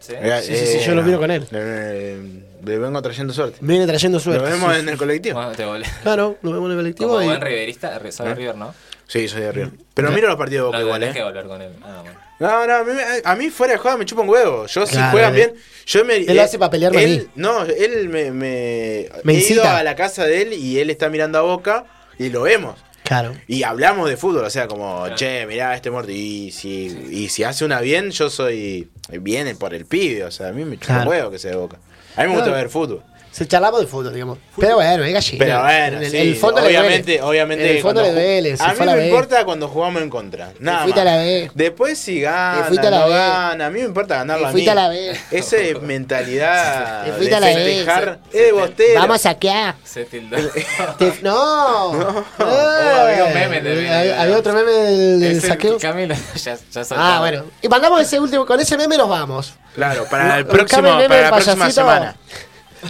[SPEAKER 3] ¿Sí?
[SPEAKER 2] Eh,
[SPEAKER 1] Sí, sí, sí, yo lo miro con él.
[SPEAKER 2] eh, le vengo trayendo suerte.
[SPEAKER 1] Me viene trayendo
[SPEAKER 2] Nos
[SPEAKER 1] suerte.
[SPEAKER 2] vemos
[SPEAKER 1] Sí.
[SPEAKER 2] en el colectivo.
[SPEAKER 3] Bueno, te volé.
[SPEAKER 1] Claro, nos vemos en el
[SPEAKER 3] Como
[SPEAKER 1] colectivo. y-
[SPEAKER 3] buen riverista, re- sos de
[SPEAKER 2] ¿Eh?
[SPEAKER 3] River, ¿no?
[SPEAKER 2] Sí, soy de Río.
[SPEAKER 1] Mm.
[SPEAKER 2] Pero miro los partidos de
[SPEAKER 3] No
[SPEAKER 2] Boca igual,
[SPEAKER 3] tenés que
[SPEAKER 2] ¿eh?
[SPEAKER 3] volver con él. Ah, bueno.
[SPEAKER 2] No, no, a mí, me- a mí fuera de joda me chupa un huevo. Yo si
[SPEAKER 1] Claro,
[SPEAKER 2] juegan
[SPEAKER 1] él-
[SPEAKER 2] bien, yo me...
[SPEAKER 1] él hace pa' pelearme a
[SPEAKER 2] él,
[SPEAKER 1] mí.
[SPEAKER 2] No, él me... Me,
[SPEAKER 1] Me
[SPEAKER 2] he ido
[SPEAKER 1] incita.
[SPEAKER 2] a la casa de él y él está mirando a Boca y lo vemos.
[SPEAKER 1] Claro.
[SPEAKER 2] Y hablamos de fútbol, o sea, como,
[SPEAKER 3] Claro.
[SPEAKER 2] che, mirá, este muerto. Y si, y si hace una bien, yo soy. Viene por el pibe, o sea, a mí me chupa
[SPEAKER 1] Claro.
[SPEAKER 2] un huevo que se de boca. A mí me gusta
[SPEAKER 1] Claro.
[SPEAKER 2] ver fútbol.
[SPEAKER 1] Se charlamos de fútbol, digamos. Pero bueno, es gallina.
[SPEAKER 2] Pero bueno,
[SPEAKER 1] En el,
[SPEAKER 2] sí,
[SPEAKER 1] en el fondo le duele.
[SPEAKER 2] obviamente, obviamente.
[SPEAKER 1] En el
[SPEAKER 2] que
[SPEAKER 1] fondo le
[SPEAKER 2] cuando ju-
[SPEAKER 1] duele. se
[SPEAKER 2] A
[SPEAKER 1] fue
[SPEAKER 2] mí
[SPEAKER 1] la
[SPEAKER 2] me
[SPEAKER 1] B.
[SPEAKER 2] importa cuando jugamos en contra. Nada
[SPEAKER 1] fuiste
[SPEAKER 2] más.
[SPEAKER 1] a la B.
[SPEAKER 2] Después si gana,
[SPEAKER 1] fuiste a la
[SPEAKER 2] no
[SPEAKER 1] B.
[SPEAKER 2] gana, a mí me importa ganar
[SPEAKER 1] Te
[SPEAKER 2] la
[SPEAKER 1] fuiste a la B.
[SPEAKER 2] Esa es mentalidad
[SPEAKER 1] Te
[SPEAKER 2] de
[SPEAKER 1] fuiste a la B.
[SPEAKER 2] festejar. Es de bostero.
[SPEAKER 1] Vamos a saquear.
[SPEAKER 3] Se tildó. *laughs*
[SPEAKER 1] Te- No. Eh.
[SPEAKER 3] había un meme del-
[SPEAKER 1] Había- había otro meme del, del
[SPEAKER 3] Es el
[SPEAKER 1] saqueo.
[SPEAKER 3] Camilo, *laughs* ya, ya
[SPEAKER 1] Ah,
[SPEAKER 3] soltaba.
[SPEAKER 1] bueno. Y mandamos ese último. Con ese meme nos vamos.
[SPEAKER 2] Claro, para el
[SPEAKER 1] Buscame
[SPEAKER 2] próximo,
[SPEAKER 1] el meme
[SPEAKER 2] para la
[SPEAKER 1] del
[SPEAKER 2] próxima
[SPEAKER 1] payasito.
[SPEAKER 2] semana.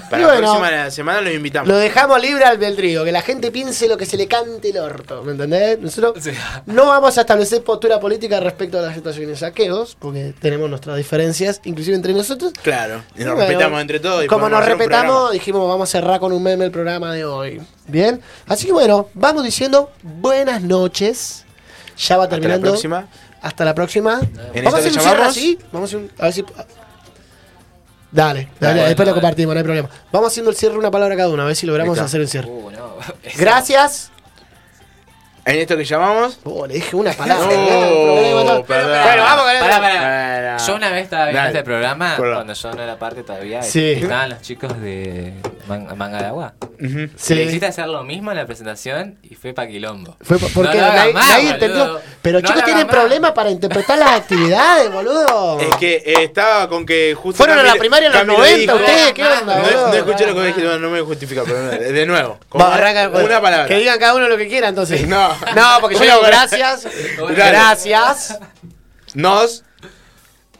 [SPEAKER 2] Para la
[SPEAKER 1] bueno.
[SPEAKER 2] próxima semana los invitamos.
[SPEAKER 1] Lo dejamos libre al beltrío, que la gente piense lo que se le cante el orto, ¿me entendés? Nosotros
[SPEAKER 3] *laughs* Sí.
[SPEAKER 1] no vamos a establecer postura política respecto a las situaciones de saqueos, porque tenemos nuestras diferencias, inclusive entre nosotros.
[SPEAKER 2] Claro, y
[SPEAKER 1] Y
[SPEAKER 2] nos
[SPEAKER 1] bueno,
[SPEAKER 2] respetamos entre todos. y
[SPEAKER 1] como
[SPEAKER 2] podemos
[SPEAKER 1] nos
[SPEAKER 2] hacer un
[SPEAKER 1] respetamos,
[SPEAKER 2] programa.
[SPEAKER 1] dijimos vamos a cerrar con un meme el programa de hoy. Bien, así que bueno, vamos diciendo buenas noches. Ya va
[SPEAKER 2] Hasta la
[SPEAKER 1] terminando.
[SPEAKER 2] próxima.
[SPEAKER 1] Hasta la próxima.
[SPEAKER 2] En
[SPEAKER 1] Vamos a
[SPEAKER 2] esta
[SPEAKER 1] hacer
[SPEAKER 2] te
[SPEAKER 1] un cierre
[SPEAKER 2] llamamos.
[SPEAKER 1] así. Vamos a, hacer un- a ver si. Dale, dale,
[SPEAKER 3] bueno,
[SPEAKER 1] después
[SPEAKER 3] dale.
[SPEAKER 1] lo compartimos, no hay problema. Vamos haciendo el cierre una palabra cada uno, a ver si logramos
[SPEAKER 2] Ahí está.
[SPEAKER 1] hacer el cierre.
[SPEAKER 3] Uh, no. *laughs*
[SPEAKER 1] Gracias.
[SPEAKER 2] En esto que llamamos.
[SPEAKER 1] Oh, le dije una palabra.
[SPEAKER 2] No,
[SPEAKER 1] no, problema, no.
[SPEAKER 2] perdón.
[SPEAKER 1] Oh, Bueno, vamos con el-
[SPEAKER 3] Pará, pará.
[SPEAKER 2] Bueno.
[SPEAKER 3] Yo una vez estaba viendo
[SPEAKER 2] Dale.
[SPEAKER 3] este programa
[SPEAKER 2] Perdón.
[SPEAKER 3] cuando yo no era parte todavía.
[SPEAKER 1] Sí.
[SPEAKER 3] y Estaban los chicos de Man- Manga de Agua.
[SPEAKER 2] Ujú.
[SPEAKER 1] Sí.
[SPEAKER 3] Le hiciste hacer lo mismo en la presentación y fue pa' quilombo.
[SPEAKER 1] Fue po- porque
[SPEAKER 3] No lo hagas
[SPEAKER 1] nadie,
[SPEAKER 3] más,
[SPEAKER 1] nadie
[SPEAKER 3] boludo.
[SPEAKER 1] entendió. Pero
[SPEAKER 3] No
[SPEAKER 1] chicos
[SPEAKER 3] lo
[SPEAKER 1] tienen
[SPEAKER 3] hagas más.
[SPEAKER 1] problemas para interpretar las actividades, boludo.
[SPEAKER 2] Es que eh, estaba con que justo.
[SPEAKER 1] Fueron a la
[SPEAKER 2] Camilo-
[SPEAKER 1] primaria en los
[SPEAKER 2] Camilo
[SPEAKER 1] 90,
[SPEAKER 2] dijo-
[SPEAKER 1] ustedes, ¿qué
[SPEAKER 3] No,
[SPEAKER 1] onda,
[SPEAKER 2] No,
[SPEAKER 1] boludo?
[SPEAKER 2] no escuché lo que dije, no, no me justifica, pero
[SPEAKER 1] *laughs*
[SPEAKER 2] de nuevo. como
[SPEAKER 1] Vamos, arranca,
[SPEAKER 2] una
[SPEAKER 1] bueno,
[SPEAKER 2] palabra.
[SPEAKER 1] Que digan cada uno lo que quiera, entonces.
[SPEAKER 2] *laughs* No.
[SPEAKER 1] No, porque yo
[SPEAKER 2] Una
[SPEAKER 1] digo
[SPEAKER 2] palabra.
[SPEAKER 1] gracias.
[SPEAKER 3] Dale.
[SPEAKER 1] Gracias.
[SPEAKER 2] Nos,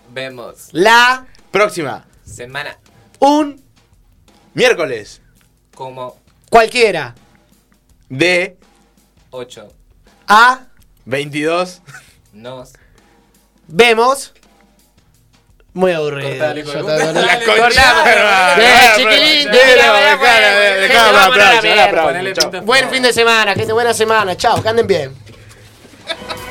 [SPEAKER 3] Vemos.
[SPEAKER 1] La.
[SPEAKER 2] próxima,
[SPEAKER 3] Semana
[SPEAKER 1] Un.
[SPEAKER 2] miércoles,
[SPEAKER 3] como
[SPEAKER 1] Cualquiera.
[SPEAKER 2] de
[SPEAKER 3] 8.
[SPEAKER 1] A.
[SPEAKER 2] 22.
[SPEAKER 3] Nos.
[SPEAKER 1] Vemos. Muy aburrido.
[SPEAKER 3] Cortale,
[SPEAKER 1] Ya
[SPEAKER 3] cortale.
[SPEAKER 1] está,
[SPEAKER 3] Dale,
[SPEAKER 1] cortale.
[SPEAKER 3] cortale,
[SPEAKER 1] Bien,
[SPEAKER 2] Bueno,
[SPEAKER 1] chiquilín,
[SPEAKER 2] bueno,
[SPEAKER 1] dejala,
[SPEAKER 2] bueno,
[SPEAKER 1] dejala,
[SPEAKER 2] dejala,
[SPEAKER 1] gente,
[SPEAKER 2] dejala,
[SPEAKER 1] vamos a
[SPEAKER 2] aplauso,
[SPEAKER 1] la
[SPEAKER 2] dejala,
[SPEAKER 1] mierda,
[SPEAKER 2] aplauso,
[SPEAKER 3] ponele
[SPEAKER 2] chao.
[SPEAKER 3] pinta.
[SPEAKER 1] Buen fin de semana, gente. Buena semana. Chao. Que anden bien.